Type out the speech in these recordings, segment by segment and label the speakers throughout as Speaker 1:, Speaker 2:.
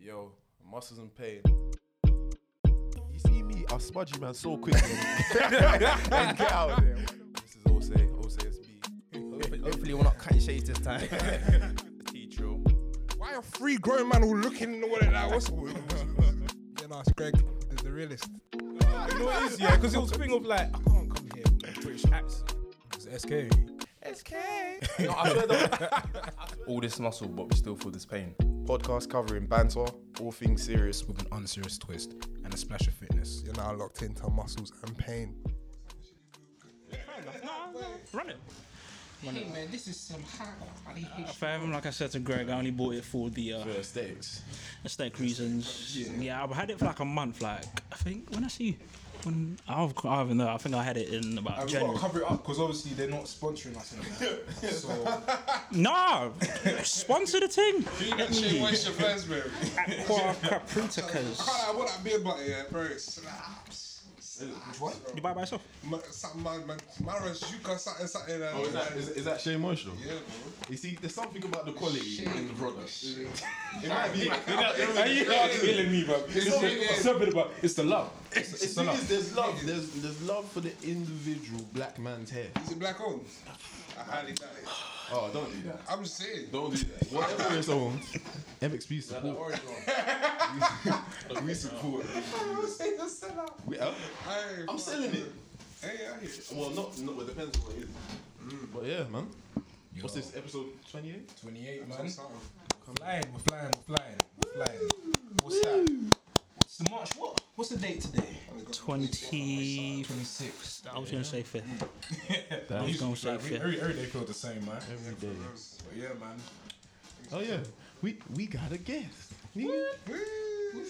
Speaker 1: Yo, muscles in pain.
Speaker 2: You see me, I'll smudge you, man, so quickly. and get out of there.
Speaker 1: This is Ose, OSSB.
Speaker 3: Hopefully, hopefully we're not cutting shades this time.
Speaker 1: T-Trill.
Speaker 4: Why are three grown men all looking in the water like, what's going on? Yeah, no, it's Greg, the, the realist.
Speaker 5: You know what it is, yeah? Because it was a thing of like, I can't come here with a British accent. It's SK.
Speaker 1: Yo, I swear that
Speaker 3: All this muscle, but we still feel this pain.
Speaker 2: Podcast covering banter, all things serious.
Speaker 5: With an unserious twist and a splash of fitness.
Speaker 4: You're now locked into muscles and pain.
Speaker 5: Run it. Uh,
Speaker 6: Hey man, this is some high quality hip
Speaker 5: Fam, like I said to Greg, I only bought it for the uh,
Speaker 1: the aesthetics.
Speaker 5: aesthetic reasons. Yeah. I've had it for like a month. Like I think when I see, when I don't, I don't know, I think I had it in about
Speaker 7: I've got
Speaker 5: January.
Speaker 7: to Uh, cover it up because obviously they're not sponsoring us anymore. so,
Speaker 5: No, sponsor the thing.
Speaker 7: you that shit, waste your plans, bro.
Speaker 5: Aqua Capriticas.
Speaker 4: I want that beer butter, yeah, bro. It Slaps.
Speaker 7: What?
Speaker 5: You buy it by yourself?
Speaker 4: Ma- Something, man, man. Marajuka, something, something. Uh,
Speaker 2: Oh, is that, is, is that Shea Motion?
Speaker 4: yeah, bro.
Speaker 2: You see, there's something about the quality in the product. It might be.
Speaker 7: Are you not killing me, bro? It's,
Speaker 4: not-
Speaker 7: the- it's something about it's the love. It's,
Speaker 2: It's,
Speaker 7: it's
Speaker 2: it's,
Speaker 7: the
Speaker 2: it's,
Speaker 7: love.
Speaker 2: there's love. There's, there's love for the individual black man's hair.
Speaker 4: Is it black owned? I highly doubt it.
Speaker 2: Oh, don't do that.
Speaker 4: I'm just saying.
Speaker 2: Don't do that. Whatever it's owned, MXP support.
Speaker 7: Orange one.
Speaker 2: We support. We have.
Speaker 4: Hey,
Speaker 2: I'm selling it.
Speaker 4: Hey, I hear it.
Speaker 2: Well, not, not well, it depends on what it is. Mm, But yeah, man. What's this episode 28?
Speaker 7: 28, man.
Speaker 4: I'm
Speaker 7: We're
Speaker 4: sorry.
Speaker 7: flying, we're flying, we're flying, we're flying. What's that? What's the March? What? What's the date today?
Speaker 5: Twenty.
Speaker 7: 26.
Speaker 5: I was gonna say fifth. I was gonna say
Speaker 7: Every,
Speaker 5: fifth.
Speaker 7: every, every day feels the same, man.
Speaker 2: Every day.
Speaker 7: But yeah, man.
Speaker 2: Oh yeah, we we got a guest. Nigga,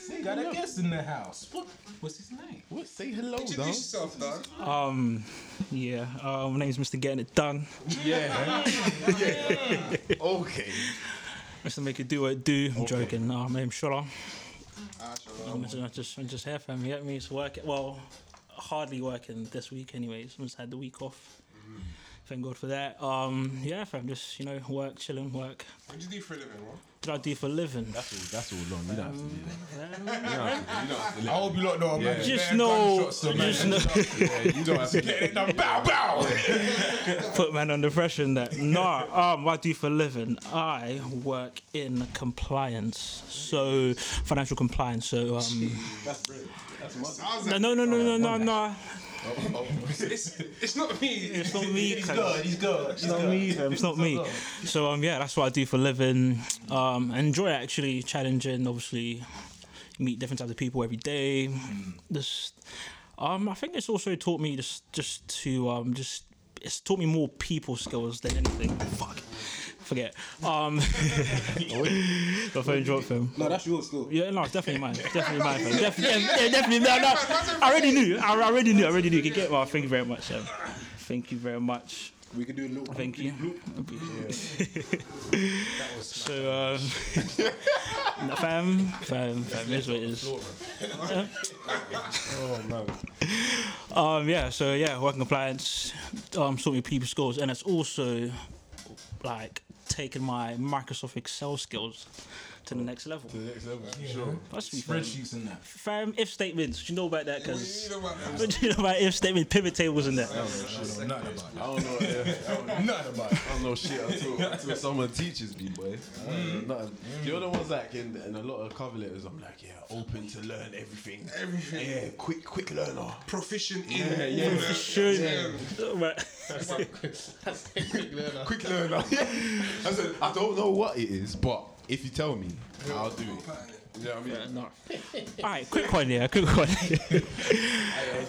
Speaker 7: We got a guest in the house. What? What's his name?
Speaker 2: What? Say hello,
Speaker 4: Introduce
Speaker 2: dog.
Speaker 4: yourself, dog.
Speaker 5: Um, yeah. Uh, my name's Mr. Getting It Done.
Speaker 7: Yeah.
Speaker 2: Okay.
Speaker 5: Mr. Make It Do What It Do. I'm joking. No, my name's Shola.
Speaker 4: Ah, sure.
Speaker 5: I'm just, I'm just, I'm just here for him. You get me? It's working. Well, hardly working this week, anyways. I just had the week off. Thank God for that. Um, yeah, fam, just you know, work, chilling, work.
Speaker 4: What do you do for a living, bro?
Speaker 5: What did I do for a living?
Speaker 2: That's all long. You don't have to do that.
Speaker 7: I hope you lot know, I'm
Speaker 2: Yeah.
Speaker 7: man.
Speaker 5: Just
Speaker 7: Bare
Speaker 5: know-
Speaker 7: gunshots to
Speaker 5: just
Speaker 7: man.
Speaker 5: know-
Speaker 7: Yeah, you don't have to get it done. Bow, bow.
Speaker 5: Put man under pressure and that. Nah, um, what I do for a living? I work in compliance, so financial compliance. So um,
Speaker 4: Sounds
Speaker 5: no,
Speaker 4: like
Speaker 5: no, no, no, no, no, no.
Speaker 4: it's, it's not me.
Speaker 5: It's not me. cuz.
Speaker 7: He's good.
Speaker 5: It's
Speaker 7: He's
Speaker 5: not me. fam. It's not me. So um, yeah, that's what I do for a living. Um, I enjoy it, actually challenging. Obviously, meet different types of people every day. Just, um, I think it's also taught me just just to um just it's taught me more people skills than anything. Fuck. Forget. Um, my phone dropped him.
Speaker 7: No, that's yours still.
Speaker 5: Yeah, no, it's definitely mine. It's definitely mine. fam. Def- def- yeah, definitely. No, no. I already knew. I already knew. I already knew. You can get well. Thank you very much. Um, thank you very much.
Speaker 7: We could do a little.
Speaker 5: Thank you. so, um, no, fam, fam, fam, is what it is.
Speaker 7: Oh, man.
Speaker 5: Um, yeah, so yeah, working compliance, um, sorting people skills, and it's also like taking my Microsoft Excel skills to the next level.
Speaker 2: The next level, for sure.
Speaker 5: That's be fam.
Speaker 7: Spreadsheets and that.
Speaker 5: fam. If statements, do you know about that?
Speaker 4: You
Speaker 5: Because
Speaker 4: know what?
Speaker 5: do you know about if statement pivot tables and that?
Speaker 7: I don't know nothing about
Speaker 2: I don't know. Yeah.
Speaker 7: that. Nothing about it.
Speaker 2: I don't know shit until, until someone teaches me, boy. Uh, nothing. You're the ones like in, in a lot of cover letters. I'm like, yeah, open to learn everything.
Speaker 4: Everything.
Speaker 2: Yeah, quick, quick learner.
Speaker 4: Proficient in. Yeah, yeah.
Speaker 5: Sure. Right.
Speaker 2: Quick learner. I said, I don't know what it is, but if you tell me, I'll do it. You know what I mean?
Speaker 5: All right, quick one, yeah, quick one.
Speaker 7: Hey,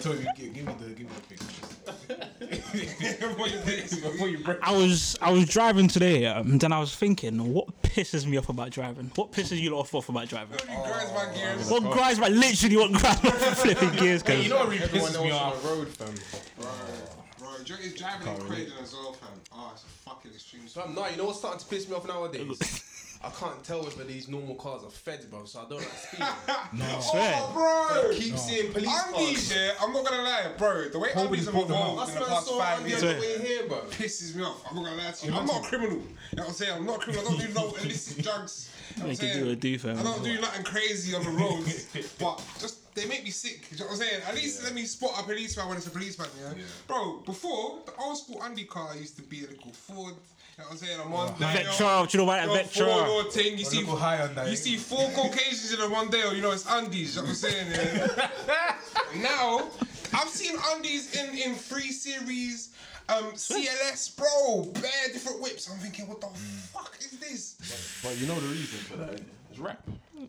Speaker 7: Toby, give, give me the, give me the picture. before, you, before you break.
Speaker 5: I was I was driving today, um, then I was thinking, what pisses me off about driving? What pisses you lot off, off about driving?
Speaker 4: He grinds my gears.
Speaker 5: What grinds my literally what grinds my flipping gears? Cause
Speaker 7: know what really pisses me off?
Speaker 2: road, fam.
Speaker 4: Bro, do you know, he's driving in Croydon as well, fam. Oh, it's a fucking extreme sport.
Speaker 8: Fam, nah, you know what's starting to piss me off nowadays? I can't tell whether these normal cars are feds, bro, so I don't like speeding.
Speaker 5: I swear.
Speaker 4: Oh, bro!
Speaker 8: Keep seeing police
Speaker 4: Andy's
Speaker 8: cars.
Speaker 4: there, I'm not gonna lie, bro. The way Andy's evolved
Speaker 8: That's
Speaker 4: in the
Speaker 8: when I
Speaker 4: past
Speaker 8: saw
Speaker 4: five
Speaker 8: Andy
Speaker 4: years
Speaker 8: on the way here, bro.
Speaker 4: pisses me off. I'm not gonna lie to you. I'm not a criminal. You know what I'm saying? I'm not a criminal. I don't do no illicit drugs.
Speaker 5: They could do a do for
Speaker 4: I don't
Speaker 5: him.
Speaker 4: do nothing crazy on the road, but just they make me sick. Do you know what I'm saying? At least let me spot a policeman when it's a policeman, yeah? Bro, before the old school undercar used to be a little Ford. You know what I'm saying? I'm on
Speaker 5: Vectra, do you know why that
Speaker 4: Ford
Speaker 5: Vectra?
Speaker 4: or thing. You see,
Speaker 7: little high on that,
Speaker 4: you
Speaker 7: eh?
Speaker 4: see four Caucasians in a one day. You know it's undies. You know what I'm saying? Yeah? now I've seen undies in in three series. Um, CLS, bro, bare different whips. I'm thinking, what the fuck is this?
Speaker 2: But you know the reason for that. innit? It's rap.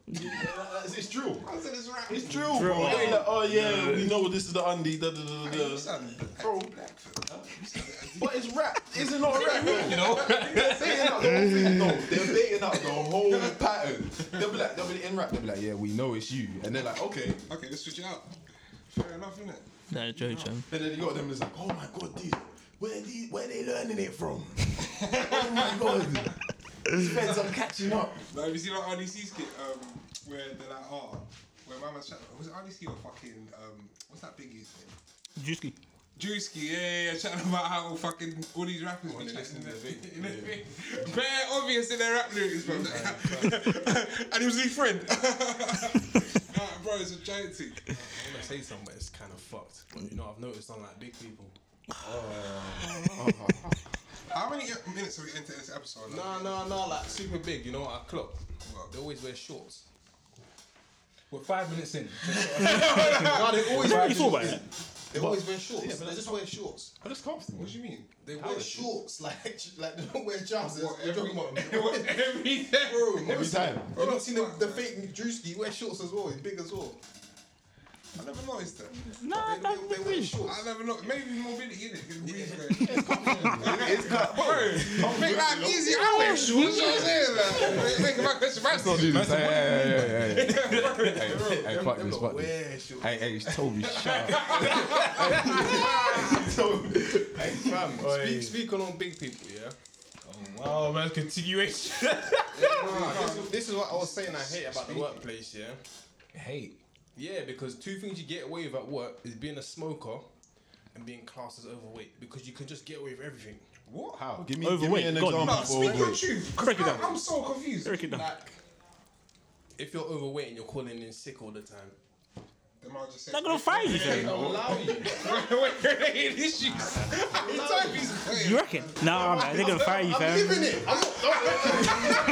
Speaker 2: it's, it's true.
Speaker 4: I said it's rap.
Speaker 2: It's true, bro. It ain't like, oh yeah, we know this is the undie. Da, da, da, da,
Speaker 4: You
Speaker 2: da.
Speaker 4: sound
Speaker 2: Bro,
Speaker 4: black, fella. You sound-
Speaker 2: but it's rap. Is it not rap? You know, they're dating out the whole thing. No, they're dating out the whole pattern. They'll be like, they'll be in rap. They'll be like, yeah, we know it's you, and they're like, okay.
Speaker 4: Okay, let's switch it out. Fair enough, innit?
Speaker 5: No, Jojo.
Speaker 2: And then you got them that's like, oh my god, these, where these, where they learning it from? oh my god, these feds are catching up.
Speaker 4: Like, have you seen that RDC skit um, where they're like, oh, where my man's chatting? Was it RDC or fucking, um, what's that biggie's name?
Speaker 5: Juicy.
Speaker 4: Drewski, yeah, yeah, yeah, chatting about how fucking all these rappers be chatting in their in their thing. Bare obvious in their rap lyrics, bro. and he was his friend. Nah, bro, it's a giant thing.
Speaker 8: I'm gonna say something, but it's kind of fucked. But, you know, I've noticed on like big people.
Speaker 4: How many minutes have we into this episode?
Speaker 8: No, no, no, like super big. You know what I clock? They always wear shorts.
Speaker 7: We're five minutes in.
Speaker 8: no, they always
Speaker 5: What you talking about?
Speaker 8: they always wear shorts. they just wear shorts.
Speaker 4: But it's comfortable. What do you mean?
Speaker 8: They wear shorts like like they don't wear trousers.
Speaker 4: What,
Speaker 8: You're
Speaker 4: every,
Speaker 8: talking about
Speaker 4: what, every day?
Speaker 8: bro. you never
Speaker 2: Every
Speaker 8: seen-
Speaker 2: time.
Speaker 8: You not seen the, the fake Drewski wear shorts as well? He's big as well.
Speaker 4: I never noticed that.
Speaker 5: Nah,
Speaker 8: They,
Speaker 5: nah,
Speaker 8: they, they wear shorts.
Speaker 4: I never know. Maybe mobility in it. Make
Speaker 2: It's cut. Bro,
Speaker 4: life easy. I wear shoes. You know what I'm saying? Like, make- make my question right.
Speaker 2: Hey, fuck this, fuck this.
Speaker 8: Wear shorts.
Speaker 2: Hey, hey, it's Toby, shut up.
Speaker 8: Hey, fam. Speak, speaking on big people, yeah.
Speaker 5: Oh,
Speaker 7: Wow, man, continuation.
Speaker 8: Nah, this, is- this is what I was saying. I hate about the workplace, yeah.
Speaker 7: Hate.
Speaker 8: Yeah, because two things you get away with at work is being a smoker and being classed as overweight because you can just get away with everything.
Speaker 4: What?
Speaker 2: How? Give me, give me
Speaker 5: Overweight,
Speaker 2: an
Speaker 5: God.
Speaker 2: example.
Speaker 4: No,
Speaker 2: for
Speaker 4: speak your
Speaker 2: overweight.
Speaker 4: truth. 'cause
Speaker 5: Break it
Speaker 4: I-
Speaker 5: down.
Speaker 4: I'm so confused.
Speaker 5: Break it down.
Speaker 8: Like, if you're overweight and you're calling in sick all the time,
Speaker 4: Them I just said-
Speaker 5: They're gonna fire you then.
Speaker 8: they'll allow you.
Speaker 4: Wait, wait, wait, wait, issues. It's like he's playing.
Speaker 5: You reckon? Nah, man, they're gonna fire you, fam.
Speaker 8: Living it. I'm not,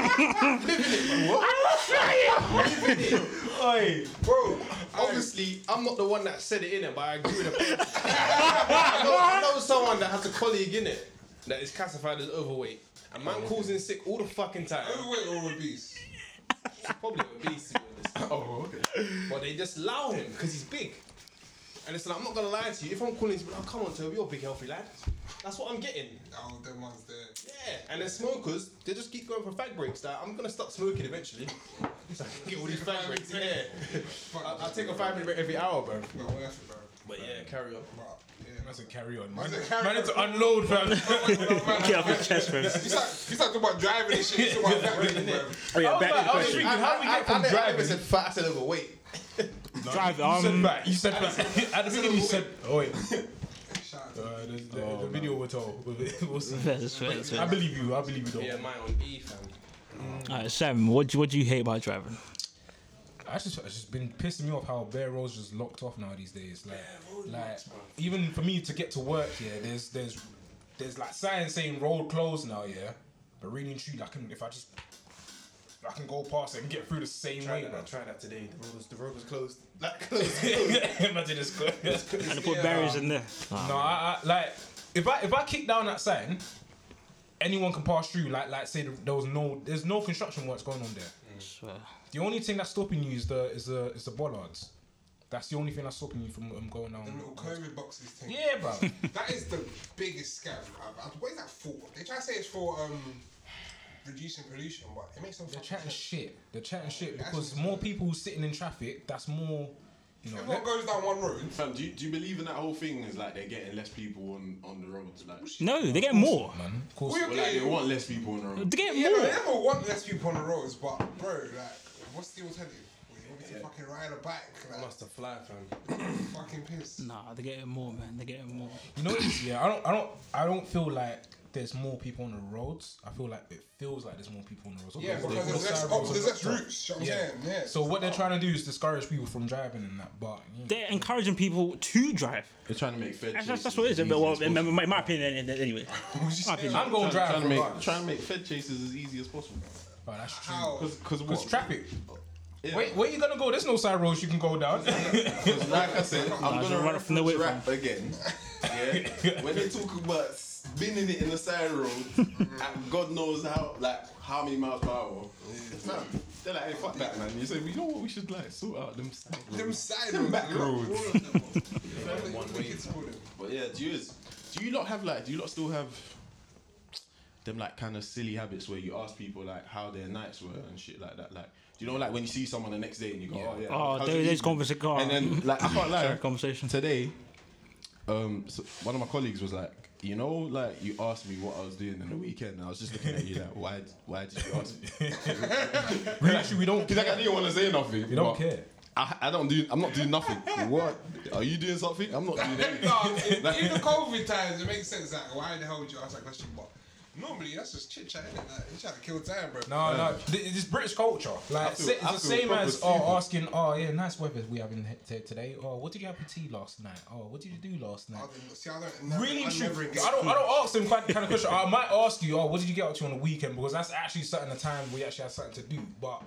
Speaker 8: Bro, obviously, I'm not the one that said it in it, but I agree with the person. I, know, I know someone that has a colleague in it that is classified as overweight. A
Speaker 2: Oh,
Speaker 8: man calls in sick all the fucking time.
Speaker 4: Overweight or obese?
Speaker 8: Probably obese. to be honest.
Speaker 2: Oh, okay.
Speaker 8: But they just allow him because he's big. And it's like, I'm not gonna lie to you. If I'm calling, you, oh, come on, Toby, you're a big, healthy lad. That's what I'm getting.
Speaker 4: Oh, them ones there.
Speaker 8: Yeah. And then smokers, they just keep going for fag breaks. Like, I'm gonna stop smoking eventually. So I can get all these fag breaks. Yeah. I, I take a five minute break every hour, bro.
Speaker 4: Not worth it, bro.
Speaker 8: But yeah, carry on.
Speaker 4: But, yeah.
Speaker 7: That's a carry on, man.
Speaker 4: That's a carry
Speaker 7: Man, it's to unload, fam.
Speaker 5: Get off your chest, fam.
Speaker 4: You start, you start talking about driving and shit. You talk about that, bro.
Speaker 5: Oh yeah, back to the
Speaker 7: I was
Speaker 5: question.
Speaker 7: thinking, how do we
Speaker 8: I,
Speaker 7: get from
Speaker 8: I, I never
Speaker 7: driving?
Speaker 8: said fat, I said overweight.
Speaker 5: Drive,
Speaker 7: You said
Speaker 5: um,
Speaker 7: back. You said back. At the beginning, you said. Oh wait.
Speaker 4: Shout out to
Speaker 7: Uh, the the,
Speaker 8: Oh,
Speaker 7: the video will tell. We'll see.
Speaker 5: fair, that's fair, that's
Speaker 7: I
Speaker 5: fair.
Speaker 7: believe you. I believe you. Though.
Speaker 8: Yeah, mine on E, fam.
Speaker 5: Alright, Sam, what do, what do you hate about driving?
Speaker 7: I just it's just been pissing me off how bare roads just locked off now these days. Like, like even for me to get to work, yeah, there's there's there's like signs saying road closed now, yeah. But really and truly, I can if I just I can go past it and get through the same way,
Speaker 8: I
Speaker 7: bro.
Speaker 8: tried that today. The road was, the road was closed. That closed.
Speaker 7: Imagine this.
Speaker 5: And to put barriers in there.
Speaker 7: No, I, I like if I if I kick down that sign, anyone can pass through. Like like say there was no there's no construction works going on there.
Speaker 4: Mm.
Speaker 5: Swear.
Speaker 7: The only thing that's stopping you is the is the is the bollards. That's the only thing that's stopping you from um, going down.
Speaker 4: the little COVID boxes thing.
Speaker 7: Yeah, bro.
Speaker 4: That is the biggest scam. I- I- What is that for? They try to say it's for um, reducing pollution, but it makes no
Speaker 7: They're
Speaker 4: fucking
Speaker 7: chatting
Speaker 4: sense.
Speaker 7: shit. They're chatting shit
Speaker 4: That's
Speaker 7: because
Speaker 4: just-
Speaker 7: more people sitting in traffic. That's more. You know.
Speaker 4: Everyone goes down one road.
Speaker 2: Fam, do you, do you believe in that whole thing? Is like they're getting less people on, on the roads, like.
Speaker 5: No, they get more.
Speaker 7: man, of course.
Speaker 4: We're
Speaker 2: Well, like they
Speaker 4: getting
Speaker 2: want less people on the road.
Speaker 5: They get
Speaker 4: Yeah, no,
Speaker 5: more.
Speaker 4: I never want less people on the roads, but bro, like, what's the alternative? Well, you want me to fucking ride a bike?
Speaker 8: I
Speaker 4: Like,
Speaker 8: must have fly, fam.
Speaker 4: fucking piss.
Speaker 5: Nah, they're getting more, man. They're getting more.
Speaker 7: You know, what it is, yeah. I don't. I don't. I don't feel like there's more people on the roads. I feel like it feels like there's more people on the roads.
Speaker 4: Yeah, because
Speaker 7: Otherwise, they
Speaker 4: there's
Speaker 7: would
Speaker 4: less,
Speaker 7: side
Speaker 4: oh,
Speaker 7: roads
Speaker 4: there's
Speaker 7: and
Speaker 4: less
Speaker 7: stuff.
Speaker 4: routes. you know what I'm saying? Yeah.
Speaker 7: So what they're trying to do is discourage people from driving and that. But you know,
Speaker 5: They're encouraging people to drive.
Speaker 2: They're trying to make fair
Speaker 5: That's,
Speaker 2: change.
Speaker 5: that's, that's what it is. Well, in my, my, my opinion, and- and anyway. My opinion.
Speaker 7: I'm going to drive.
Speaker 2: Trying to make
Speaker 7: regardless.
Speaker 2: trying to make fed chases as easy as possible.
Speaker 7: But that's true.
Speaker 4: How?
Speaker 2: Because
Speaker 7: Because
Speaker 2: what?
Speaker 7: traffic.
Speaker 2: Yeah.
Speaker 7: Wait, where you gonna go? There's no side roads you can go down.
Speaker 2: 'Cause like I said, I'm
Speaker 5: just
Speaker 2: gonna
Speaker 5: run
Speaker 2: run
Speaker 5: off from the way
Speaker 2: from rap again. Yeah. when they talk about spinning it in the side road, and God knows how, like how many miles per hour. Man, they're like, hey, fuck that, man. You say, you know what? We should like sort out them side
Speaker 4: Them
Speaker 2: roads.
Speaker 4: side roads.
Speaker 2: back
Speaker 4: all
Speaker 2: roads.
Speaker 4: of them. All of them. It's all them.
Speaker 2: But yeah, do you is- do you lot have like do you lot still have them like kind of silly habits where you ask people like how their nights were and shit like that? Like, do you know like when you see someone the next day and you go, oh yeah,
Speaker 5: Oh,
Speaker 2: how's
Speaker 5: there-
Speaker 2: your
Speaker 5: there's
Speaker 2: evening?"
Speaker 5: conversation. Oh,
Speaker 2: And then like I can't lie,
Speaker 5: sorry, conversation.
Speaker 2: today, um, so one of my colleagues was like, you know, like you asked me what I was doing in the weekend, and I was just looking at you like, why, why did you ask me?
Speaker 7: we actually we don't.
Speaker 2: He's like, I didn't want to say nothing.
Speaker 7: We don't
Speaker 2: but
Speaker 7: care.
Speaker 2: I, I don't do. I'm not doing nothing. what? Are you doing something? I'm not doing anything.
Speaker 4: no, in, in the COVID times, it makes sense. Like, why the hell would you ask that question? But normally, that's just chit chat. Like, you're trying to kill time, bro.
Speaker 7: No, no, th- it's British culture. Like,
Speaker 2: feel-
Speaker 7: sa- it's
Speaker 2: I
Speaker 7: the
Speaker 2: feel
Speaker 7: same
Speaker 2: proper
Speaker 7: as oh,
Speaker 2: stupid.
Speaker 7: asking, oh, yeah, nice weather we having t- today. Oh, what did you have for tea last night? Oh, what did you do last night?
Speaker 4: I don't- See, I don't, never,
Speaker 7: Really
Speaker 4: I
Speaker 7: and
Speaker 4: never
Speaker 7: truly,
Speaker 4: get-
Speaker 7: I don't, I don't ask them kind kind of question. I might ask you, oh, what did you get up to on the weekend? Because that's actually certain a time we actually have something to do. But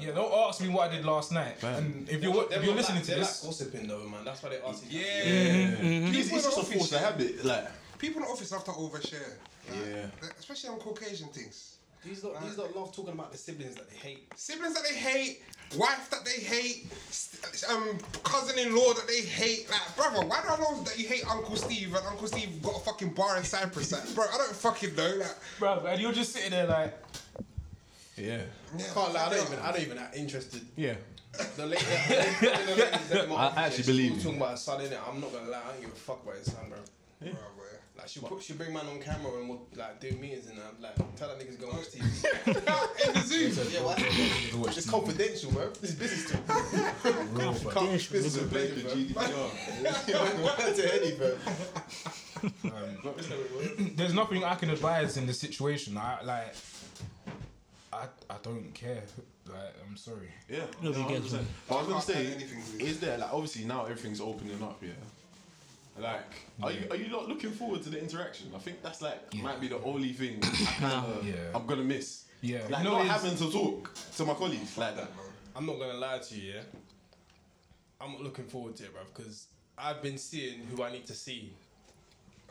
Speaker 7: yeah, don't ask me what I did last night. And if you're if you're listening to
Speaker 8: they're
Speaker 7: this,
Speaker 8: like gossiping though, man. That's why they ask.
Speaker 4: Yeah,
Speaker 2: It's,
Speaker 4: people in
Speaker 2: it's
Speaker 4: the
Speaker 2: just a
Speaker 4: office.
Speaker 2: forced habit. Like,
Speaker 4: People in the office have to overshare. Like,
Speaker 2: Yeah.
Speaker 4: like, especially on Caucasian things.
Speaker 8: These lot, these lot love talking about the siblings that they hate.
Speaker 4: Siblings that they hate, wife that they hate, st- um, cousin-in-law that they hate. Like, brother, why do I know that you hate Uncle Steve and Uncle Steve got a fucking bar in Cyprus? Like, bro, I don't fucking know. Like,
Speaker 7: bro, and you're just sitting there like,
Speaker 2: yeah,
Speaker 4: yeah,
Speaker 8: Can't lie, I don't
Speaker 4: fuck
Speaker 8: even,
Speaker 4: it.
Speaker 8: I don't even act interested.
Speaker 2: yeah.
Speaker 8: The lady, the lady, the lady, that my
Speaker 2: I
Speaker 8: office, yeah,
Speaker 2: actually
Speaker 8: she
Speaker 2: believe
Speaker 8: was
Speaker 2: you.
Speaker 8: Talking about his son, innit? I'm not gonna lie, I don't give a fuck about his son, bro.
Speaker 4: Bro, bro.
Speaker 8: Like she put, she bring man on camera and we'll like do meetings and I'm like tell that niggas go watch TV.
Speaker 4: in the zoo.
Speaker 8: yeah, what? It's confidential, bro. This is business talk. Can't this business
Speaker 2: Just
Speaker 8: with
Speaker 2: break the
Speaker 8: pleasure, bro. Um,
Speaker 2: GDPR.
Speaker 8: To Eddie, bro.
Speaker 7: there's nothing I can advise in this situation. I like, I I don't care. Like, I'm sorry.
Speaker 2: Yeah,
Speaker 5: No, you get
Speaker 2: 100%.
Speaker 5: it.
Speaker 2: But I was gonna
Speaker 4: Can't
Speaker 2: say,
Speaker 4: add anything to it.
Speaker 2: is there like obviously now everything's opening up, yeah. Like, are you are you not looking forward to the interaction? I think that's like might be the only thing I kinda,
Speaker 7: Yeah.
Speaker 2: I'm gonna miss.
Speaker 7: Yeah.
Speaker 2: like
Speaker 7: You know,
Speaker 2: not
Speaker 7: it's-
Speaker 2: having to talk to my colleagues like that.
Speaker 8: I'm not gonna lie to you, yeah. I'm not looking forward to it, bro, because I've been seeing who I need to see.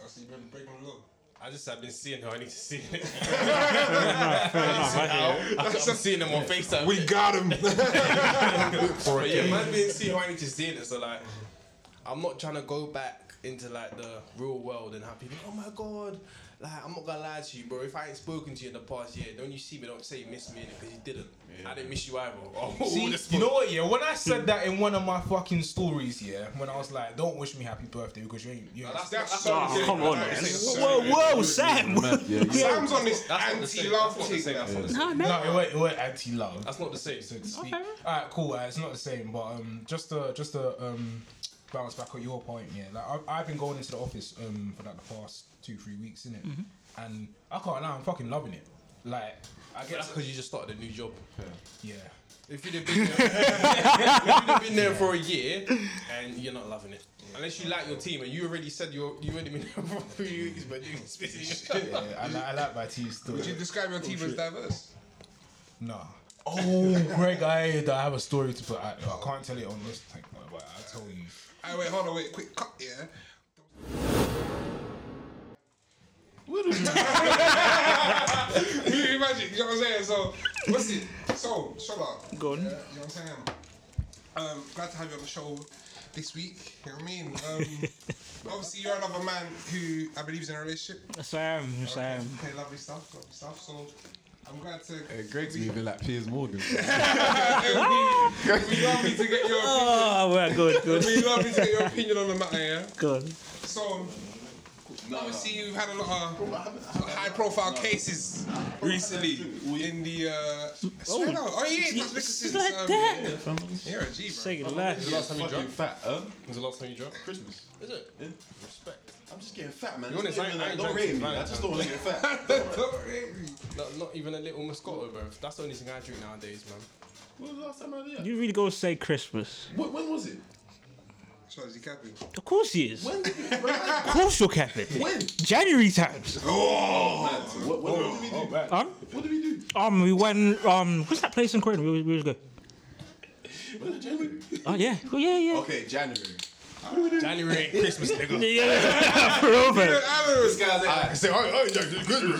Speaker 4: So you've been breaking the law.
Speaker 8: I just have been seeing who I need to see.
Speaker 5: Fair enough, I hear you.
Speaker 8: I'm seeing them on FaceTime.
Speaker 4: We got him.
Speaker 8: But yeah, man, being seen, I need to see it. So like, I'm not trying to go back into like the real world and have people. Oh my god, like I'm not gonna lie to you, bro. If I ain't spoken to you in the past year, don't you see me? Don't say you miss me in because you didn't. I didn't miss you either. Oh,
Speaker 7: See,
Speaker 8: this
Speaker 7: you know what? Yeah, when I said that in one of my fucking stories, yeah, when I was like, "Don't wish me happy birthday because you ain't." You ain't
Speaker 8: that's, that's,
Speaker 4: so-
Speaker 5: Oh, come on, man.
Speaker 4: Sorry.
Speaker 5: Whoa, whoa, Sam.
Speaker 2: Yeah, you-
Speaker 4: Sam's on this anti-love
Speaker 8: that's not the
Speaker 4: thing.
Speaker 8: same. That's not the same.
Speaker 7: no, it weren't, it weren't anti-love.
Speaker 8: That's not the same.
Speaker 7: so to speak. All right, cool. Uh, it's not the same, but um, just to just to um, bounce back on your point, yeah. Like I've, I've been going into the office um for like the past two three weeks, innit? And I can't lie, I'm fucking loving it. Like I
Speaker 8: That's
Speaker 7: guess,
Speaker 8: because you just started a new job.
Speaker 7: yeah.
Speaker 8: If you'd have been there, if you'd have been there for a year and you're not loving it, unless you like your team and you already said you're you already been there for three weeks, but you're spitting your shit.
Speaker 7: Yeah, I, li- I like my team still.
Speaker 4: Would you describe your team as diverse?
Speaker 7: Nah. Oh, Greg, I, I have a story to put. I, I can't tell it on this thing, but I'll tell you.
Speaker 4: Alright, Oh, wait, hold on, wait, quick cut, yeah. Can you imagine? You know what I'm saying? So, what's it? So, shut up.
Speaker 5: Go on.
Speaker 4: Yeah, you know what I'm saying? Um, glad to have you on the show this week. You know what I mean? Um, obviously, you're another man who I believe is in a relationship.
Speaker 5: Sam,
Speaker 8: Um.
Speaker 5: Sam.
Speaker 4: Okay, lovely stuff, lovely stuff. So, I'm glad to.
Speaker 2: Uh, Greg's moving like Piers Morgan.
Speaker 4: It'd be lovely to get your opinion.
Speaker 5: Oh, we're good, good,
Speaker 4: It'd be lovely to get your opinion on the matter, yeah?
Speaker 5: good.
Speaker 4: So, obviously, we've had a lot of high profile cases recently in the. Uh, I swear no. oh, yeah, that's because
Speaker 5: It's
Speaker 4: since.
Speaker 5: like
Speaker 4: um,
Speaker 5: that.
Speaker 4: Yeah, you're a G, bro.
Speaker 5: Take it last.
Speaker 2: Last time you fat, huh?
Speaker 8: When's the last time you dropped?
Speaker 2: Christmas.
Speaker 8: Is it?
Speaker 2: Yeah.
Speaker 8: Respect.
Speaker 2: I'm just getting fat, man.
Speaker 8: You honest,
Speaker 2: It's not
Speaker 8: I
Speaker 2: even
Speaker 8: ain't- I
Speaker 2: like,
Speaker 8: ain't
Speaker 2: don't
Speaker 8: drank
Speaker 2: rate me.
Speaker 8: since
Speaker 2: I just don't want to get fat.
Speaker 4: Don't rate me.
Speaker 8: Not, not even a little Moscato, bro. That's the only thing I drink nowadays, man.
Speaker 2: When was the last time I did that?
Speaker 5: You really go say Christmas?
Speaker 2: When, when was it?
Speaker 4: So is he capping?
Speaker 5: Of course he is.
Speaker 2: When did you, when?
Speaker 5: Of course you're capping. January times.
Speaker 4: Oh!
Speaker 2: Oh, What, what, what did we do?
Speaker 5: Um,
Speaker 2: What did we do?
Speaker 5: um, we went. Um, what's that place in Croydon? We always, we always go.
Speaker 2: When did January?
Speaker 5: Oh yeah, oh, yeah, yeah.
Speaker 2: Okay, January.
Speaker 8: January ain't Christmas, nigga.
Speaker 5: Yeah, Robert.
Speaker 2: This guy's like, I say,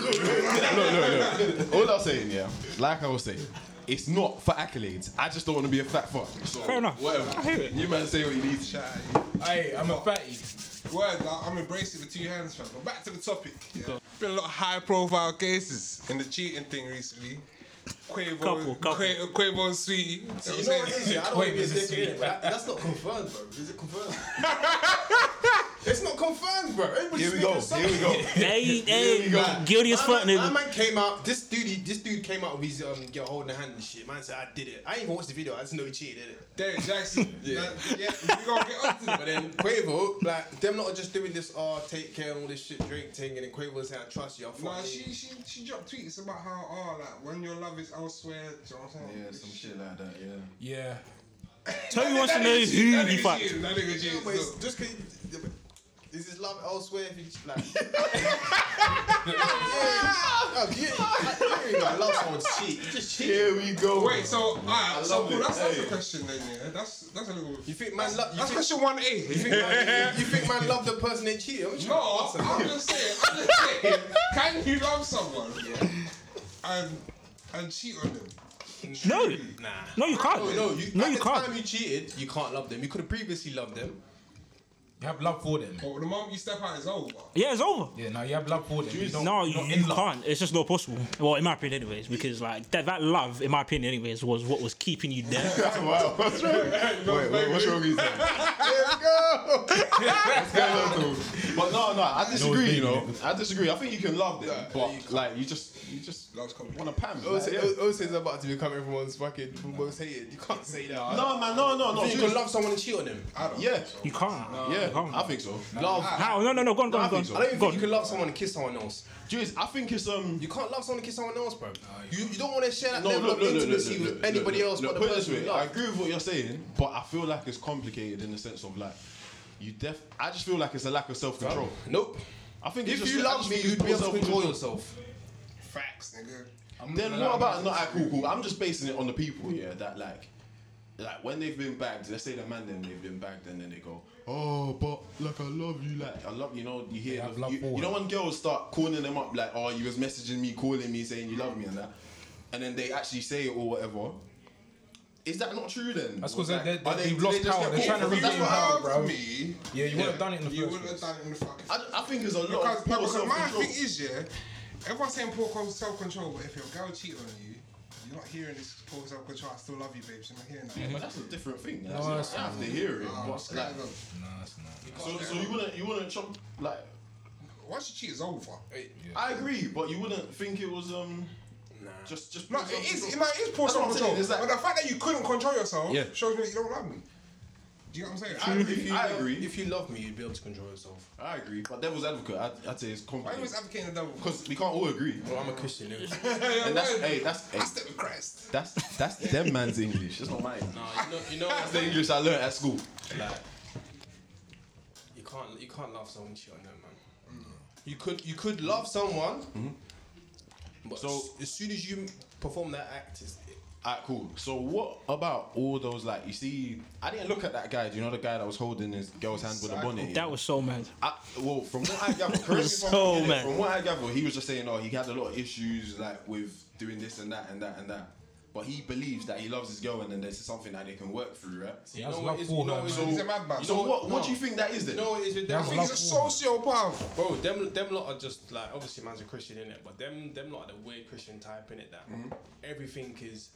Speaker 2: no, no, no. All I'm saying, yeah, like I was saying, it's not for accolades. I just don't want to be a fat fuck. So,
Speaker 5: Fair enough.
Speaker 2: Whatever.
Speaker 5: I hear it.
Speaker 2: You man say what you need.
Speaker 4: Chat.
Speaker 7: Hey, I'm a fatty.
Speaker 4: Word, like, I'm embracing with two hands, fam. But back to the topic. Yeah. Been a lot of high profile cases in the cheating thing recently. Quavo,
Speaker 5: Couple, couple.
Speaker 4: Quavo, Quavo and Sweetie. So
Speaker 7: You
Speaker 4: I'm
Speaker 7: know what
Speaker 4: saying-
Speaker 7: it is, yeah? I don't wanna be a dick, innit, but
Speaker 8: that, that's not confirmed, bro. Is it confirmed? it's not confirmed, bro. Everybody's
Speaker 2: Here we go. Here we go.
Speaker 5: Hey, hey,
Speaker 2: go.
Speaker 5: guilty as
Speaker 8: My
Speaker 5: fuck,
Speaker 8: man- My
Speaker 5: nigga.
Speaker 8: man came out. This dude, he- this dude came out with his um, girl holding her hand and shit. Man said, "I did it. I ain't even watched the video. I just know he cheated, did it."
Speaker 4: Derek Jackson. yeah. Like, yeah, we gonna get up to
Speaker 8: But
Speaker 4: that.
Speaker 8: then Quavo, like them lot are just doing this, oh, take care and all this shit, drink thing, and then Quavo saying, "I trust you." I
Speaker 4: Nah,
Speaker 8: fuck you."
Speaker 4: she, she, she dropped tweets about how, oh, like, when your love is elsewhere, do you know what I'm saying?
Speaker 2: Yeah, some shit like that. Yeah.
Speaker 7: Yeah.
Speaker 5: Tell me wants to
Speaker 4: That
Speaker 5: know who
Speaker 4: nigga cheating,
Speaker 5: he
Speaker 4: That nigga
Speaker 5: fucked.
Speaker 4: cheating, that nigga
Speaker 8: Yeah,
Speaker 4: cheating,
Speaker 8: but it's
Speaker 4: so-
Speaker 8: just 'cause- yeah, but Is his love elsewhere? If you like, Oh, yeah, you, you ain't gotta love someone to cheat. You Just cheat.
Speaker 2: Here we go.
Speaker 4: Wait, so, alright, so
Speaker 2: love
Speaker 4: cool,
Speaker 2: it.
Speaker 4: that's, that's a
Speaker 2: Hey.
Speaker 4: question then, yeah. That's, that's a little.
Speaker 8: You think man love? You,
Speaker 4: That's
Speaker 8: think-
Speaker 4: question 1A.
Speaker 8: you think man, you think man love the person they cheated? I'm just trying to
Speaker 4: No,
Speaker 8: ask
Speaker 4: I'm
Speaker 8: him.
Speaker 4: just saying. I'm just saying. Can you love someone and and cheat on them?
Speaker 5: No, no, you can't.
Speaker 8: No, no, you,
Speaker 5: No,
Speaker 8: at
Speaker 5: you
Speaker 8: the
Speaker 5: can't.
Speaker 8: time you cheated, you can't love them. You could have previously loved them.
Speaker 7: You have love for them.
Speaker 4: But the moment you step out, it's over.
Speaker 5: Yeah, it's over.
Speaker 7: Yeah, now you have love for them. You don't,
Speaker 5: No,
Speaker 7: you're
Speaker 5: you,
Speaker 7: not
Speaker 5: you can't. It's just not possible. Well, in my opinion, anyways, because like that, that love, in my opinion, anyways, was what was keeping you there.
Speaker 2: Wow. What's wrong? wait, wait, what's wrong with you? There we go. but no, no, I disagree. You know, I disagree. I think you can love them, but like you just, you just
Speaker 4: Love's coming.
Speaker 2: want to pam. Like,
Speaker 8: Ose
Speaker 2: yeah.
Speaker 8: Ose Oh, is about to become everyone's fucking most hated. You can't say that.
Speaker 2: No, man, no, no, no.
Speaker 8: oh. you
Speaker 2: just-
Speaker 8: can love someone and cheat on them. I don't.
Speaker 2: Yeah,
Speaker 5: You can't.
Speaker 2: yeah,
Speaker 5: You can't.
Speaker 2: I think so.
Speaker 8: Love.
Speaker 5: How? No, no, no. Go on, go
Speaker 2: No, I
Speaker 5: on, go on.
Speaker 2: think so.
Speaker 8: I don't even
Speaker 5: Go
Speaker 8: think
Speaker 5: on.
Speaker 8: you can love someone and kiss someone else.
Speaker 2: Julius, I think it's um.
Speaker 8: You can't love someone and kiss someone else, bro. You, you don't want to share that
Speaker 2: No,
Speaker 8: level
Speaker 2: look, look, look,
Speaker 8: of
Speaker 2: look,
Speaker 8: intimacy
Speaker 2: look, look,
Speaker 8: with anybody
Speaker 2: look,
Speaker 8: else
Speaker 2: look,
Speaker 8: but
Speaker 2: put
Speaker 8: the
Speaker 2: it this
Speaker 8: person you
Speaker 2: way, I
Speaker 8: love.
Speaker 2: agree with what you're saying, but I feel like it's complicated in the sense of like you def. I just feel like it's a lack of self control.
Speaker 8: Nope.
Speaker 2: I think it's
Speaker 8: If
Speaker 2: just,
Speaker 8: you
Speaker 2: I
Speaker 8: love
Speaker 2: just
Speaker 8: me,
Speaker 2: think it's
Speaker 8: you'd be able to
Speaker 2: self-control.
Speaker 8: control yourself.
Speaker 4: Facts, nigga.
Speaker 2: Then what about not at cool, cool? I'm just basing it on the people, yeah, that like like when they've been bagged, let's say the man then they've been bagged and then they go, Oh, but like I love you, like I love you know, you hear
Speaker 7: have
Speaker 2: the-
Speaker 7: love
Speaker 2: you,
Speaker 7: for
Speaker 2: you
Speaker 7: her.
Speaker 2: know when girls start calling them up like, Oh, you was messaging me, calling me, saying you love me and that and then they actually say it or whatever. Is that not true then?
Speaker 7: That's
Speaker 2: Or,
Speaker 7: because they,
Speaker 2: like,
Speaker 7: they,
Speaker 2: are
Speaker 7: they, they've lost
Speaker 2: they just
Speaker 7: power.
Speaker 2: get
Speaker 7: They're trying to
Speaker 2: caught? 'Cause that's
Speaker 7: regain
Speaker 2: what
Speaker 7: power,
Speaker 2: happened.
Speaker 7: bro.
Speaker 4: Me,
Speaker 7: Yeah, you wouldn't have done it in the
Speaker 4: you
Speaker 7: first
Speaker 4: wouldn't have
Speaker 7: place.
Speaker 4: done it in the fucking.
Speaker 2: I, I think there's a lot
Speaker 4: Because,
Speaker 2: of poor
Speaker 4: because my
Speaker 2: self-control.
Speaker 4: thing is, yeah, everyone's saying poor con- self-control, but if your girl cheated on you, you're not hearing this poor self-control. I still love you, babes. You're not hearing that. Um,
Speaker 2: But that's a different thing. that's-
Speaker 7: No, that's
Speaker 2: I have to hear it.
Speaker 4: Nah,
Speaker 2: but, like,
Speaker 4: no.
Speaker 7: No, that's not.
Speaker 2: so, so you wouldn't you wouldn't chop like
Speaker 4: Once you cheat, it's over.
Speaker 2: I agree, but you wouldn't think it was um. Just, just.
Speaker 4: No, it is. No, it is poor
Speaker 2: That's what I'm
Speaker 4: self-control.
Speaker 2: saying, it's like-
Speaker 4: but the fact that you couldn't control yourself
Speaker 2: Yeah.
Speaker 4: shows me that you don't love me. Do you know what I'm saying?
Speaker 2: I agree. I agree.
Speaker 8: If you love me, you'd be able to control yourself.
Speaker 2: I agree. But devil's advocate, I'd, I'd say it's
Speaker 4: Why you always
Speaker 2: complicated
Speaker 4: advocating the devil?
Speaker 2: because we can't all agree.
Speaker 8: Well, I'm a Christian. nigga.
Speaker 2: And that's hey, that's hey,
Speaker 4: I step with Christ.
Speaker 2: that's that's them man's English. That's not mine.
Speaker 8: Nah, you know, you know
Speaker 2: That's the English I learned at school.
Speaker 8: like, you can't you can't love someone and cheat on them, man. Mm. You could you could love someone, but so
Speaker 2: So-
Speaker 8: as soon as you perform that act, it's,
Speaker 2: Alright, cool. So what about all those like you see? I didn't look at that guy. Do you know the guy that was holding his girl's hand with a bonnet?
Speaker 5: That was so mad.
Speaker 2: I, well, from what I gather, correct me if I'm
Speaker 5: So
Speaker 2: wrong,
Speaker 5: mad.
Speaker 2: from what I gather, he was just saying, oh, he had a lot of issues like with doing this and that and that and that. But he believes that he loves his girl, and then this is something that they can work through, right?
Speaker 8: you
Speaker 7: That's
Speaker 8: know
Speaker 7: love
Speaker 8: what it is.
Speaker 7: for
Speaker 8: You
Speaker 7: her,
Speaker 8: know what it
Speaker 7: man.
Speaker 4: He's
Speaker 8: is.
Speaker 4: a madman.
Speaker 2: So what? What
Speaker 8: no.
Speaker 2: do you think that is then?
Speaker 8: You know what it is with
Speaker 7: That's
Speaker 8: them?
Speaker 7: love
Speaker 4: He's a
Speaker 7: for her.
Speaker 4: sociopath.
Speaker 8: Bro, them them lot are just like obviously man's a Christian in it, but them them lot are the weird Christian type in it that
Speaker 4: Mm-hmm.
Speaker 8: everything is,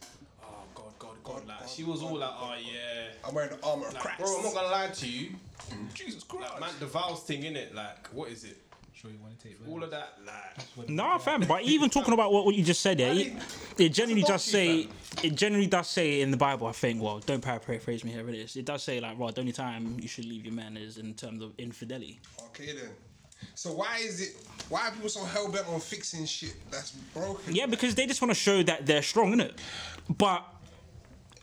Speaker 8: oh God, God, God. like she was all like, oh yeah,
Speaker 4: I'm wearing the armor of
Speaker 8: like,
Speaker 4: Christ.
Speaker 8: bro, I'm not gonna lie to you. Mm-hmm. Jesus Christ, man, the vows thing in it, like what is it?
Speaker 7: Sure you want to take
Speaker 8: All of that, like
Speaker 5: Nah, fam. But even talking about what, what you just said there, it, it generally does say it generally does say in the Bible. I think. Well, don't paraphrase me here, but it is. It does say like, right, the only time you should leave your man is in terms of infidelity.
Speaker 4: Okay then. So why is it? Why are people so hell bent on fixing shit that's broken?
Speaker 5: Yeah, because they just want to show that they're strong, innit? But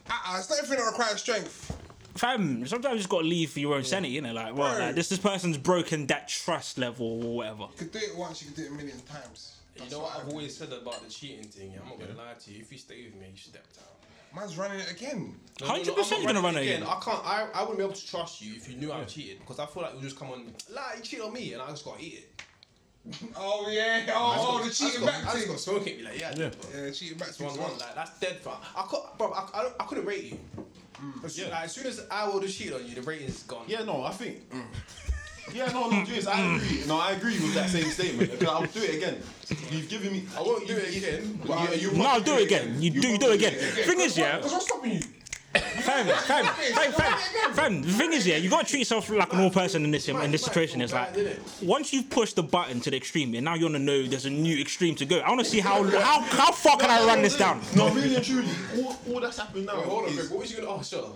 Speaker 4: Uh-uh, it's not everything that requires strength.
Speaker 5: fam, sometimes you just gotta leave for your own sanity, innit? Like, well,
Speaker 4: Bro.
Speaker 5: like, this this person's broken that trust level or whatever.
Speaker 4: You could do it once, you could do it a million times.
Speaker 8: You know what I've always said about the cheating thing. yeah? I'm not gonna lie to you. If you stay with me, you step down.
Speaker 4: Man's running it again.
Speaker 5: Hundred percent, you're gonna run it again.
Speaker 8: I can't. I, I wouldn't be able to trust you if you knew I cheated because I feel like you'll just come on. Lie, you cheat on me, and I just got to eat it.
Speaker 4: Oh yeah. Oh, oh the
Speaker 8: I just
Speaker 4: cheating
Speaker 8: got,
Speaker 4: back
Speaker 8: I just
Speaker 4: thing.
Speaker 8: got smoke at me like yeah. yeah.
Speaker 4: Yeah, the cheating back thing.
Speaker 8: One, one, like that's dead fun. I could, bro. I, I, don't- I couldn't rate you. As, soon, like, as soon as I would have cheated on you, the rating's gone.
Speaker 2: Mm. Yeah, no, I think. mm. Yeah, no, no, Julius, I agree. No, I agree with that same statement. Because I'll do it again. You've given me. I won't do it again. But you, you
Speaker 5: No, do it again. You do, you do it again. Thing is, yeah,
Speaker 4: Because what's stopping you?
Speaker 5: fam, fam, fam, fam, fam. The thing is, yeah, you gotta treat yourself like a normal person in this in this situation. It's like once you've pushed the button to the extreme, and now you wanna know there's a new extreme to go. I wanna see how how how far can I run this down.
Speaker 2: No, really and truly, all, all that's happened now.
Speaker 8: Wait, hold on,
Speaker 2: is-
Speaker 8: Greg, what was you gonna? Oh, sure.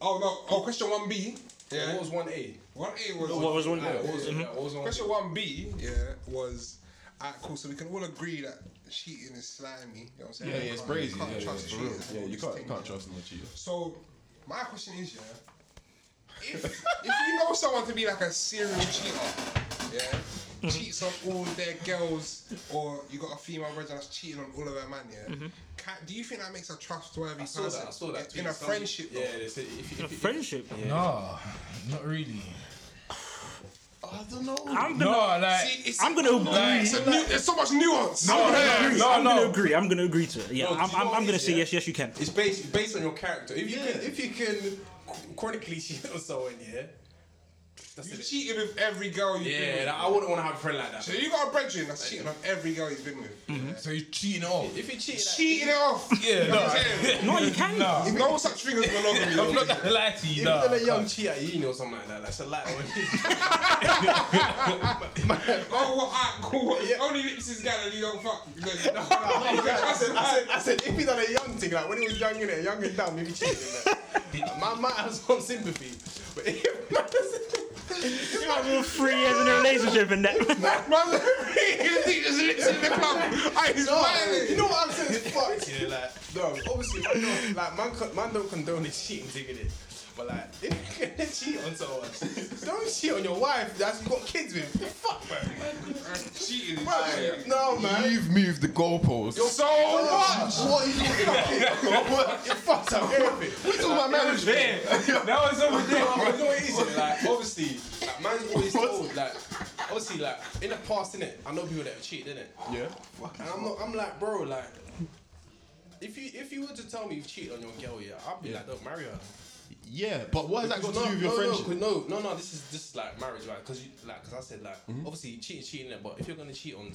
Speaker 4: Oh no. Oh, question one B. Yeah.
Speaker 8: What was one A?
Speaker 4: One A was.
Speaker 5: What was one? Mm-hmm.
Speaker 8: What was, yeah, what was one?
Speaker 4: Question one B, yeah, was alright, cool. So we can all agree that cheating is slimy. You know what I'm saying?
Speaker 2: Yeah, yeah, it's
Speaker 4: You can't-
Speaker 2: crazy.
Speaker 4: you
Speaker 2: Yeah,
Speaker 4: can't
Speaker 2: yeah,
Speaker 4: trust
Speaker 2: yeah, for real.
Speaker 4: cheaters and
Speaker 2: Yeah,
Speaker 4: all
Speaker 2: you
Speaker 4: these
Speaker 2: can't, you
Speaker 4: things,
Speaker 2: can't
Speaker 4: yeah.
Speaker 2: trust no cheater.
Speaker 4: So my question is, yeah, if if you know someone to be like a serial cheater, yeah,
Speaker 5: Mm-hmm.
Speaker 4: cheats on all their girls, or you got a female version that's cheating on all of her man, yeah,
Speaker 5: Mm-hmm.
Speaker 4: can, do you think that makes a trustworthy
Speaker 8: I saw
Speaker 4: person
Speaker 8: that. I saw that.
Speaker 4: in- in
Speaker 8: tweet.
Speaker 4: a friendship?
Speaker 8: Yeah,
Speaker 4: though?
Speaker 8: they said if, if, if,
Speaker 5: Friendship.
Speaker 7: Nah, not really.
Speaker 2: I don't know.
Speaker 5: I'm
Speaker 7: No,
Speaker 5: gonna.
Speaker 7: like.
Speaker 4: See, it's-
Speaker 5: I'm gonna
Speaker 4: Like,
Speaker 5: agree.
Speaker 4: it's a new- there's so much nuance.
Speaker 7: no, no,
Speaker 5: agree.
Speaker 7: no,
Speaker 5: I'm
Speaker 7: no.
Speaker 5: gonna agree. I'm gonna agree to it. Yeah,
Speaker 8: No, do
Speaker 5: I'm,
Speaker 8: you know
Speaker 5: I'm,
Speaker 8: what
Speaker 5: I'm
Speaker 8: it
Speaker 5: gonna
Speaker 8: is,
Speaker 5: say
Speaker 8: yeah?
Speaker 5: yes, yes, you can.
Speaker 8: It's based based on your character. If you
Speaker 2: Yeah.
Speaker 8: can, if you can ch- chronically cheat on someone, yeah, that's
Speaker 4: You
Speaker 8: it.
Speaker 4: cheated with every girl you've been
Speaker 8: Yeah,
Speaker 4: with.
Speaker 8: that, I wouldn't want to have a friend like that.
Speaker 4: So you got a brethren that's cheating on every girl you've been with.
Speaker 7: So you're cheating off.
Speaker 8: If you cheat, like,
Speaker 4: Cheating it off.
Speaker 7: Yeah,
Speaker 4: You know what I'm saying?
Speaker 5: No, you can.
Speaker 7: Nah.
Speaker 4: There's no such thing as monogamy.
Speaker 7: I'm not gonna lie to you,
Speaker 8: if you're
Speaker 7: nah.
Speaker 8: a young cheat at uni or something like that, that's a lie.
Speaker 4: Oh, well, alright, cool. Only lips is gonna you don't fuck. No, no, no.
Speaker 8: I said, I said, I said, if he done a young thing, like when he was young in there, young and dumb, if he cheated, like, man might have some sympathy. But if man
Speaker 5: You might be three years in a relationship and that.
Speaker 4: Brother, he just lips in the club. I is
Speaker 8: no, you
Speaker 4: smiling.
Speaker 8: know what I'm saying? It's fucked. Yeah, like, no, obviously, man, don't, like, man, con- man don't condone this cheating thing in it. But like, if you're gonna cheat on someone, don't cheat on your wife. That's you got kids with. Fuck, man.
Speaker 4: Cheating. is cheating.
Speaker 8: Like, no, man.
Speaker 2: You've moved the goalposts.
Speaker 4: So what?
Speaker 2: What are you talking about? What- It fucks up everything. We talking about marriage.
Speaker 7: There, that was over there.
Speaker 8: No, but you know what it is, yeah, like obviously, like man's always told, like obviously, like in the past, innit? I know people that have cheated, innit?
Speaker 2: Yeah.
Speaker 8: And I'm not, I'm like, bro, like, if you if you were to tell me you've cheated on your girl, yeah, I'd be like, don't marry her.
Speaker 2: Yeah, but what has that got to
Speaker 8: no,
Speaker 2: do with your
Speaker 8: no, no,
Speaker 2: friendship?
Speaker 8: 'cause no, no, no, this is this is like marriage, right? Because like, cause I said like,
Speaker 2: Mm-hmm.
Speaker 8: obviously cheating, cheating, innit? but if you're gonna cheat on,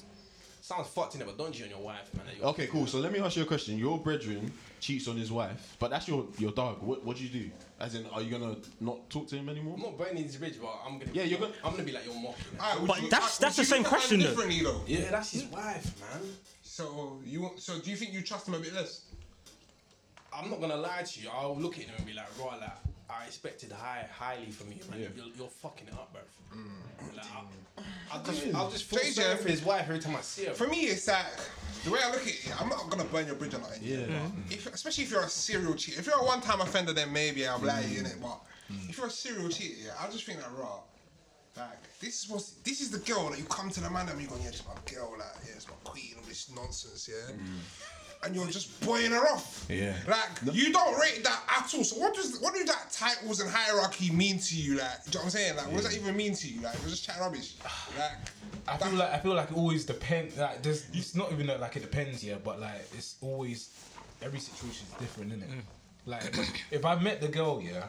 Speaker 8: sounds fucked innit? but don't cheat on your wife, man. Like, your-
Speaker 2: Okay, cool. So let me ask you a question. Your brethren cheats on his wife, but that's your your dog. What what do you do? As in, are you gonna not talk to him anymore?
Speaker 8: I'm not burning his bridge, but I'm gonna.
Speaker 2: Yeah,
Speaker 8: be,
Speaker 2: you're gonna-
Speaker 8: I'm gonna be like your mom. innit?
Speaker 4: Alright, would
Speaker 5: But
Speaker 4: you-
Speaker 5: that's-
Speaker 4: would
Speaker 5: that's the
Speaker 4: you
Speaker 5: same
Speaker 4: look at
Speaker 5: question,
Speaker 4: him
Speaker 5: though.
Speaker 4: Differently though.
Speaker 8: Yeah, that's his wife, man.
Speaker 4: So you want- so do you think you trust him a bit less?
Speaker 8: I'm not gonna lie to you. I'll look at him and be like, "Raw, like I expected high, highly from you, man. You're, you're fucking it up, bro."
Speaker 4: Mm.
Speaker 8: Like, I- I'll, just, I'll just feel
Speaker 4: JJ.
Speaker 8: sorry for his wife every time I see her.
Speaker 4: For me, it's like the way I look at it. I'm not gonna burn your bridge or nothing.
Speaker 2: Yeah.
Speaker 4: if, especially if you're a serial cheater. If you're a one-time offender, then maybe I'll allow
Speaker 2: Mm.
Speaker 4: you in it. But if you're a serial cheater, yeah, I just think that raw. Like this is what's this is the girl that you come to the man and you going, yeah, this is my girl, like yeah, it's my queen, all this nonsense, yeah. And you're just boying her off.
Speaker 2: Mm. Yeah.
Speaker 4: Like you don't rate that at all. So what does what do that titles and hierarchy mean to you? Like, do you know what I'm saying? Like, what does that even mean to you? Like, we're just chatting rubbish. Like,
Speaker 7: I feel like I feel like it always depends. Like there's, it's not even that, like it depends, yeah. But like it's always every situation is different, isn't it?
Speaker 8: Mm.
Speaker 7: Like if I met the girl, yeah.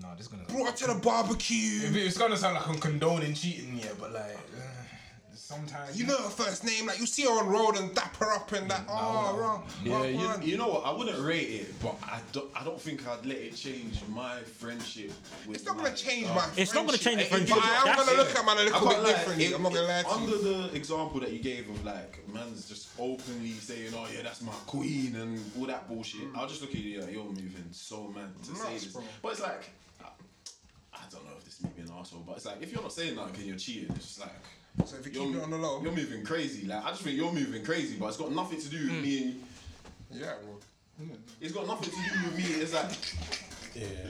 Speaker 7: Nah, this is gonna.
Speaker 4: brought her to the barbecue.
Speaker 7: If it- it's gonna sound like I'm condoning cheating, yeah. But like uh, sometimes
Speaker 4: You know her first name, like you see her on road and dap her up and that. Oh, wrong.
Speaker 2: Mm, Yeah,
Speaker 4: wrong,
Speaker 2: you,
Speaker 4: wrong."
Speaker 2: you know what? I wouldn't rate it, but I don't. I don't think I'd let it change my friendship. With
Speaker 4: it's not gonna
Speaker 2: my
Speaker 4: change
Speaker 2: dog.
Speaker 4: my.
Speaker 5: It's not gonna change the
Speaker 4: friendship,
Speaker 5: friendship.
Speaker 4: But I am
Speaker 5: That's-
Speaker 4: gonna look at man a
Speaker 2: I
Speaker 4: little
Speaker 2: can't
Speaker 4: bit
Speaker 2: lie,
Speaker 4: differently.
Speaker 2: it-
Speaker 4: I'm not gonna lie
Speaker 2: it-
Speaker 4: to you.
Speaker 2: Under the example that you gave of like man's just openly saying, "Oh yeah, that's my queen" and all that bullshit, I'll just look at you. Yeah, you're moving so mad to say
Speaker 4: Mm. Nuts,
Speaker 2: this,
Speaker 4: bro.
Speaker 2: but it's like. I- I don't know if this may be an asshole, but it's like if you're not saying nothing, you're cheating. It's just like
Speaker 4: So if you
Speaker 2: you're,
Speaker 4: keep it on the low,
Speaker 2: you're moving crazy. Like I just think you're moving crazy, but it's got nothing to do
Speaker 4: Mm.
Speaker 2: with me. And,
Speaker 4: yeah, well,
Speaker 2: it's got nothing to do with me. It's like.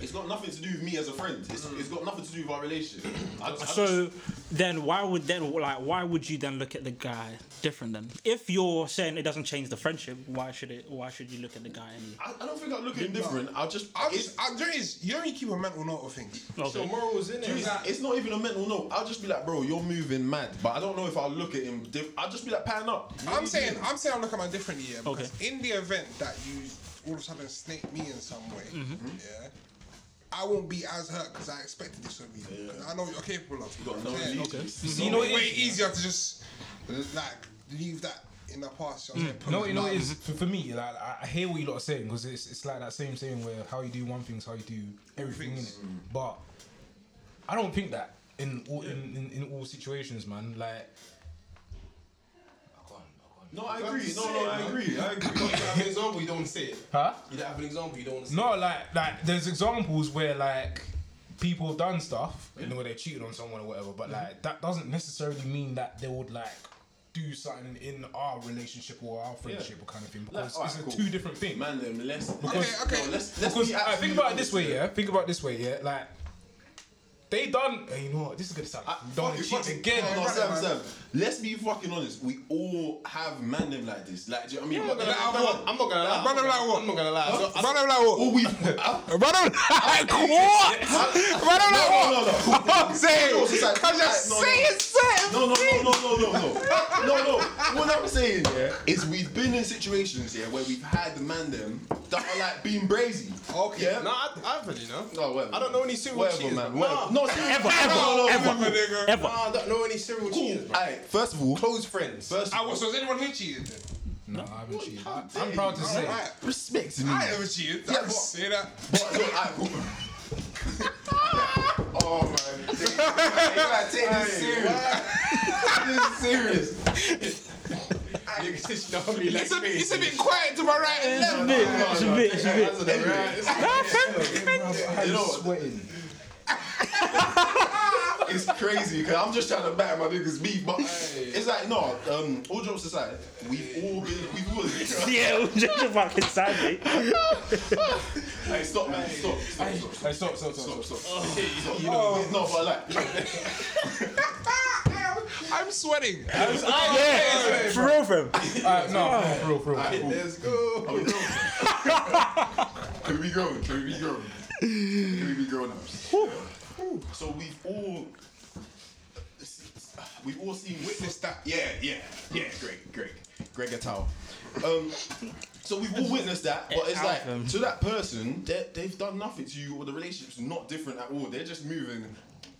Speaker 2: It's got nothing to do with me as a friend. It's, it's got nothing to do with our relationship. I, I just,
Speaker 5: So then why would then like why would you then look at the guy different then? If you're saying it doesn't change the friendship, why should it why should you look at the guy and
Speaker 2: I, I don't think I look at him different. I just,
Speaker 4: I'm
Speaker 2: it's,
Speaker 4: just, I'm, there is, you only keep a mental note of things.
Speaker 8: So morals in it.
Speaker 2: It's, it's not even a mental note. I'll just be like, bro, you're moving mad. But I don't know if I'll look at him. Diff- I'll just be like, pattern up.
Speaker 4: I'm saying, I'm saying, I look at mine differently. Yeah, because
Speaker 5: Okay.
Speaker 4: in the event that you all of a sudden snake me in some way,
Speaker 5: Mm-hmm.
Speaker 4: yeah, I won't be as hurt because I expected this from you. 'Cause I know what you're capable of.
Speaker 2: Got no
Speaker 4: Yeah.
Speaker 2: allegiance.
Speaker 4: So you know, way easier to just like leave that in the past. You know, what I'm saying?
Speaker 7: No, you know, it's for, for me. Like, I I hear what you lot are saying because it's, it's like that same saying where how you do one thing is how you do everything in it. But I don't think that in all in, in, in all situations, man. Like,
Speaker 2: No, I agree. No, no, I agree. I agree.
Speaker 8: You don't have an example, you don't want to say it.
Speaker 7: huh?
Speaker 8: You don't have an example, you don't want to say
Speaker 7: No, like like there's examples where like people have done stuff and where they cheated on someone or whatever, but like that doesn't necessarily mean that they would like do something in our relationship or our friendship or kind of thing because
Speaker 2: alright,
Speaker 7: it's
Speaker 2: cool.
Speaker 7: a two different things.
Speaker 2: Man, them less.
Speaker 4: Okay, okay.
Speaker 2: No, let's, let's
Speaker 7: Because
Speaker 2: be
Speaker 7: I think
Speaker 2: absolutely
Speaker 7: about it this way,
Speaker 2: honest
Speaker 7: yeah. Think about it this way, yeah. Like they done. Hey, you know what? This is gonna sound.
Speaker 2: I-
Speaker 7: don't
Speaker 2: fuck it,
Speaker 7: cheat
Speaker 2: fuck it.
Speaker 7: again.
Speaker 2: No, no,
Speaker 7: Right,
Speaker 2: Sam,
Speaker 7: man.
Speaker 2: Sam, let's be fucking honest. We all have man them like this. Like, do you know what I mean? But-
Speaker 8: I'm not, I'm not gonna lie.
Speaker 4: Brother, like what?
Speaker 8: I'm not gonna lie. So,
Speaker 4: Brother, like what?
Speaker 2: all Oh, we. I-
Speaker 4: Brother, like what? Brother, like
Speaker 2: No, no,
Speaker 4: what?
Speaker 2: no, no.
Speaker 4: I'm saying,
Speaker 2: No, it's like-
Speaker 4: because you're
Speaker 2: no, no.
Speaker 4: saying certain
Speaker 2: No, no, no, no, no, no, no, no, no. What I'm saying yeah, is we've been in situations yeah where we've had the man them that are like being brazy. Okay. Yeah?
Speaker 8: no, I, I've heard you know.
Speaker 2: No, whatever.
Speaker 8: I don't know any serial
Speaker 2: whatever,
Speaker 8: cheaters,
Speaker 2: man.
Speaker 8: bro.
Speaker 2: Whatever.
Speaker 8: Nah.
Speaker 2: No, seriously.
Speaker 5: Ever,
Speaker 2: No, no, no,
Speaker 5: ever,
Speaker 2: cool.
Speaker 4: Ever, nigga.
Speaker 5: ever?
Speaker 8: Nah, I don't know any serial cheaters, bro.
Speaker 2: Aight, first of all,
Speaker 8: Close friends.
Speaker 2: first
Speaker 4: I
Speaker 2: of all,
Speaker 4: was, so has anyone here cheated then?
Speaker 7: No, I haven't cheated.
Speaker 2: how
Speaker 7: I-
Speaker 2: dare
Speaker 7: I'm proud
Speaker 2: you.
Speaker 7: to say.
Speaker 4: Alright.
Speaker 2: respect me.
Speaker 4: I never cheated. I
Speaker 2: Yeah,
Speaker 4: can
Speaker 2: but-
Speaker 4: say that.
Speaker 2: But, no, aight, cool. Oh man, you gotta take this serious.
Speaker 8: Niggas just know me like
Speaker 4: It's a,
Speaker 8: me.
Speaker 4: it's a bit quiet to my right and left.
Speaker 5: It's a bit, it's a bit.
Speaker 2: You know, sweating. it's crazy because I'm just trying to batter my niggas beef, but it's like no. Um, all jokes aside, we've all been, we've all.
Speaker 5: Yeah, just about inside me.
Speaker 2: Hey, stop, man, stop, stop, stop,
Speaker 7: Hey, stop, stop, stop,
Speaker 2: stop,
Speaker 7: stop.
Speaker 2: stop. You know, no, but like,
Speaker 4: I'm sweating.
Speaker 5: Yeah, for real, fam.
Speaker 7: Alright, no, for real, for real, for real.
Speaker 2: let's go. Are we going? Can we go? Can we go? Can we be grown ups? So we've all, we've all seen witnessed that. Yeah, yeah, yeah. Great, great, great guitar. Um, so we've all witnessed that, but it's like
Speaker 5: Anthem.
Speaker 2: to that person, they- they've done nothing to you, or the relationship's not different at all. They're just moving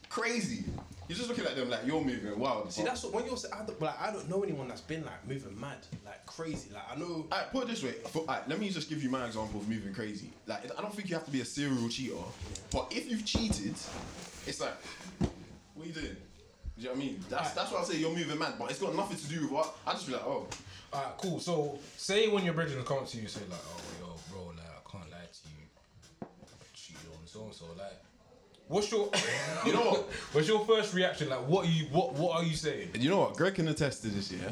Speaker 2: crazy. You're just looking at them like you're moving wild.
Speaker 8: See,
Speaker 2: but-
Speaker 8: that's what when you're saying. I don't, like, I don't know anyone that's been like moving mad, like crazy. Like I know.
Speaker 2: Alright, put it this way. For, alright, let me just give you my example of moving crazy. Like, I don't think you have to be a serial cheater, but if you've cheated, it's like, what are you doing? Do you know what I mean? That's that's why I say you're moving mad, but it's got nothing to do with what. I just be like, oh,
Speaker 7: Alright, cool. So, say when your brethren come up to you and say like, "Oh, yo, bro, like, I can't lie to you, I cheated on so and so." Like, what's your,
Speaker 2: you know what?
Speaker 7: what's your first reaction? Like, what are you, what, what are you saying?
Speaker 2: you know what? Greg can attest to this, yeah.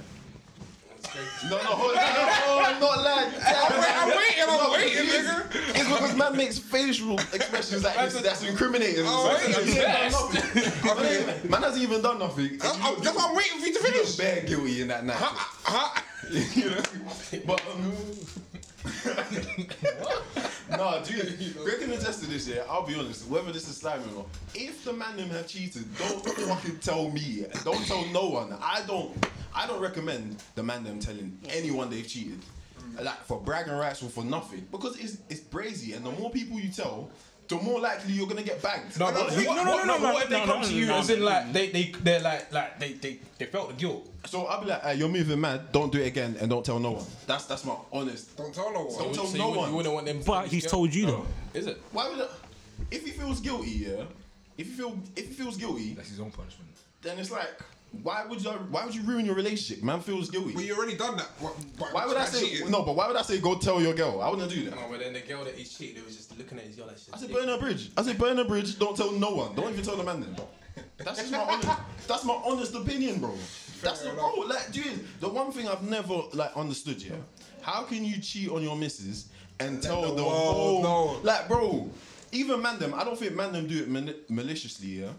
Speaker 2: No, no, hold on, no, no, no, I'm not lying.
Speaker 4: I'm waiting, I'm waiting, nigga.
Speaker 2: It's because man makes facial expressions like this that's incriminating.
Speaker 4: Oh,
Speaker 2: It's like,
Speaker 4: wait,
Speaker 2: he ain't done nothing.
Speaker 4: Okay.
Speaker 2: Man hasn't even done nothing.
Speaker 4: I'm, I'm, that's why I'm waiting for you to
Speaker 2: You look
Speaker 4: finish.
Speaker 2: bare guilty in that night.
Speaker 4: Huh?
Speaker 2: you know? But um, no, dude, Greg can attest to this. Yeah, I'll be honest. Whether this is slime or not, if the man them have cheated, don't fucking tell me. Don't tell no one. I don't. I don't recommend the man them telling anyone they've cheated, like for bragging rights or for nothing, because it's it's brazy. And the more people you tell, the more likely you're gonna get banged.
Speaker 7: No, but
Speaker 2: What-
Speaker 5: no,
Speaker 7: what,
Speaker 5: no,
Speaker 7: what-
Speaker 5: no,
Speaker 7: no,
Speaker 5: no,
Speaker 7: what if they
Speaker 5: no,
Speaker 7: come
Speaker 5: no,
Speaker 7: to you
Speaker 5: no.
Speaker 7: as in like they they they're like like they they they felt the guilt.
Speaker 2: so I'll be like, "Hey, you're moving mad. Don't do it again, and don't tell no one. That's that's my honest.
Speaker 4: Don't tell no one.
Speaker 2: Don't
Speaker 8: so
Speaker 2: tell
Speaker 8: you
Speaker 2: no
Speaker 8: wouldn't-
Speaker 2: one.
Speaker 8: You wouldn't want them. to
Speaker 5: But
Speaker 8: be
Speaker 5: he's
Speaker 8: scared.
Speaker 5: told you though.
Speaker 8: Is it?
Speaker 2: Why would I, if he feels guilty, yeah? If he feel if he feels guilty,
Speaker 7: That's his own punishment.
Speaker 2: then it's like Why would you? Why would you ruin your relationship? Man feels guilty.
Speaker 4: Well, you already done that. Why,
Speaker 2: why would I say no? But why would I say go tell your girl? I wouldn't do that.
Speaker 8: No, but then the girl that he cheated was just looking at his girl like shit.
Speaker 2: I said burn a bridge. I said burn a bridge. Don't tell no one. Don't even tell the man then. That's just my honest, that's my honest opinion, bro. That's the bro. Like, dude, the one thing I've never like understood, yeah. How can you cheat on your missus and tell the, whole
Speaker 4: world know.
Speaker 2: like, bro? Even mandem, I don't think mandem do it mali- maliciously, yeah.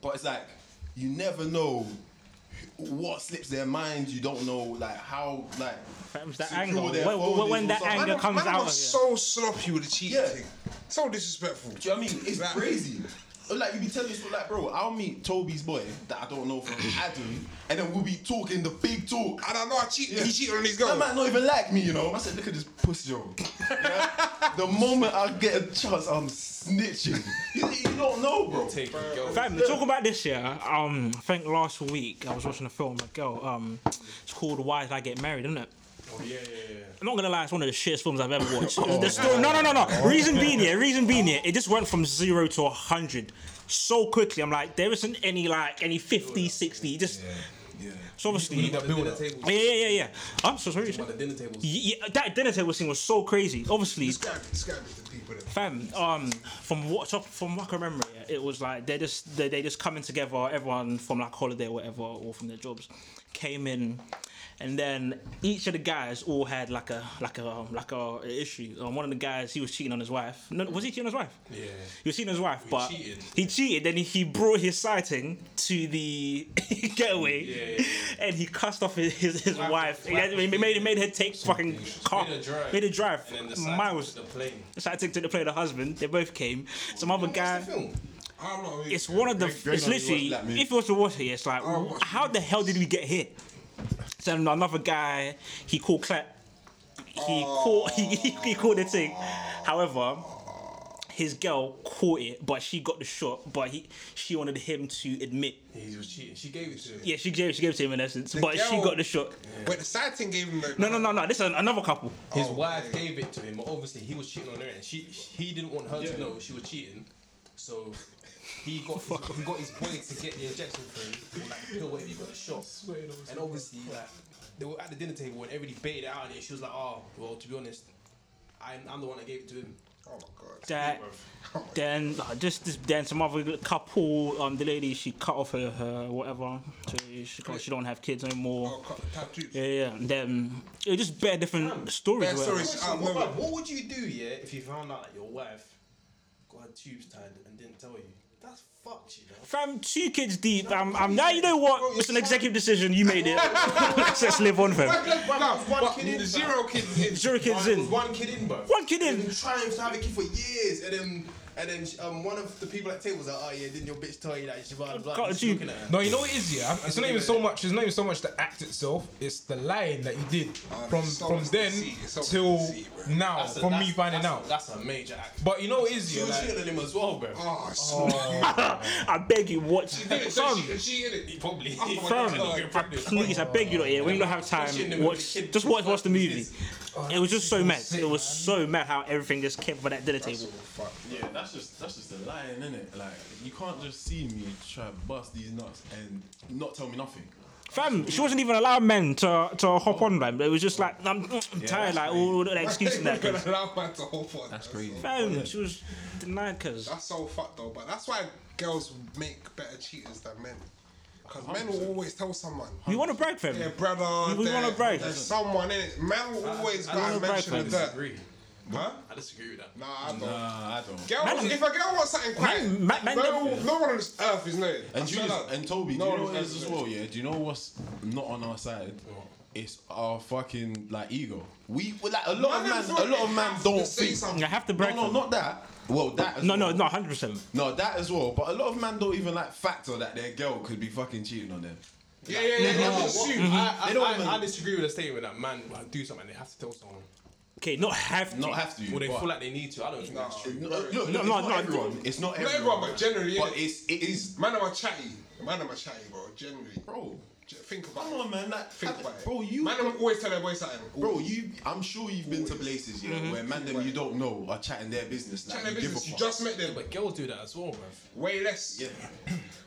Speaker 2: But it's like you never know what slips their mind. You don't know like how like
Speaker 5: Perhaps that anger.
Speaker 2: secure their
Speaker 5: When, when-
Speaker 2: phone is
Speaker 5: when
Speaker 2: or
Speaker 5: that
Speaker 2: something.
Speaker 5: anger
Speaker 4: Man,
Speaker 5: comes
Speaker 4: man
Speaker 5: out,
Speaker 4: was
Speaker 5: of
Speaker 4: so sloppy with the cheating
Speaker 2: Yeah.
Speaker 4: thing. So disrespectful.
Speaker 2: Do you know what I mean? It's
Speaker 4: Like-
Speaker 2: crazy. Like you be telling us, like, bro, I'll meet Toby's boy that I don't know from Adam, and then we'll be talking the big talk.
Speaker 4: And I know I cheated.
Speaker 2: Yeah.
Speaker 4: He cheated on his
Speaker 2: That
Speaker 4: girl.
Speaker 2: might not even like me, you know. I said, look at this pussy, yo. Yeah? the moment I get a chance, I'm snitching. You, you don't know, bro.
Speaker 8: Take your girl.
Speaker 5: yeah. Fam, talking about this, yeah. Um, I think last week I was watching a film. with A girl. Um, it's called Why Did I Get Married, isn't it?
Speaker 8: Oh, yeah, yeah, Oh, yeah.
Speaker 5: I'm not gonna lie, it's one of the shittest films I've ever watched. the story, no, no, no, no. Reason being here, reason being here, it just went from zero to a hundred so quickly. I'm like, there isn't any like any 50, 60. Just so obviously, yeah,
Speaker 7: That build
Speaker 8: Dinner
Speaker 7: up.
Speaker 8: table.
Speaker 5: yeah, yeah, yeah. I'm so sorry.
Speaker 8: By the dinner table.
Speaker 5: Yeah, yeah, that dinner table scene was so crazy. Obviously,
Speaker 4: Describe it. Describe it to people. Then.
Speaker 5: Fam, um, from what top, from what I can remember, yeah, it was like they're just they they just coming together. Everyone from like holiday, or whatever, or from their jobs, came in, and then each of the guys all had like a like a um, like a issue. Um, one of the guys he was cheating on his wife. No, was he cheating on his wife?
Speaker 8: Yeah.
Speaker 5: He was cheating on his wife, but
Speaker 8: cheated.
Speaker 5: he cheated. Then he brought his sighting to the getaway,
Speaker 8: Yeah, yeah,
Speaker 5: and he cussed off his his, his
Speaker 8: Wife-
Speaker 5: wife. He
Speaker 8: wife
Speaker 5: had- he made made her take fucking car,
Speaker 8: Made her drive.
Speaker 5: made her drive.
Speaker 8: And then the
Speaker 5: Miles.
Speaker 8: side the plane.
Speaker 5: So I took to the play the husband. They both came. Some other guy.
Speaker 4: I'm not really-
Speaker 5: It's one of the. It's
Speaker 2: Greg knows
Speaker 5: literally.
Speaker 2: you watched that movie.
Speaker 5: If it was to watch it, it's like,
Speaker 4: I watched
Speaker 5: how the hell did we get here? So then another guy, he called clap. He caught. He, he, he caught the thing. However, his girl caught it, but she got the shot. But he, she wanted him to admit.
Speaker 8: He was cheating. She gave it to him.
Speaker 5: Yeah, she gave. She gave it to him in essence, but she
Speaker 4: girl-
Speaker 5: got the shot.
Speaker 4: But the side thing gave him the.
Speaker 5: No, no, no, no. This is another couple.
Speaker 8: His
Speaker 4: Oh,
Speaker 8: wife gave it to him, but obviously he was cheating on her, and she he didn't want her to know she was cheating, so he got his, he got his boy to get the injection for him, or like the pill, whatever. He got the shot, and obviously like they were at the dinner table and everybody baited it out, and she was like, "Oh, well, to be honest, I'm, I'm the one that gave it to him."
Speaker 4: Oh my god.
Speaker 5: that then uh, just this, then some other couple um the lady she cut off her, her whatever so she can't, she don't have kids anymore
Speaker 4: Oh, cut the tap juice.
Speaker 5: yeah yeah and then it just bare different stories
Speaker 4: Bare
Speaker 5: where-
Speaker 4: stories.
Speaker 8: So
Speaker 4: out of
Speaker 8: what,
Speaker 4: nowhere.
Speaker 8: what would you do, yeah, if you found out that your wife got her tubes tied and didn't tell you? That's fucked, you know.
Speaker 5: Fam, two kids deep. Um, I'm now. You know what? It's an executive decision. You made it. Let's just live on, fam.
Speaker 4: No,
Speaker 8: one
Speaker 4: but
Speaker 8: kid in,
Speaker 4: zero kids in.
Speaker 5: Zero kids
Speaker 8: It was
Speaker 5: in.
Speaker 8: one kid in, bro.
Speaker 5: One kid in.
Speaker 8: Been trying to have a kid for years, and then and then um one of the people at the table was like, oh yeah, didn't your bitch tell you that she blah blah?
Speaker 5: Got
Speaker 8: Just
Speaker 5: you.
Speaker 8: looking at her.
Speaker 7: No, you know what it is, yeah. It's not even so much. It's not even so much the act itself. It's the line that you did
Speaker 4: Oh,
Speaker 7: from
Speaker 4: it's so
Speaker 7: from
Speaker 4: much to
Speaker 7: then
Speaker 4: see, it's so much
Speaker 7: till
Speaker 4: to see, bro.
Speaker 7: now.
Speaker 8: That's a-
Speaker 7: from me
Speaker 8: that's-
Speaker 7: finding
Speaker 8: that's-
Speaker 7: out.
Speaker 8: That's a major act.
Speaker 7: But you know what it is,
Speaker 8: She
Speaker 7: yeah.
Speaker 8: was
Speaker 7: Like,
Speaker 8: cheating on him as well, bro.
Speaker 4: Oh, so
Speaker 5: I beg you, watch.
Speaker 4: She,
Speaker 5: Son,
Speaker 4: she, she in it.
Speaker 8: Probably.
Speaker 5: Fam, please, I beg you, lot here. When you don't have
Speaker 8: Especially in the
Speaker 5: time,
Speaker 8: movie,
Speaker 5: watch.
Speaker 8: kid-
Speaker 5: Just watch, watch the movie.
Speaker 8: kids.
Speaker 5: It was just so mad. It was so mad how everything just came from that dinner table.
Speaker 2: Yeah, that's just that's just a lying, isn't it? Like you can't just see me try to bust these nuts and not tell me nothing.
Speaker 5: Fam, she wasn't even allowing men to to hop on, man. It was just like I'm, I'm tired, like all the excuses and that.
Speaker 4: Gonna
Speaker 5: 'cause-
Speaker 4: allow man to hold on. That's
Speaker 8: crazy.
Speaker 5: Fam, she was denied because
Speaker 4: That's so fucked though, but that's why girls make better cheaters than men. Because men will always tell someone.
Speaker 5: we want to brag, fam.
Speaker 4: Their brother,
Speaker 5: We
Speaker 4: their,
Speaker 5: wanna brag.
Speaker 4: their someone, innit? Man will always go
Speaker 5: wanna
Speaker 4: and mention
Speaker 5: brag,
Speaker 4: the
Speaker 5: fam.
Speaker 4: dirt. Huh?
Speaker 8: I disagree with that.
Speaker 4: Nah, I don't.
Speaker 2: Nah, I don't.
Speaker 4: Girls,
Speaker 5: Man-
Speaker 4: if a girl wants something quiet,
Speaker 5: man- man- man-
Speaker 4: no, no one on this earth is knowing.
Speaker 2: And
Speaker 4: I
Speaker 2: Julius,
Speaker 4: swear that.
Speaker 2: and Toby, do
Speaker 4: No
Speaker 2: you
Speaker 4: one
Speaker 2: know
Speaker 4: on
Speaker 2: what it
Speaker 4: this
Speaker 2: is
Speaker 4: earth
Speaker 2: as
Speaker 4: is
Speaker 2: well? Yeah, do you know what's not on our side? It's our fucking like ego. We well, like a lot
Speaker 4: Man,
Speaker 2: of
Speaker 4: that's
Speaker 2: man, a
Speaker 4: what
Speaker 2: lot
Speaker 4: it
Speaker 2: of man
Speaker 4: has to
Speaker 2: don't
Speaker 4: say
Speaker 2: think.
Speaker 4: something.
Speaker 5: I have to
Speaker 2: No,
Speaker 5: brag.
Speaker 2: no,
Speaker 5: fam.
Speaker 2: not that. Well, that. As
Speaker 5: no, no,
Speaker 2: well.
Speaker 5: no, hundred percent.
Speaker 2: No, that as well. But a lot of men don't even like factor that their girl could be fucking cheating on them.
Speaker 4: Yeah, yeah, yeah. yeah, yeah.
Speaker 8: Shoot, I, I,
Speaker 2: They don't
Speaker 8: I-
Speaker 2: even-
Speaker 8: I disagree with the statement that man like, do something they have to tell someone.
Speaker 5: Okay, not have to.
Speaker 2: Not have to.
Speaker 8: Or they
Speaker 2: but-
Speaker 8: feel like they need to. I don't think that's true.
Speaker 2: No, look, look,
Speaker 5: No,
Speaker 2: it's
Speaker 5: no,
Speaker 2: not
Speaker 5: no,
Speaker 2: everyone. It's not
Speaker 4: Not
Speaker 2: everyone.
Speaker 4: everyone, but generally,
Speaker 2: But
Speaker 4: innit?
Speaker 2: it's it is,
Speaker 4: Man, I'm a chatty. Man, I'm a chatty, bro. Generally.
Speaker 2: bro.
Speaker 4: J- Think about
Speaker 2: Come
Speaker 4: it.
Speaker 2: on, man. Like,
Speaker 4: Think about it.
Speaker 2: bro, you.
Speaker 4: Man, I'm always tell their boy something.
Speaker 2: Bro, you, I'm sure you've been to places, yeah,
Speaker 5: Mm-hmm.
Speaker 2: where man them you don't know are chatting their business. Like,
Speaker 4: Chatting their
Speaker 2: you give
Speaker 4: business,
Speaker 2: a
Speaker 4: you
Speaker 2: fuck.
Speaker 4: just met them.
Speaker 8: But girls do that as well, man.
Speaker 4: Way less.
Speaker 2: yeah.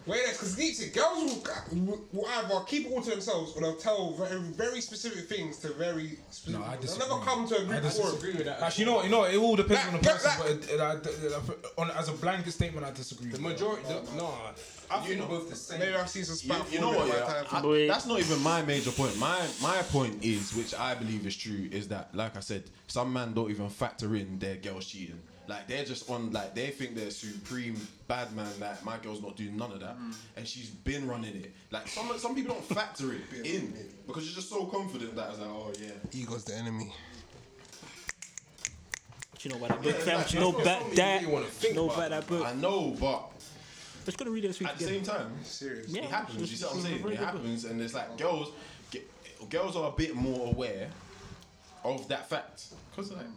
Speaker 4: Wait, that's because Nietzsche, girls will, will, will either keep it all to themselves or they'll tell very, very specific things to very specific
Speaker 7: No, I
Speaker 4: They'll
Speaker 7: disagree.
Speaker 4: never come to a
Speaker 7: I
Speaker 4: group forum.
Speaker 7: disagree with that. Actually, you know, what, you know, what, it all depends
Speaker 4: That-
Speaker 7: on the
Speaker 4: that-
Speaker 7: person.
Speaker 4: that-
Speaker 7: But it, I, I- on, as a blanket statement, I disagree.
Speaker 8: The
Speaker 7: with that.
Speaker 8: majority, no, I think both the same.
Speaker 4: Maybe I've seen some
Speaker 2: You,
Speaker 4: spam
Speaker 2: you know what?
Speaker 4: forum in my
Speaker 2: Yeah,
Speaker 4: time.
Speaker 2: I-
Speaker 5: Boy.
Speaker 2: that's not even my major point. My my point is, which I believe is true, is that like I said, some men don't even factor in their girls cheating. Like they're just on, like they think they're supreme bad man. Like my girl's not doing none of that, and she's been running it. Like some some people don't factor it in because you're just so confident that it's like, oh yeah.
Speaker 4: Ego's the enemy.
Speaker 5: Do you know about that book, fam? Do you know about that? Do you know about that book?
Speaker 2: I know, but
Speaker 5: Just gonna read it this week
Speaker 2: at the same
Speaker 5: again.
Speaker 2: time,
Speaker 4: Serious.
Speaker 5: Yeah,
Speaker 2: it happens.
Speaker 5: it's-
Speaker 2: You see what I'm
Speaker 5: it's a
Speaker 2: saying?
Speaker 5: very
Speaker 2: It
Speaker 5: good book.
Speaker 2: happens, and it's like girls, ge- girls are a bit more aware of that fact because like.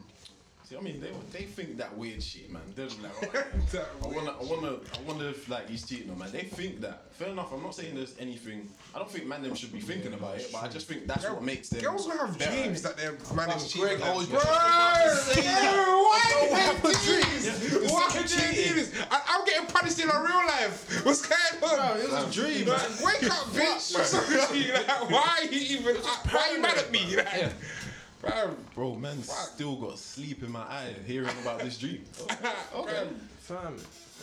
Speaker 2: See, I mean, they, they think that weird shit, man. They're just like, oh, I wanna, I wanna, I wonder if like he's cheating on man. They think that. Fair enough. I'm not saying there's anything. I don't think man them should be thinking about it, but I just think that's what makes them.
Speaker 4: Girls will have
Speaker 2: better.
Speaker 4: dreams that they're managed cheating.
Speaker 2: Greg
Speaker 4: them.
Speaker 2: always-
Speaker 4: Bro, why do you do this? Why
Speaker 2: It's
Speaker 4: do you do
Speaker 2: cheating.
Speaker 4: this? I- I'm getting punished in our real life. What's going on?
Speaker 2: It was a dream, man.
Speaker 4: Like, wake up, bitch! like, why are you even? why are you mad at me? Like, bro,
Speaker 2: Bro, man, still got sleep in my eye hearing about this dream.
Speaker 4: okay.
Speaker 8: Fam,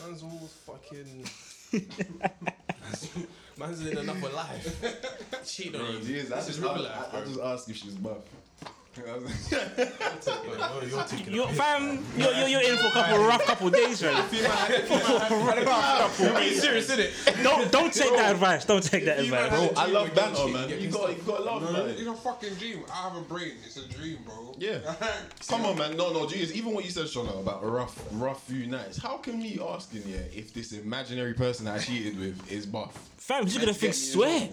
Speaker 8: man's all fucking. man's in another life. Cheat on you.
Speaker 2: Jeez, I
Speaker 8: This is
Speaker 2: just,
Speaker 8: real
Speaker 2: I,
Speaker 8: life,
Speaker 2: I, I
Speaker 8: bro.
Speaker 2: just asked if she was buff.
Speaker 7: Oh, you're taking
Speaker 5: You're, fam, you're, you're, you're in for a couple rough couple days, man.
Speaker 7: Are you serious, isn't it?
Speaker 5: Don't don't take that advice. Don't take that advice.
Speaker 2: Bro, I love
Speaker 8: again,
Speaker 2: banter,
Speaker 8: cheat
Speaker 2: man.
Speaker 8: again.
Speaker 2: You got, you got to laugh, man.
Speaker 4: It's a fucking dream. I have a brain. It's a dream, bro.
Speaker 2: Yeah. Come on, man. No, no, Jesus. Even what you said, Shona, about rough, rough few nights. How can me asking, yeah, if this imaginary person that I cheated with is buff?
Speaker 5: Fam, you're gonna think swear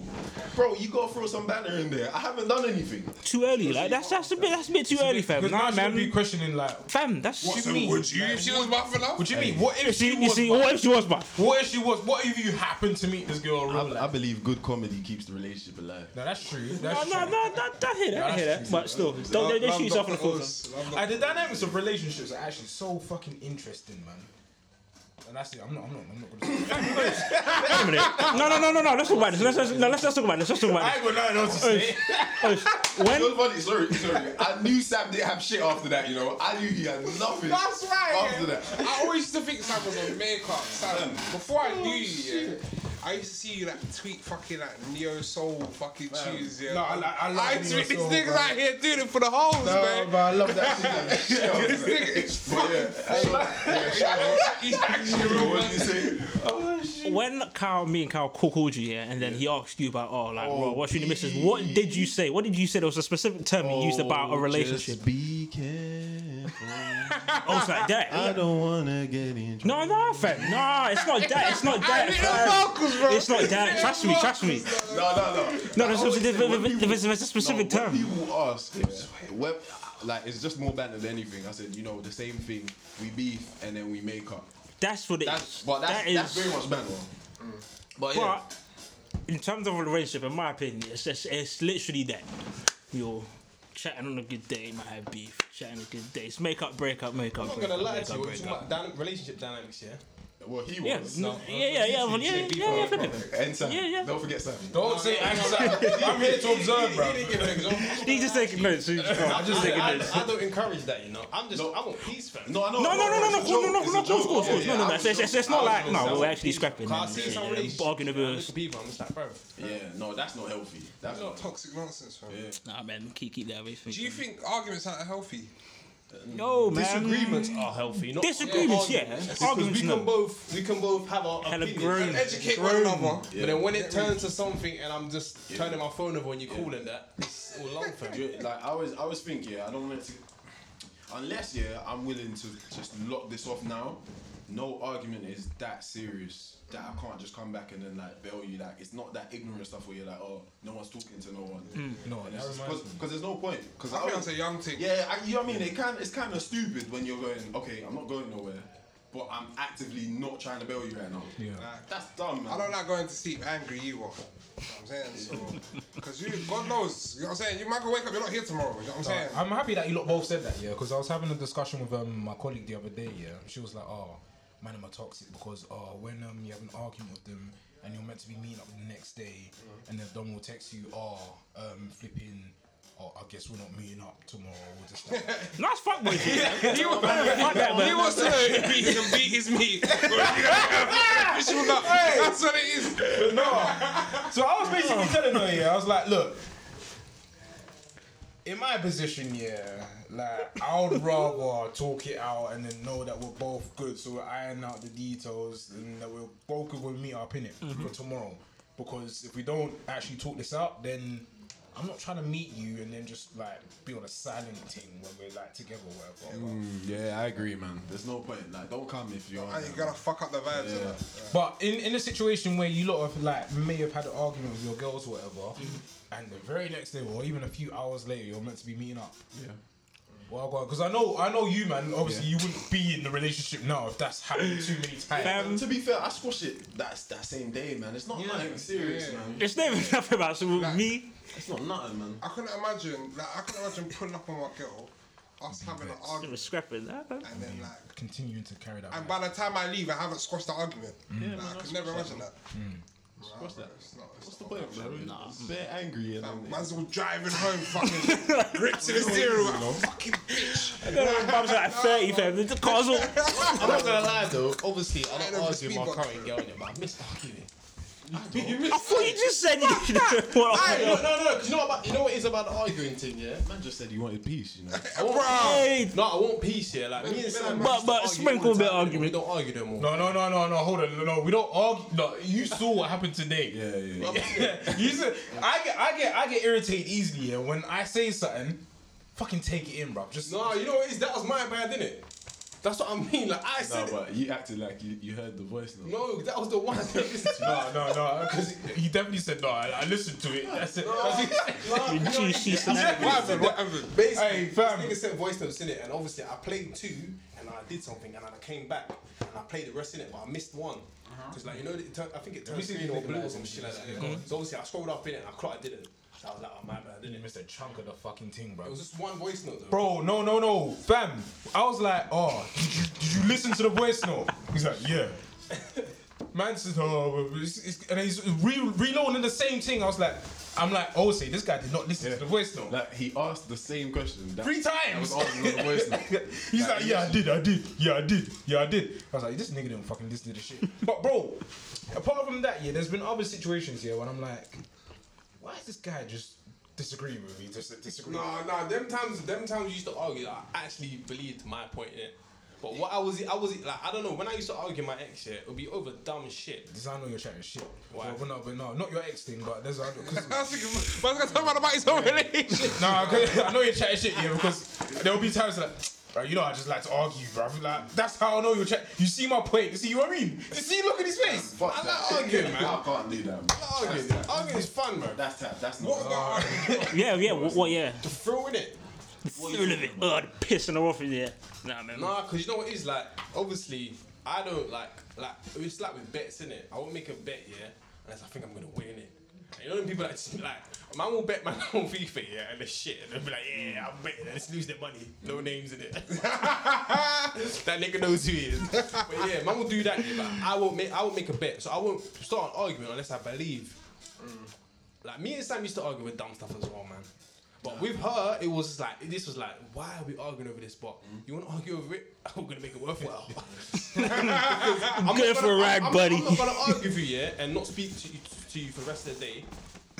Speaker 2: Bro, you gotta throw some banner in there. I haven't done anything.
Speaker 5: too early. Like that's that's a bit that's a bit too early, fam.
Speaker 7: Because
Speaker 5: Nah,
Speaker 7: now man.
Speaker 5: man.
Speaker 7: be questioning like,
Speaker 5: Fam, that's
Speaker 4: What,
Speaker 5: what
Speaker 4: so
Speaker 5: you mean.
Speaker 4: would you if she was buff enough?
Speaker 7: what do you mean? What if
Speaker 5: See,
Speaker 7: she
Speaker 5: you
Speaker 7: was?
Speaker 5: see, what if she was buff?
Speaker 7: What if she was? What if you happened to meet this girl in
Speaker 2: I,
Speaker 7: real
Speaker 2: I
Speaker 7: life?
Speaker 2: believe good comedy keeps the relationship alive.
Speaker 7: No, that's true.
Speaker 5: No,
Speaker 7: That's
Speaker 5: no, no,
Speaker 7: true.
Speaker 5: no, I hear that, I hear that. But still, don't they, they shoot yourself in the foot. fam.
Speaker 7: And the dynamics of relationships are actually so fucking interesting, man. And that's it. I'm not. I'm not. I'm not gonna.
Speaker 5: Wait a minute. No, no, no, no, no. Let's talk about this. Let's let's no, let's, let's talk about this. Let's talk about
Speaker 7: ain't got nothing else to say.
Speaker 5: this. When
Speaker 2: Good funny, sorry, sorry. I knew Sam didn't have shit after that, you know. I knew he had nothing.
Speaker 4: That's right.
Speaker 2: After
Speaker 4: yeah.
Speaker 2: that.
Speaker 4: I always used to think Sam was on makeup. Sam, before I
Speaker 7: Oh,
Speaker 4: knew you, yeah, I used to see you like tweet fucking like neo soul fucking tunes. Yeah,
Speaker 7: No, I like- I like
Speaker 4: I used to
Speaker 7: neo
Speaker 4: be these
Speaker 7: soul,
Speaker 4: niggas
Speaker 7: bro.
Speaker 4: out here doing it for the hoes, man.
Speaker 7: I love that.
Speaker 4: This nigga is He's actually real
Speaker 2: What did you say?
Speaker 4: Oh,
Speaker 5: when Carl, me and Carl ca- called you, yeah, and then he asked you about, oh, like, bro, what's your new missus? What did you say? What did you say? There was a specific term you used about a relationship.
Speaker 2: Just be careful.
Speaker 5: I was like, that.
Speaker 2: I don't wanna get in trouble.
Speaker 5: No, no, fam. No, it's not that. It's not
Speaker 4: I
Speaker 5: that.
Speaker 4: need
Speaker 5: fam.
Speaker 4: the vocals, bro.
Speaker 5: It's not that. Trust me. Trust me.
Speaker 2: No, no, no.
Speaker 5: No, there's,
Speaker 2: I always
Speaker 5: a,
Speaker 2: say when people-
Speaker 5: there's, there's a specific
Speaker 2: No,
Speaker 5: term.
Speaker 2: When people ask, if- when- like, it's just more banter than anything. I said, you know, the same thing. We beef and then we make up.
Speaker 5: That's what it
Speaker 2: That's,
Speaker 5: is.
Speaker 2: but that's,
Speaker 5: That is-
Speaker 2: that's very much banter. But yeah,
Speaker 5: But in terms of a relationship, in my opinion, it's just, it's literally that. You're chatting on a good day, might have beef. Chatting on a good day. It's make up, break up, make up.
Speaker 8: I'm
Speaker 5: break
Speaker 8: not gonna
Speaker 5: up,
Speaker 8: lie
Speaker 5: break
Speaker 8: to
Speaker 5: up,
Speaker 8: you. We're
Speaker 5: break
Speaker 8: talking
Speaker 5: up.
Speaker 8: about dyna- relationship dynamics, yeah.
Speaker 2: well, he
Speaker 5: Yeah,
Speaker 2: was.
Speaker 5: yeah, yeah, yeah, yeah, yeah, yeah, yeah, yeah, yeah.
Speaker 2: And Sam.
Speaker 5: Yeah, yeah.
Speaker 2: Don't forget Sam.
Speaker 7: Don't say I'm, I'm here to observe, bro.
Speaker 8: didn't give an example.
Speaker 5: He's just taking notes. He's just, I'm just taking
Speaker 8: I,
Speaker 5: notes.
Speaker 8: I don't encourage that, you know. I'm just,
Speaker 2: No.
Speaker 8: I want peace, fam.
Speaker 2: No, I know.
Speaker 5: No, no, no, no, no,
Speaker 2: it's a
Speaker 5: no,
Speaker 2: joke,
Speaker 5: no, no,
Speaker 2: it's a
Speaker 5: no,
Speaker 2: joke.
Speaker 5: of course, of course.
Speaker 2: Yeah,
Speaker 5: No, no,
Speaker 2: yeah,
Speaker 5: no. It's, it's, it's, it's not like, no, we're actually scrapping.
Speaker 8: I
Speaker 5: And
Speaker 8: see
Speaker 5: shit,
Speaker 8: some
Speaker 5: and
Speaker 8: relationships.
Speaker 5: bargaining
Speaker 8: I look
Speaker 5: over.
Speaker 8: at people, I'm just like, bro.
Speaker 2: Yeah, no, that's not healthy. That's not.
Speaker 4: Toxic nonsense, fam.
Speaker 5: Nah, man, keep, keep that away from
Speaker 4: Do you think arguments are healthy?
Speaker 5: No, man.
Speaker 8: Disagreements
Speaker 5: Um,
Speaker 8: are healthy. Not
Speaker 5: Disagreements, yeah.
Speaker 8: Because
Speaker 5: Arguments,
Speaker 8: we
Speaker 5: no.
Speaker 8: can both we can both have our
Speaker 5: Hella
Speaker 8: opinions.
Speaker 5: grown.
Speaker 8: And educate-
Speaker 4: Educate one another.
Speaker 8: But then when it turns to something and I'm just turning my phone over and you calling that, it's all long for
Speaker 2: Do you- like I always, I always think, yeah, I don't want it to. Unless, yeah, I'm willing to just lock this off now. No argument is that serious that I can't just come back and then like bail you. Like it's not that ignorant stuff where you're like, oh, no one's talking to no one.
Speaker 7: No, that reminds me.
Speaker 2: Because there's no point. Because
Speaker 4: I think that's a young thing.
Speaker 2: yeah, I, you know what I mean. It kind, it's kind of stupid when you're going, okay, I'm not going nowhere, but I'm actively not trying to bail you right now.
Speaker 7: Yeah.
Speaker 2: Like, that's dumb. Man.
Speaker 4: I don't like going to sleep angry either. You know what I'm saying? So, because you, God knows, you know what I'm saying? You might go wake up, you're not here tomorrow. You know what I'm saying?
Speaker 7: I'm happy that you lot both said that, yeah, because I was having a discussion with um, my colleague oh, the other day, yeah. She was like, oh, man, I'm a toxic because uh, when um, you have an argument with them and you're meant to be meeting up the next day, and then Dom will text you, oh, um, flipping. Oh, I guess we're not meeting up tomorrow. We'll just like,
Speaker 5: Nice fuck boy shit. man. You were fuck that,
Speaker 4: He
Speaker 5: man.
Speaker 4: wants to know if he can beat his meat. Fish will not- That's what it is.
Speaker 7: So I was basically telling her, yeah, I was like, look, in my position, yeah, like I would rather talk it out and then know that we're both good, so we're ironing out the details and that we're both good when we meet up in it for tomorrow. Because if we don't actually talk this out, then I'm not trying to meet you and then just like be on a silent thing when we're like together or whatever.
Speaker 2: Mm, Yeah, I agree, man. There's no point. Like, don't come if you're.
Speaker 4: And you gotta fuck up the vibes.
Speaker 2: Yeah.
Speaker 4: innit?
Speaker 7: But in, in a situation where you lot of like may have had an argument with your girls or whatever, and the very next day or even a few hours later you're meant to be meeting up.
Speaker 2: Yeah.
Speaker 7: Well, because I know I know you, man. Obviously, you wouldn't be in the relationship now if that's happened too many times.
Speaker 5: Fam.
Speaker 2: to be fair, I squash it that that same day, man. It's not nothing serious, man.
Speaker 5: It's not even nothing about so me.
Speaker 2: It's not nothing, man.
Speaker 4: I couldn't imagine, like, I couldn't imagine pulling up on my girl, us having an
Speaker 5: It
Speaker 4: argument,
Speaker 5: was scrapping. I don't-
Speaker 4: and then like,
Speaker 7: Continuing to carry that.
Speaker 4: and
Speaker 7: vibe.
Speaker 4: by the time I leave, I haven't squashed the argument.
Speaker 5: Yeah,
Speaker 4: Like,
Speaker 5: man,
Speaker 4: I
Speaker 5: that's
Speaker 4: could never imagine that. Mm.
Speaker 2: Squash that.
Speaker 4: It's not, it's
Speaker 2: What's
Speaker 4: not.
Speaker 2: the point, man? Nah. They're angry, and then
Speaker 4: Man's all driving home, fucking gripped to the steering wheel. Fucking bitch.
Speaker 5: Bob's like 30, fam. The car's all.
Speaker 8: I'm not gonna lie though. Obviously, I
Speaker 4: know
Speaker 8: don't argue
Speaker 4: speed
Speaker 8: with my
Speaker 4: bump.
Speaker 8: current girl in it, but I miss arguing.
Speaker 5: I thought you just said you. Well,
Speaker 8: No, no, no. 'cause you know about you know what it is about the arguing thing, yeah.
Speaker 2: man just said he wanted peace, you know.
Speaker 5: hey,
Speaker 8: No, I want peace here. Like me and Sam,
Speaker 5: But-
Speaker 8: used to
Speaker 5: but
Speaker 8: argue
Speaker 5: sprinkle
Speaker 8: all
Speaker 5: a
Speaker 8: the
Speaker 5: bit of
Speaker 8: time, innit?
Speaker 5: argument.
Speaker 8: We don't argue no more.
Speaker 7: no, no, no, no, no. Hold on, no. We don't argue. No, you saw what happened today.
Speaker 2: Yeah, yeah. yeah.
Speaker 7: you said, I get, I get, I get irritated easily. Yeah, when I say something, fucking take it in, bro. Just
Speaker 8: No, you know what it is? That was my bad, innit? That's what I mean. Like
Speaker 2: Nah,
Speaker 8: I said, it.
Speaker 2: but you acted like you, you heard the voice now.
Speaker 8: no, that was the one. thing.
Speaker 7: No, no, no, because he definitely said no. I, I listened to it. That's it. That's it.
Speaker 5: you juicy snack.
Speaker 4: What happened? What happened?
Speaker 8: Basically,
Speaker 7: Hey, fam.
Speaker 8: this nigga sent voice notes in it, and obviously I played two, and I did something, and I came back, and I played the rest in it, but I missed one. Because like you know, it tur- I think it turned
Speaker 7: see
Speaker 8: green
Speaker 7: the
Speaker 8: or
Speaker 7: nigga
Speaker 8: blue or
Speaker 7: like
Speaker 8: some
Speaker 7: this,
Speaker 8: shit like that. So obviously I scrolled up in it, and I clocked I didn't. So I was like, oh my bad, I
Speaker 7: You
Speaker 8: didn't. It
Speaker 7: missed a chunk of the fucking thing, bro.
Speaker 8: was just one voice note though.
Speaker 7: Bro, no, no, no, fam. I was like, oh, did you, did you listen to the voice note? He's like, yeah. Man says, oh, it's, it's, and he's re- reloading the same thing. I was like, I'm like, oh, say this guy did not listen
Speaker 2: Yeah.
Speaker 7: to the voice note.
Speaker 2: Like he asked the same question that,
Speaker 7: Three
Speaker 2: I
Speaker 7: times.
Speaker 2: was asking on the voice note.
Speaker 7: He's like, yeah, I did, I did, yeah, I did, yeah, I did. I was like, this nigga didn't fucking listen to the shit. but bro, apart from that, yeah, there's been other situations here when I'm like, why is this guy just disagreeing with me? Just disagreeing.
Speaker 8: No, no, them times, them times you used to argue. I actually believed my point in it. But what I was, I was like, I don't know. When I used to argue my ex, yeah, it would be over dumb shit.
Speaker 7: Because I know you're chatting shit.
Speaker 8: Why?
Speaker 7: But, but no, but no, not your ex thing, but there's a. Cause,
Speaker 4: I was thinking, man's gonna talk about about his own relationship.
Speaker 7: nah, 'cause I know you're chatting shit, yeah, because there'll be times like, bro, you know, I just like to argue, bro. Like, that's how I know you're chatting. You see my point, you see what I mean? You see, look at his face.
Speaker 2: Fuck
Speaker 8: I
Speaker 2: that.
Speaker 8: like arguing, man.
Speaker 2: I can't do that. Man.
Speaker 8: Arguing, arguing is fun, man.
Speaker 2: That's that. That's not.
Speaker 8: What about arguing?
Speaker 5: Yeah, yeah, what, what yeah.
Speaker 8: The thrill in it.
Speaker 5: Feel of it. Oh, the pissing her off in there. Nah, man.
Speaker 8: Nah, cause you know what it is like. Obviously, I don't like like it's like with bets in it. I won't make a bet yeah unless I think I'm gonna win it. You know them people that just, like man will bet man on FIFA yeah and the shit and they'll be like yeah I'm betting let's lose their money no names in it. that nigga knows who he is. But yeah, man will do that. Yeah, but I won't make I won't make a bet so I won't start an argument unless I believe. Like me and Sam used to argue with dumb stuff as well, man. But with her, it was like this was like, why are we arguing over this? But you want to argue over it? I'm gonna make it worthwhile. I'm not
Speaker 5: Go for a ride,
Speaker 8: I'm-
Speaker 5: buddy.
Speaker 8: I'm not gonna argue with you, yeah, and not speak to you, to you for the rest of the day.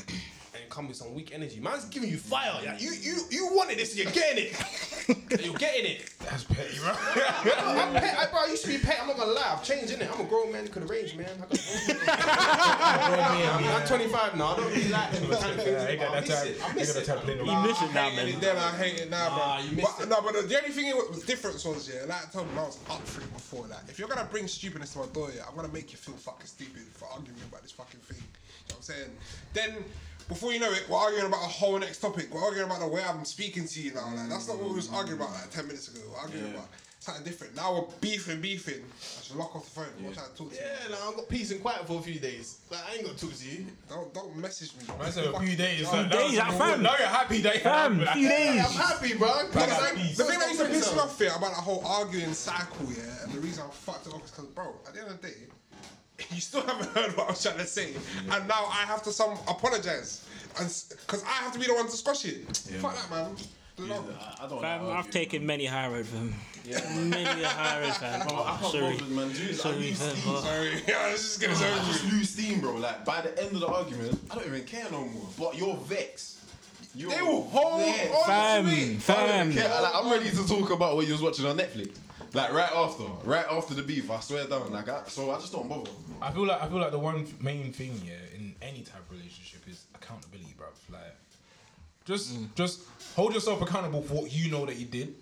Speaker 8: And come with some weak energy. Man's giving you fire. Yeah, you you you wanted this, and you're getting it. you're getting it.
Speaker 7: That's petty, bro.
Speaker 8: I'm pet, I, bro, I used to be pet. I'm not gonna lie. I've changed in it. I'm a grown man. Could arrange, man. I got I'm, I'm 25 now. I don't really like them kind of things.
Speaker 7: Yeah, they got that
Speaker 8: I miss
Speaker 7: time.
Speaker 8: it. I
Speaker 7: They
Speaker 8: miss
Speaker 7: got that
Speaker 8: it.
Speaker 7: time playing the
Speaker 5: You miss it now,
Speaker 4: I hated
Speaker 5: man.
Speaker 4: it then, I hate it now,
Speaker 8: Nah,
Speaker 4: bro.
Speaker 8: you missed
Speaker 4: but,
Speaker 8: it.
Speaker 4: No, but the, the only thing that was difference was, yeah, like I told him, I was up for it before. Like, if you're gonna bring stupidness to my door, yeah, I'm gonna make you feel fucking stupid for arguing about this fucking thing. You know what I'm saying? Then, before you know it, we're arguing about a whole next topic. We're arguing about the way I'm speaking to you now. Like, that's not what we was arguing about like 10 minutes ago. We're arguing about something different. Now we're beefing, beefing. I should lock off the phone. What should I talk to you?
Speaker 8: Yeah, nah, I've got peace and quiet for a few days. Like, I ain't gonna talk to you.
Speaker 4: Don't, don't message me.
Speaker 7: I said a few days.
Speaker 5: Few
Speaker 7: like, that was
Speaker 5: days,
Speaker 7: a-
Speaker 5: I fam.
Speaker 7: Now you're happy that you
Speaker 5: Fam, few days.
Speaker 8: I'm happy, bro. Like,
Speaker 4: the
Speaker 8: I-
Speaker 4: thing- the thing that used to piss me off here about the whole arguing cycle, yeah, and the reason I fucked it off is because, bro, at the end of the day, you still haven't heard what I was trying to say, and now I have to some apologize, and because I have to be the one to squash it. Fuck that, man. No.
Speaker 2: I don't
Speaker 5: Fam,
Speaker 2: know.
Speaker 5: I've taken many high road fam. Many a high road fam.
Speaker 2: I
Speaker 5: sorry.
Speaker 2: can't bother, man. Jews, I
Speaker 5: Sorry,
Speaker 2: lose
Speaker 5: fam.
Speaker 2: steam.
Speaker 5: but-
Speaker 4: Sorry, I was just gonna
Speaker 2: I
Speaker 4: say.
Speaker 2: just lose steam, bro. Like by the end of the argument, I don't even care no more. But you're vexed. You're
Speaker 4: They will hold
Speaker 2: vexed.
Speaker 4: on
Speaker 5: Fam,
Speaker 4: to me.
Speaker 5: fam.
Speaker 2: Yeah, like, I'm ready to talk about what you was watching on Netflix. Like right after, right after the beef, I swear down. Like I, so, I just don't bother.
Speaker 7: I feel like I feel like the one main thing yeah in any type of relationship is accountability, bruv. Like, just
Speaker 5: Mm.
Speaker 7: just hold yourself accountable for what you know that you did,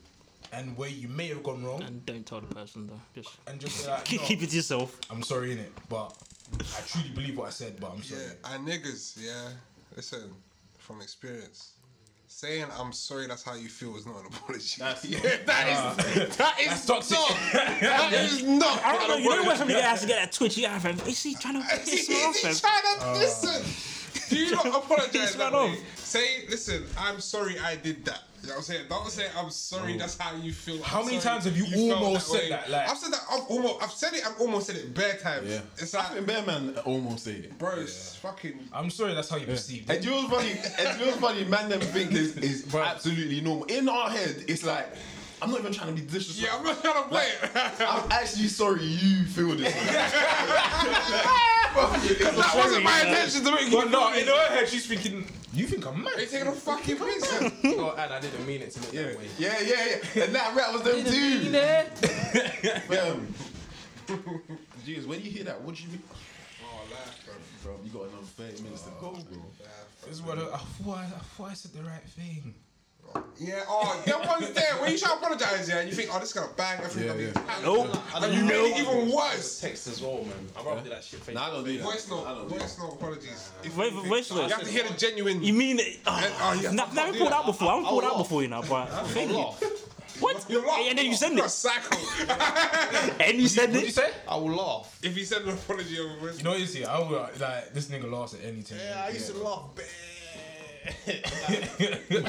Speaker 7: and where you may have gone wrong,
Speaker 5: And don't tell the person though. Just
Speaker 7: and just be like,
Speaker 5: keep,
Speaker 7: "No,
Speaker 5: keep it to yourself.
Speaker 7: I'm sorry in it, but I truly believe what I said, but I'm
Speaker 4: Yeah,
Speaker 7: sorry.
Speaker 4: and niggas, yeah. Listen, from experience, saying I'm sorry that's how you feel is not an apology. yeah, that is that is not.
Speaker 7: toxic.
Speaker 4: That is not.
Speaker 5: I don't know. You know when somebody has to get that twitch, yeah, fam. Is he trying to piss
Speaker 4: Is
Speaker 5: me off, fam?
Speaker 4: he trying
Speaker 7: Oh.
Speaker 4: to listen? Do you not apologize
Speaker 5: Piss man
Speaker 4: that way?
Speaker 5: off.
Speaker 4: Say, listen, I'm sorry I did that. You know what I'm saying? Don't say I'm sorry. That's how you feel. I'm
Speaker 7: Oh. How many
Speaker 4: sorry
Speaker 7: times have you
Speaker 4: felt
Speaker 7: almost said
Speaker 4: way.
Speaker 7: that, like-
Speaker 4: I've said that. I've almost. I've said it. I've almost said it bare times.
Speaker 2: Yeah.
Speaker 4: It's
Speaker 2: I think
Speaker 4: like,
Speaker 2: Bearman almost said it.
Speaker 4: bro, it's fucking.
Speaker 7: I'm sorry that's how you perceived it.
Speaker 2: And you know what's funny? And you know what's funny? Man, them think this is absolutely normal. In our head, it's like I'm not even trying to be disrespectful.
Speaker 4: Yeah, I'm not trying to play it.
Speaker 2: I'm actually sorry you feel this. way.
Speaker 4: That wasn't my intention to make you.
Speaker 7: But no, in her head she's thinking, you think I'm mad?
Speaker 4: They taking a fucking piss.
Speaker 8: Oh, and I didn't mean it to look that way.
Speaker 2: yeah, yeah, yeah. And that rap was them too. Fam. Jeez, when you hear that, what do you mean? Bro, you got another 30 minutes to go, bro.
Speaker 7: This is what I, I thought. I, I thought I said the right thing.
Speaker 4: Yeah, oh, that one's there. When you try to apologize, yeah, you think, oh, this is gonna bang everything.
Speaker 2: Yeah,
Speaker 4: Yeah,
Speaker 2: yeah.
Speaker 4: And you made it even worse.
Speaker 8: Text as well, man. I'd rather do that shit face.
Speaker 2: Nah, I don't do that.
Speaker 4: Voice
Speaker 2: I don't
Speaker 4: note,
Speaker 2: do that.
Speaker 4: voice note apologies. If
Speaker 5: Wait,
Speaker 4: you
Speaker 5: wait,
Speaker 4: think-
Speaker 5: wait,
Speaker 4: You
Speaker 5: wait.
Speaker 4: have to hear the genuine.
Speaker 5: You mean it? Oh,
Speaker 4: oh, yeah, Oh,
Speaker 5: nah,
Speaker 4: I
Speaker 5: I've never
Speaker 4: can't
Speaker 5: pulled
Speaker 4: do
Speaker 5: out before. I haven't pulled out
Speaker 8: laugh.
Speaker 5: before, you know. But thank you.
Speaker 8: laugh.
Speaker 5: What?
Speaker 4: You're right.
Speaker 5: And then you send
Speaker 4: You're a
Speaker 5: it.
Speaker 4: psycho.
Speaker 5: And you send
Speaker 7: What'd you
Speaker 5: it.
Speaker 7: say?
Speaker 8: I will laugh.
Speaker 4: if you send an apology over voice
Speaker 7: You know, you see, I would, like, like this nigga laughs at anything.
Speaker 8: Yeah, I used to laugh.
Speaker 4: I, rem-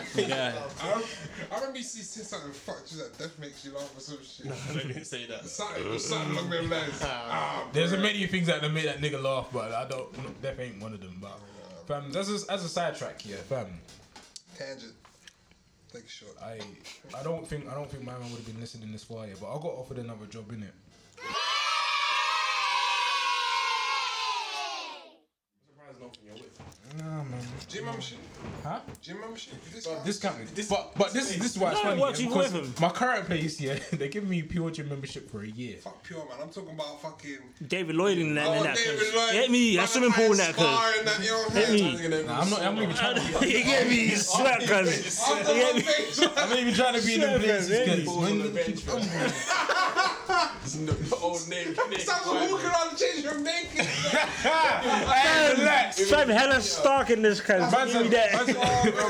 Speaker 4: I remember you see say something fucked you that death makes you laugh or some shit.
Speaker 8: I didn't say that.
Speaker 4: Something, something along them lines. Ah,
Speaker 7: There's many things that made that nigga laugh, but I don't. No, that ain't one of them. But fam, that's just as a sidetrack here, fam.
Speaker 4: tangent. Take a shot.
Speaker 7: I I don't think I don't think my man would have been listening this far yet. But I got offered another job in it. Nah, man.
Speaker 4: Do you remember shit?
Speaker 7: Huh?
Speaker 4: Do you remember shit? This guy?
Speaker 7: Discounted. but but this this is why it's
Speaker 5: No,
Speaker 7: funny.
Speaker 5: what
Speaker 7: yeah,
Speaker 5: you with
Speaker 7: because
Speaker 5: him?
Speaker 7: my current place, yeah, they give me pure gym membership for a year.
Speaker 4: Fuck pure man, I'm talking about fucking.
Speaker 5: David Lloyd in that.
Speaker 4: Oh,
Speaker 5: in that
Speaker 4: David
Speaker 5: cuz.
Speaker 4: Lloyd,
Speaker 5: Get me.
Speaker 4: man,
Speaker 5: That's swimming pool in that. cuz.
Speaker 4: sparring that, you know what I'm
Speaker 5: Get
Speaker 4: saying?
Speaker 5: me.
Speaker 7: Nah, I'm not. I'm not even trying. To,
Speaker 5: You get me. You sweat, cuz.
Speaker 4: After
Speaker 5: Yeah.
Speaker 4: one page,
Speaker 7: I'm not even trying to be in the
Speaker 5: Sure,
Speaker 7: places.
Speaker 5: man, really.
Speaker 7: 'cause when-
Speaker 8: Old name.
Speaker 4: Sounds like walking around the change room naked.
Speaker 7: Relax.
Speaker 5: Fam, hella stark in this, cuz. Give me that.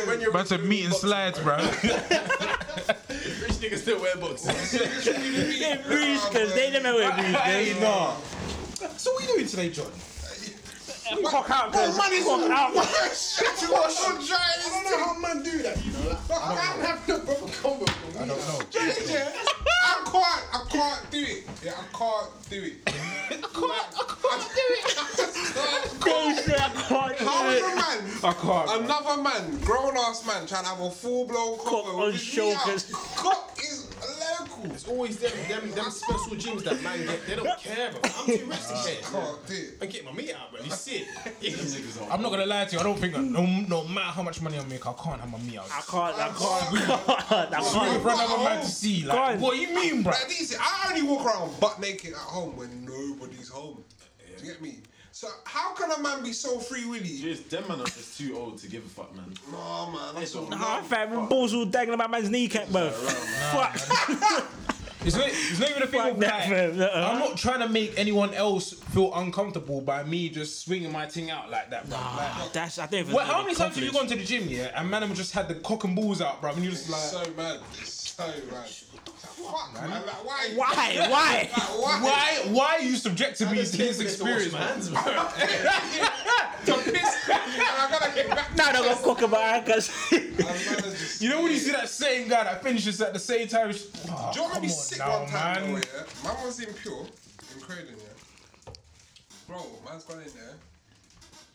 Speaker 8: When you're
Speaker 7: Bunch of meat and slides, bro.
Speaker 8: rich niggas still wear boxes.
Speaker 5: They breeze, cuz. They never wear breeze, cuz.
Speaker 7: nah. So what are you doing today, John?
Speaker 5: Cock out, cuz.
Speaker 4: money's
Speaker 5: Cock out.
Speaker 4: Shit, you are so dry. I don't know how man do that. You know that? I don't have no proper combo. I don't know. Yeah, I can't. I can't do it. Yeah, I can't do it. I can't. I can't do it.
Speaker 5: They say I
Speaker 4: How is
Speaker 5: can't do
Speaker 4: a
Speaker 5: it.
Speaker 4: man?
Speaker 7: I can't.
Speaker 4: Another man, grown ass man, trying to have a full blown cock
Speaker 5: on shoulders.
Speaker 4: Cock is local.
Speaker 8: It's always them, them, them special gyms that man get. They don't care, bro. I'm too rich to care.
Speaker 4: Can't do it.
Speaker 8: I'm getting my meat out, bro. You see it?
Speaker 7: I'm not gonna lie to you. I don't think no, no matter how much money I make, I can't have my meat out.
Speaker 5: I can't, I can't, I
Speaker 7: I
Speaker 5: can't.
Speaker 7: run out of man to see. Like,
Speaker 5: Guys.
Speaker 7: what you mean, bro?
Speaker 4: Like these, I only walk around butt naked at home when nobody's home. Do you get me? So how can a man be so free willy?
Speaker 2: Jeez, them man are just too old to give a fuck, man.
Speaker 4: Nah, man, that's all.
Speaker 5: Nah, fam, with balls all dangling about man's kneecap, bro. Fuck.
Speaker 7: It's not, it's not even a thing
Speaker 5: Fuck
Speaker 7: of
Speaker 5: that,
Speaker 7: that.
Speaker 5: man. Uh-uh.
Speaker 7: I'm not trying to make anyone else feel uncomfortable by me just swinging my thing out like that, bro.
Speaker 5: Ah, That's, I don't even
Speaker 7: well,
Speaker 5: know
Speaker 7: how
Speaker 5: the
Speaker 7: many times have you gone
Speaker 5: confidence.
Speaker 7: to the gym, yeah, and man, have just had the cock and balls out, bro, and you just like,
Speaker 4: So mad, It's so mad. Fuck, man. Like, why?
Speaker 5: Why? Why?
Speaker 4: Like, why?
Speaker 7: why, why are you subjecting me to this experience,
Speaker 8: Wash my hands, bro.
Speaker 4: To piss. And I gotta get back.
Speaker 5: No, no, go cook about cuz.
Speaker 4: And man is just-
Speaker 7: You know when you see that same guy that finishes at the same time? it's- Oh,
Speaker 4: Do you remember me
Speaker 7: come on
Speaker 4: sick
Speaker 7: now,
Speaker 4: one time?
Speaker 7: man.
Speaker 4: Though, yeah? Man was in Pure, in Croydon, yeah? Bro, man's gone in there.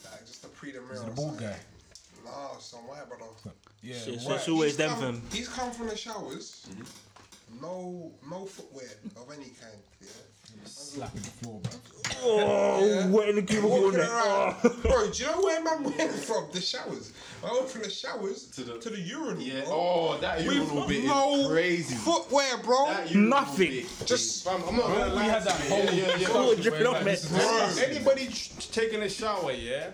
Speaker 4: Like, just to pre the mirror.
Speaker 7: The bald guy.
Speaker 4: Nah, son, why, brother?
Speaker 7: Yeah,
Speaker 5: Shit, so
Speaker 7: white.
Speaker 5: it's always
Speaker 4: He's
Speaker 5: them
Speaker 4: come-
Speaker 5: them.
Speaker 4: He's come from the showers. Mm-hmm. No, no footwear of any kind. Yeah.
Speaker 7: slapping the floor, bro.
Speaker 5: Oh, wet in the cubicle
Speaker 4: Walking
Speaker 5: neck.
Speaker 4: around.
Speaker 7: Oh.
Speaker 4: Bro, do you know where man went from? The showers. I went from the showers to the, to the urinal.
Speaker 2: Yeah.
Speaker 4: bro.
Speaker 2: Oh, that urinal
Speaker 4: With
Speaker 2: bit
Speaker 4: no
Speaker 2: is crazy.
Speaker 4: footwear, bro.
Speaker 2: That urinal
Speaker 5: Nothing.
Speaker 2: bit.
Speaker 4: Just
Speaker 2: Fam, I'm not gonna
Speaker 7: We
Speaker 2: lie
Speaker 7: had
Speaker 2: to
Speaker 7: that
Speaker 2: you,
Speaker 7: whole
Speaker 2: yeah, yeah, yeah.
Speaker 5: Oh, dripping off neck.
Speaker 8: Anybody tr- taking a shower, yeah,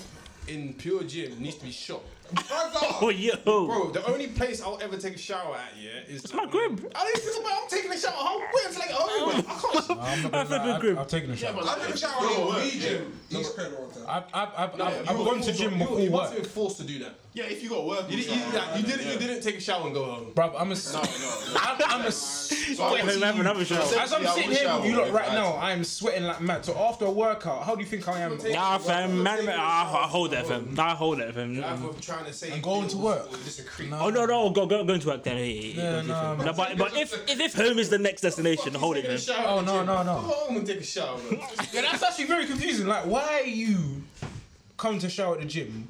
Speaker 8: in pure gym needs to be shot.
Speaker 5: Oh, yo.
Speaker 8: Bro, the only place I'll ever take a shower at, yeah, is it's
Speaker 5: my crib.
Speaker 8: I don't even think about. I'm taking a shower. I'm waiting for like a whole week. I can't.
Speaker 7: Nah, I'm not gonna
Speaker 5: I've had
Speaker 7: lie,
Speaker 5: the
Speaker 7: I've-
Speaker 5: grip.
Speaker 7: I've taken a shower.
Speaker 4: I didn't shower
Speaker 2: Bro,
Speaker 4: in
Speaker 2: work,
Speaker 4: Legion. He's crazy all the time.
Speaker 7: I've I've I've I've, I've
Speaker 8: You
Speaker 7: gone
Speaker 8: were
Speaker 7: to gym
Speaker 8: forced-
Speaker 7: before
Speaker 8: You, you
Speaker 7: work,
Speaker 8: been forced to do that.
Speaker 2: Yeah, if you got work,
Speaker 8: You, did, you, like, you didn't. You didn't take a shower and go home.
Speaker 7: bro. I'm a s- I'm, I'm a s-
Speaker 5: Wait, let me have another shower.
Speaker 7: as I'm
Speaker 2: Yeah, I
Speaker 7: sitting
Speaker 2: would
Speaker 7: here
Speaker 2: shower
Speaker 7: with you lot
Speaker 2: if
Speaker 7: right
Speaker 2: I-
Speaker 7: now, I'm sweating like mad. So after a workout, how do you think I am?
Speaker 5: Nah, fam, man, man, I, I hold that, fam. Nah, I hold that, fam.
Speaker 8: I'm trying to say.
Speaker 7: I'm going to work.
Speaker 5: Oh no, no, go, go, going to work then. Yeah, yeah, yeah,
Speaker 7: Yeah,
Speaker 5: go do your
Speaker 7: nah,
Speaker 5: thing. No, but but if, if if home is the next destination, hold it,
Speaker 8: Taking a
Speaker 5: fam.
Speaker 8: shower
Speaker 7: Oh,
Speaker 8: in the
Speaker 7: no,
Speaker 8: gym.
Speaker 7: no, no.
Speaker 8: Come home and take a shower. bro.
Speaker 7: Yeah, that's actually very confusing. Like, why you come to shower at the gym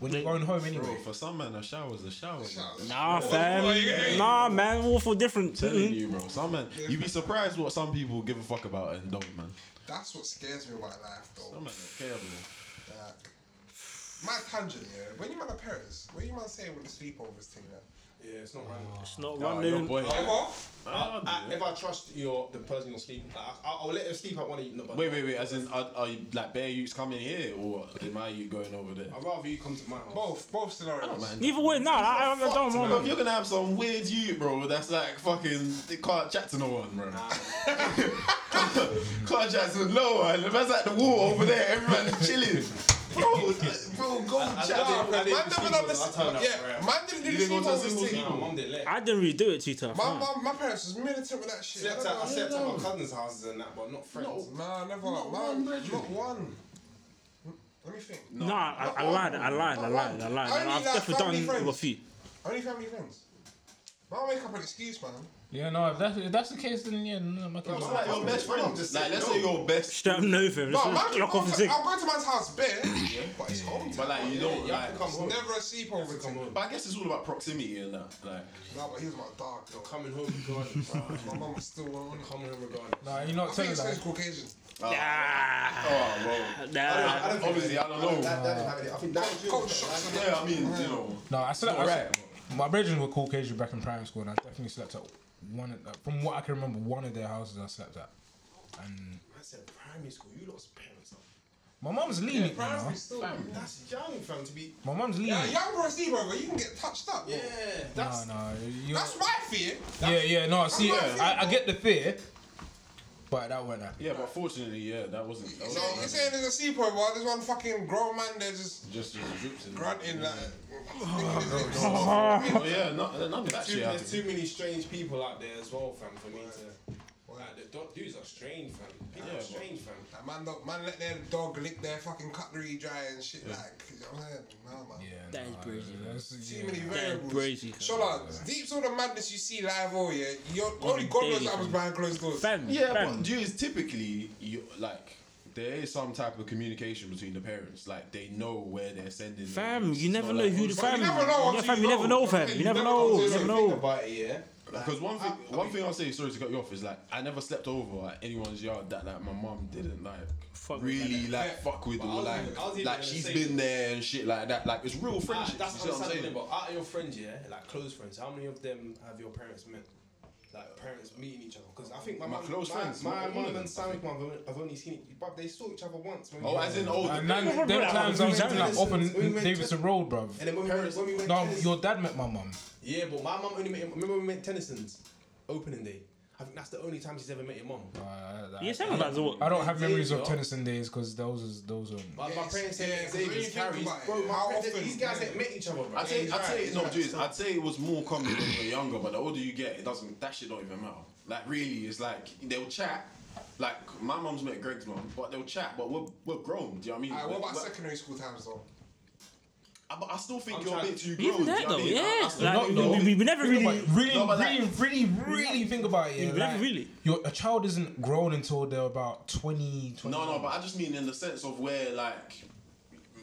Speaker 7: when you're going home anyway?
Speaker 2: For some man, a shower's a shower. man.
Speaker 5: Nah, fam. Nah, man, awful different.
Speaker 2: Telling
Speaker 5: Mm-mm.
Speaker 2: you, bro. Some man, you'd be surprised what some people give a fuck about and don't, man.
Speaker 4: That's what scares me about life, though.
Speaker 2: Some man don't care, bro.
Speaker 4: Like, my tangent, yeah. When you man at Paris, what you man saying with the sleepovers thing, yeah?
Speaker 8: Yeah, it's not right.
Speaker 5: It's not
Speaker 2: Nah, your
Speaker 5: London.
Speaker 2: boy.
Speaker 4: Ever?
Speaker 8: I, Oh, I, if I trust your the person you're sleeping, like, I, I'll I'll let them sleep at one of you. No, but
Speaker 2: Wait, wait, wait. As in, are, are you, like bare youths coming here or am I you going over there?
Speaker 8: I'd rather you come to my house.
Speaker 4: Both, both scenarios.
Speaker 5: Neither way, nah, I, I don't
Speaker 2: Bro, if
Speaker 5: want.
Speaker 2: you're gonna have some weird youth, bro, that's like fucking they can't chat to no one, bro. can't chat to no one. That's like the wall over there. Everybody's chilling. Bro, bro, go
Speaker 8: I- I
Speaker 2: chat.
Speaker 8: don't-
Speaker 4: Man,
Speaker 8: didn't
Speaker 4: never
Speaker 8: sleep
Speaker 4: done
Speaker 8: with
Speaker 4: the
Speaker 8: her. I turned up for
Speaker 4: Yeah,
Speaker 8: her.
Speaker 4: man didn't do
Speaker 2: You
Speaker 4: the
Speaker 2: didn't go to the
Speaker 4: sleepovers
Speaker 2: sleepovers?
Speaker 4: thing.
Speaker 8: No, my mum didn't let.
Speaker 5: I didn't really do it too tough.
Speaker 4: My,
Speaker 5: nah.
Speaker 4: my, my parents was militant with that shit.
Speaker 8: Slept
Speaker 4: I
Speaker 8: at, I
Speaker 4: don't
Speaker 8: slept at
Speaker 4: know.
Speaker 8: my cousin's houses and that, but not friends.
Speaker 4: Nah, never. Not one. Not one. Let me think.
Speaker 5: Nah, I, I lied, I lied, I lied, I lied.
Speaker 4: Only
Speaker 5: I've
Speaker 4: like family
Speaker 5: definitely done
Speaker 4: friends.
Speaker 5: with a few.
Speaker 4: Only family friends. Man, wake up an excuse, man.
Speaker 7: Yeah, no, if that's, if that's the case, then yeah, no, my kids
Speaker 2: Like your best friend. Just like let's say your best.
Speaker 5: Straight up, no, fam.
Speaker 4: No, man,
Speaker 5: Just lock off and
Speaker 4: I'm,
Speaker 5: take.
Speaker 4: I'm going to man's house bare, but it's home.
Speaker 2: But like you don't
Speaker 8: You
Speaker 2: like.
Speaker 8: have to come home.
Speaker 4: Never a sleepover thing.
Speaker 8: home.
Speaker 2: But I guess it's all about proximity and that. Like
Speaker 4: Nah, but he was my dog, though.
Speaker 8: Coming home regardless.
Speaker 4: My mum was still on it.
Speaker 8: Coming home regardless.
Speaker 7: Nah, you're
Speaker 4: I think
Speaker 7: not telling
Speaker 4: it's 'cause
Speaker 7: that.
Speaker 4: it's Caucasian.
Speaker 5: Ah,
Speaker 2: oh, bro.
Speaker 5: nah.
Speaker 2: Obviously, I don't know.
Speaker 8: That, that, I think that's
Speaker 4: Cold shots and
Speaker 2: Yeah, I mean, you know.
Speaker 7: No, I slept. I
Speaker 2: Alright.
Speaker 7: slept my brethren were Caucasian back in primary school, and I definitely slept at one. Of, from what I can remember, one of their houses I slept at. And
Speaker 8: I said primary school. You lot's parents are.
Speaker 7: my mum's lenient. you know.
Speaker 8: Primary school. That's young, fam, to be.
Speaker 7: My mum's lenient.
Speaker 4: Yeah, young bro, sleepover, you can get touched up. bro.
Speaker 8: Yeah. That's.
Speaker 7: No, no, you-
Speaker 4: That's my fear.
Speaker 7: yeah, yeah. No, see,
Speaker 4: not
Speaker 7: I, I get the fear, but that went not
Speaker 2: Yeah, but fortunately, yeah, that wasn't. That
Speaker 4: So you're
Speaker 2: wasn't
Speaker 4: saying there's a sleepover, there's one fucking grown man there just
Speaker 2: just just groups and.
Speaker 4: grunting like.
Speaker 2: Oh yeah, no, none of that
Speaker 8: Too,
Speaker 2: shit happened.
Speaker 8: there's too many strange people out there as well, fam, for me to. Like, the do- dudes are strange, fam. People
Speaker 2: Yeah,
Speaker 8: are strange, fam.
Speaker 4: Like, man, don't- man, let their dog lick their fucking cutlery dry and shit. Like, you know what I'm saying? Nah, man.
Speaker 7: Yeah,
Speaker 5: That is
Speaker 7: nah,
Speaker 5: brazy, man.
Speaker 7: that's-
Speaker 4: Too
Speaker 7: yeah.
Speaker 4: many
Speaker 5: That is
Speaker 4: variables.
Speaker 5: brazy.
Speaker 4: So like, deep all the madness you see live all yeah, you're, only God knows
Speaker 5: daily,
Speaker 4: that was
Speaker 5: fam.
Speaker 4: behind closed doors.
Speaker 5: Fam,
Speaker 2: Yeah,
Speaker 5: fam.
Speaker 2: but Jews typically you like there is some type of communication between the parents. Like they know where they're sending. their
Speaker 5: Fam,
Speaker 2: kids.
Speaker 5: you
Speaker 2: It's
Speaker 5: never
Speaker 2: not
Speaker 5: know
Speaker 2: like-
Speaker 5: who the
Speaker 4: But
Speaker 5: fam.
Speaker 4: you never know
Speaker 5: Yeah,
Speaker 4: until
Speaker 5: fam.
Speaker 4: you
Speaker 5: You never
Speaker 4: know.
Speaker 5: know, fam.
Speaker 4: Okay,
Speaker 5: You never
Speaker 4: until
Speaker 5: know.
Speaker 4: you
Speaker 5: You never
Speaker 4: know.
Speaker 8: Think
Speaker 5: know.
Speaker 8: about it, yeah.
Speaker 2: Because one thing, one thing I'll say, sorry to cut you off, is like I never slept over at anyone's yard that like my mom didn't like
Speaker 5: Fuck with
Speaker 2: really like fuck with
Speaker 8: I
Speaker 2: or
Speaker 8: was
Speaker 2: like
Speaker 8: even- I was even
Speaker 2: like
Speaker 8: gonna
Speaker 2: she's
Speaker 8: say-
Speaker 2: been there and shit like that. Like it's real
Speaker 8: Ah,
Speaker 2: friendship.
Speaker 8: that's
Speaker 2: you see what I'm
Speaker 8: understandable.
Speaker 2: saying?
Speaker 8: But out of your friends, yeah, like close friends, how many of them have your parents met? Like parents meeting each other? Because I think my,
Speaker 2: My
Speaker 8: mum-
Speaker 2: close
Speaker 8: my,
Speaker 2: friends, not
Speaker 8: my
Speaker 2: all of
Speaker 8: mum
Speaker 2: them.
Speaker 8: and Samick mum, I've on- I've only seen, but they saw each other once. When
Speaker 2: Oh,
Speaker 8: we
Speaker 2: as in old.
Speaker 7: And then
Speaker 5: Remember
Speaker 7: them
Speaker 5: that
Speaker 7: times
Speaker 5: one
Speaker 7: I was
Speaker 5: time
Speaker 7: doing like
Speaker 8: we went
Speaker 7: open
Speaker 8: to- we went
Speaker 7: Davidson Road, bro.
Speaker 8: and then when we, went, when we went,
Speaker 7: No,
Speaker 8: tennis-
Speaker 7: your dad met my mum.
Speaker 8: yeah, but my mum only met. Remember when we met Tennyson's opening day? I think that's the only time she's ever met your mum.
Speaker 7: Uh, I-
Speaker 5: Yeah,
Speaker 7: I,
Speaker 5: sounds like what.
Speaker 7: I don't have
Speaker 8: Yeah,
Speaker 7: memories of
Speaker 8: yeah.
Speaker 7: Tennyson days because those is those are.
Speaker 8: But my parents
Speaker 4: yeah, 'cause
Speaker 8: said
Speaker 4: when you
Speaker 8: Xavier's
Speaker 4: think
Speaker 8: carries.
Speaker 4: about it,
Speaker 8: Bro, my
Speaker 4: how
Speaker 8: parents-
Speaker 4: often-
Speaker 8: these guys ain't met each other, bro.
Speaker 2: I'd say,
Speaker 8: Yeah,
Speaker 2: I'd say,
Speaker 8: right.
Speaker 2: no, dude, I'd say it was more common when we were younger, but the older you get, it doesn't, that shit don't even matter. Like, really, it's like, they'll chat. Like, my mum's met Greg's mum, but they'll chat, but we're, we're grown, do you know what I mean?
Speaker 4: Alright,
Speaker 2: We're-
Speaker 4: what about
Speaker 2: we're-
Speaker 4: secondary school times though?
Speaker 2: I, but I still think
Speaker 8: I'm
Speaker 2: you're a
Speaker 8: trying-
Speaker 2: bit too grown.
Speaker 5: Even
Speaker 2: do
Speaker 5: there
Speaker 2: you know
Speaker 5: though,
Speaker 2: what I mean? I- I
Speaker 5: yeah.
Speaker 2: still
Speaker 5: Like
Speaker 2: think
Speaker 5: we,
Speaker 2: you're-
Speaker 5: we, we never
Speaker 7: Think
Speaker 5: really.
Speaker 7: about it. Really,
Speaker 2: No, but
Speaker 7: really, really, really think about it. Yeah,
Speaker 5: Really,
Speaker 7: like,
Speaker 5: really.
Speaker 7: Your a child isn't grown until they're about 20, 20
Speaker 2: No, no, but I just mean in the sense of where like,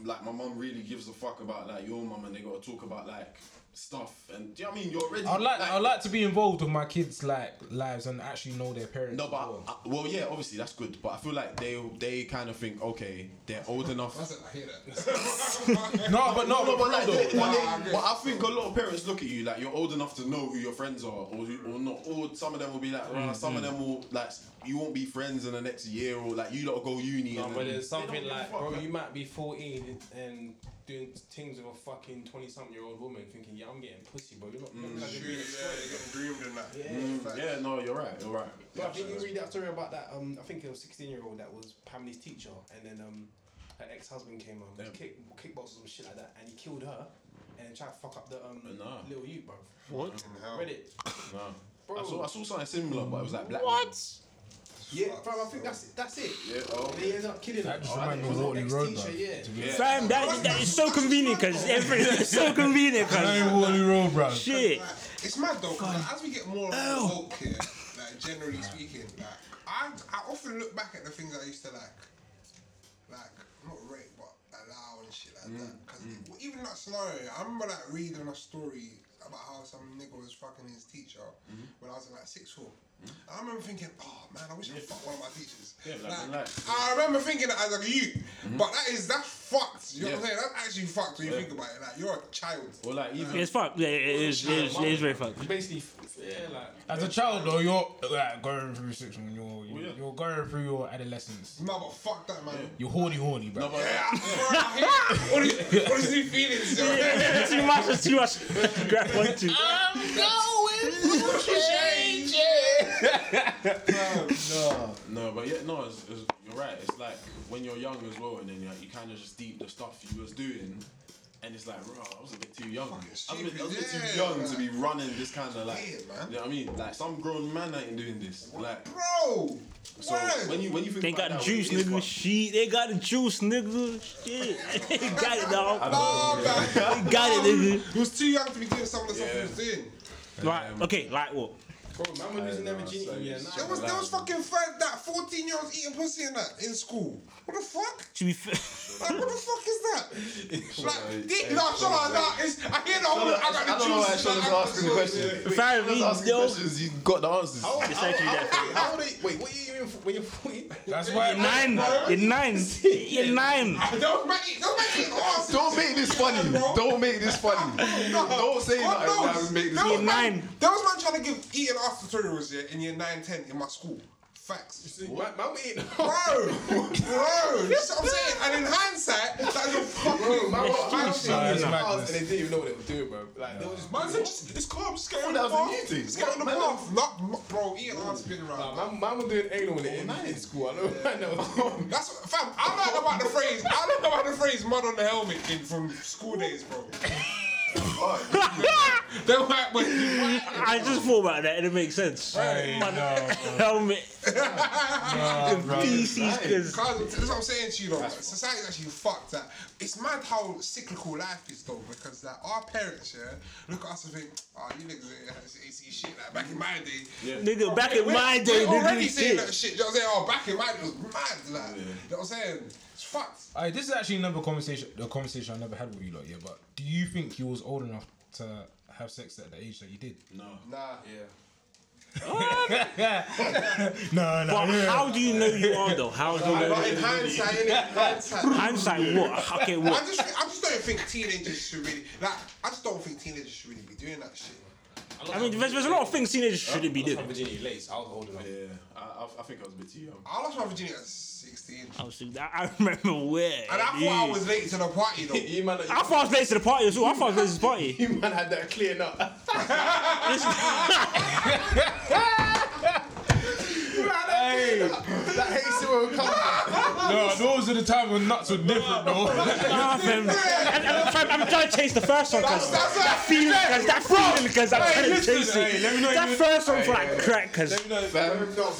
Speaker 2: like my mum really gives a fuck about like your mum, and they gotta talk about like stuff, and do you know what I mean? You're already.
Speaker 7: I'd like, I'd like to be involved with my kids' like lives and actually know their parents.
Speaker 2: No,
Speaker 7: as
Speaker 2: but
Speaker 7: well.
Speaker 2: I, well, yeah, obviously that's good, but I feel like they they kind of think okay, they're old enough.
Speaker 4: I hear that.
Speaker 7: no, but no,
Speaker 2: No, but like, they,
Speaker 7: no,
Speaker 2: but,
Speaker 4: I agree.
Speaker 2: they, but I think a lot of parents look at you like you're old enough to know who your friends are, or who, or not. Or some of them will be like,
Speaker 8: Mm,
Speaker 2: "Rah," some of them will like, you won't be friends in the next year, or like you lot will go uni.
Speaker 8: No,
Speaker 2: and
Speaker 8: but
Speaker 2: then-
Speaker 8: there's
Speaker 2: They don't
Speaker 8: something
Speaker 2: give a
Speaker 8: like,
Speaker 2: fuck,
Speaker 8: bro,
Speaker 2: like-
Speaker 8: you might be 14 and doing things with a fucking 20 something year old woman thinking, yeah, I'm getting pussy, bro. You're not. you're not gonna be a slut.
Speaker 2: Mm, yeah, no, you're right. You're right.
Speaker 8: Bro, I think you read that story about that. Um, I think it was sixteen year old that was Pamela's teacher, and then um, her ex husband came home, was kick kickboxers and shit like that, and he killed her, and then tried to fuck up the um
Speaker 2: Nah.
Speaker 8: little you, bro.
Speaker 5: What?
Speaker 8: Read it,
Speaker 2: No.
Speaker 8: bro.
Speaker 2: I saw I saw something similar, but it was like black.
Speaker 8: yeah, bro. I think that's it. That's it.
Speaker 2: Yeah, oh.
Speaker 8: They ended up killing her.
Speaker 7: That just
Speaker 8: Oh, I
Speaker 7: reminds me
Speaker 8: think
Speaker 7: of
Speaker 8: it was
Speaker 7: Waterloo
Speaker 8: an
Speaker 7: Road,
Speaker 8: ex-teacher,
Speaker 7: man.
Speaker 8: yeah.
Speaker 7: To be honest.
Speaker 5: Fam, that, that is so convenient because everything is so convenient because
Speaker 7: Hey, Waterloo Road, bruv.
Speaker 5: shit.
Speaker 4: Like, it's mad though, 'cause, like, as we get more woke here, like generally speaking, like I, I often look back at the things I used to like, like not rape but allow and shit like that. 'Cause that. Because even that scenario, I remember like reading a story about how some nigga was fucking his teacher when I was in like sixth form. And I remember thinking, oh man, I wish I fucked one of my teachers. Mm. like, Mm-hmm. I remember thinking that as a youth, but that is that's fucked. You know what I'm
Speaker 2: Yeah.
Speaker 4: saying? That's actually fucked when you think about it. Like you're a child.
Speaker 2: Or like even
Speaker 5: It's fucked. Yeah, It is. It is, it is very fucked.
Speaker 8: Basically, yeah, like
Speaker 7: As a child, though, you're like, going through six when you're you're,
Speaker 2: Oh, yeah.
Speaker 7: you're going through your adolescence.
Speaker 4: No, but fuck that, man.
Speaker 7: You're horny, horny, bro.
Speaker 4: Yeah, I hate- what is what is he feeling? sir?
Speaker 5: It's too much. It's too much. Grab point two.
Speaker 2: no, but yeah, no, it's, it's, you're right. It's like when you're young as well, and then like, you kind of just deep the stuff you was doing, and it's like, bro, I was a bit too young. I was a bit, I was a bit
Speaker 4: stupid,
Speaker 2: too young
Speaker 4: yeah,
Speaker 2: to be running this kind of like,
Speaker 4: Weird, man.
Speaker 2: you know what I mean? Like some grown man ain't doing this. Like,
Speaker 4: Bro,
Speaker 2: so when you when you think
Speaker 5: They
Speaker 2: about
Speaker 5: got
Speaker 2: that,
Speaker 5: juice,
Speaker 2: it is
Speaker 5: nigga.
Speaker 2: fucked.
Speaker 5: Shit, they got the juice, nigga. Shit, they got it, dog.
Speaker 4: Oh, man.
Speaker 5: They got it, nigga.
Speaker 4: He was too young to be doing some of the stuff he
Speaker 2: Yeah.
Speaker 4: was doing.
Speaker 5: Like, okay, like what?
Speaker 8: bro, man was losing their virginity.
Speaker 2: so
Speaker 8: yeah,
Speaker 2: it's-
Speaker 8: nah,
Speaker 4: There was there was fucking friend that 14 year olds eating pussy in that in school. What the fuck?
Speaker 5: To be fair,
Speaker 4: Like, what the fuck is that? Like, dick, no, shut up, no, it's, I hear the
Speaker 2: I
Speaker 4: whole,
Speaker 2: don't know-
Speaker 4: I
Speaker 2: I
Speaker 4: got the
Speaker 2: don't know why
Speaker 4: juice.
Speaker 2: Sean's asking the question. Wait,
Speaker 5: Fair
Speaker 2: Sean's
Speaker 5: enough,
Speaker 2: asking
Speaker 5: yo.
Speaker 2: questions. You got the answers.
Speaker 5: it's actually that.
Speaker 8: How old are you? Wait, what are you even when you're 40?
Speaker 7: That's why
Speaker 5: Nine, you're nine, you're nine.
Speaker 4: Don't make it, don't make it awesome.
Speaker 2: Don't make this funny.
Speaker 4: Bro.
Speaker 2: Don't make this funny.
Speaker 4: No.
Speaker 2: Don't say
Speaker 4: God
Speaker 2: that.
Speaker 4: knows.
Speaker 2: That make this
Speaker 4: There was
Speaker 5: Year
Speaker 4: man-
Speaker 5: nine.
Speaker 4: There was man trying to give eating after tutorials yeah, in year 9, 10 in my school. Facts.
Speaker 8: Man, man, we ain't.
Speaker 4: Bro, bro, that's what I'm saying. And in hindsight, that's a fucking.
Speaker 8: Bro, man, what I
Speaker 4: Man's
Speaker 8: was thinking
Speaker 7: That's
Speaker 8: was
Speaker 7: madness.
Speaker 8: fast and they didn't even know what they were doing, bro. Like, they were just.
Speaker 4: Man said, just, it's calm, just get on the
Speaker 2: that was a
Speaker 4: path.
Speaker 2: new thing.
Speaker 4: Just get on the
Speaker 2: Man,
Speaker 4: path. Not, bro, eating hard spinning
Speaker 8: Nah,
Speaker 4: around.
Speaker 8: man, man was doing anal
Speaker 2: Oh,
Speaker 8: in, in, in school. I know man that was doing.
Speaker 4: That's what, fam. I learned about the phrase. I learned about the phrase "mud on the helmet" thing from school days, bro. they were like, when you whack it,
Speaker 5: I just thought about that and it makes sense. But helmet, feces, because
Speaker 4: Cause that's what I'm saying to you though. Society's actually fucked that. It's mad how cyclical life is though, because like our parents, yeah, look at us and think, oh, you niggas ain't had this AC shit. Like back in my day,
Speaker 5: nigga, back in
Speaker 4: we're-
Speaker 5: my day,
Speaker 4: we're
Speaker 5: nigga,
Speaker 4: already
Speaker 5: this
Speaker 4: saying
Speaker 5: shit.
Speaker 4: that shit. You know what I'm saying? Oh, back in my day it was mad. Like, you know what I'm saying? It's fucked.
Speaker 7: Alright, this is actually another conversation. The conversation I never had with you lot, yeah. But do you think you was old enough to have sex at the age that you did?
Speaker 4: Nah.
Speaker 7: No, no.
Speaker 5: But how do you know you are though? How do you know?
Speaker 8: But in hindsight, innit?
Speaker 4: Hindsight.
Speaker 5: Hindsight, what? Okay,
Speaker 4: I
Speaker 5: what?
Speaker 4: just, I just don't think teenagers should really like. I just don't think teenagers should really be doing that shit.
Speaker 5: I mean, there's, there's a lot of things teenagers shouldn't be
Speaker 8: I was
Speaker 5: doing.
Speaker 8: Virginia late, so I was holding on.
Speaker 2: Yeah, I, I, I think I was a bit too young.
Speaker 4: I lost my virginity at 16, and
Speaker 5: I, was, I remember where.
Speaker 4: I thought I was late to the party though.
Speaker 8: You man,
Speaker 5: I thought I was late to the party as well. I thought I was late to the party.
Speaker 8: you man had that clearing up.
Speaker 2: That hates it will come.
Speaker 7: No, those are the time when nuts were different, though.
Speaker 5: Nah, fam. And- and I'm, trying, I'm trying to chase the first one because
Speaker 4: That's what
Speaker 5: that feeling, because that feeling, because I'm trying to chase it.
Speaker 7: hey, let me know
Speaker 5: That
Speaker 7: you-
Speaker 5: first one's like crack, because
Speaker 2: Fam,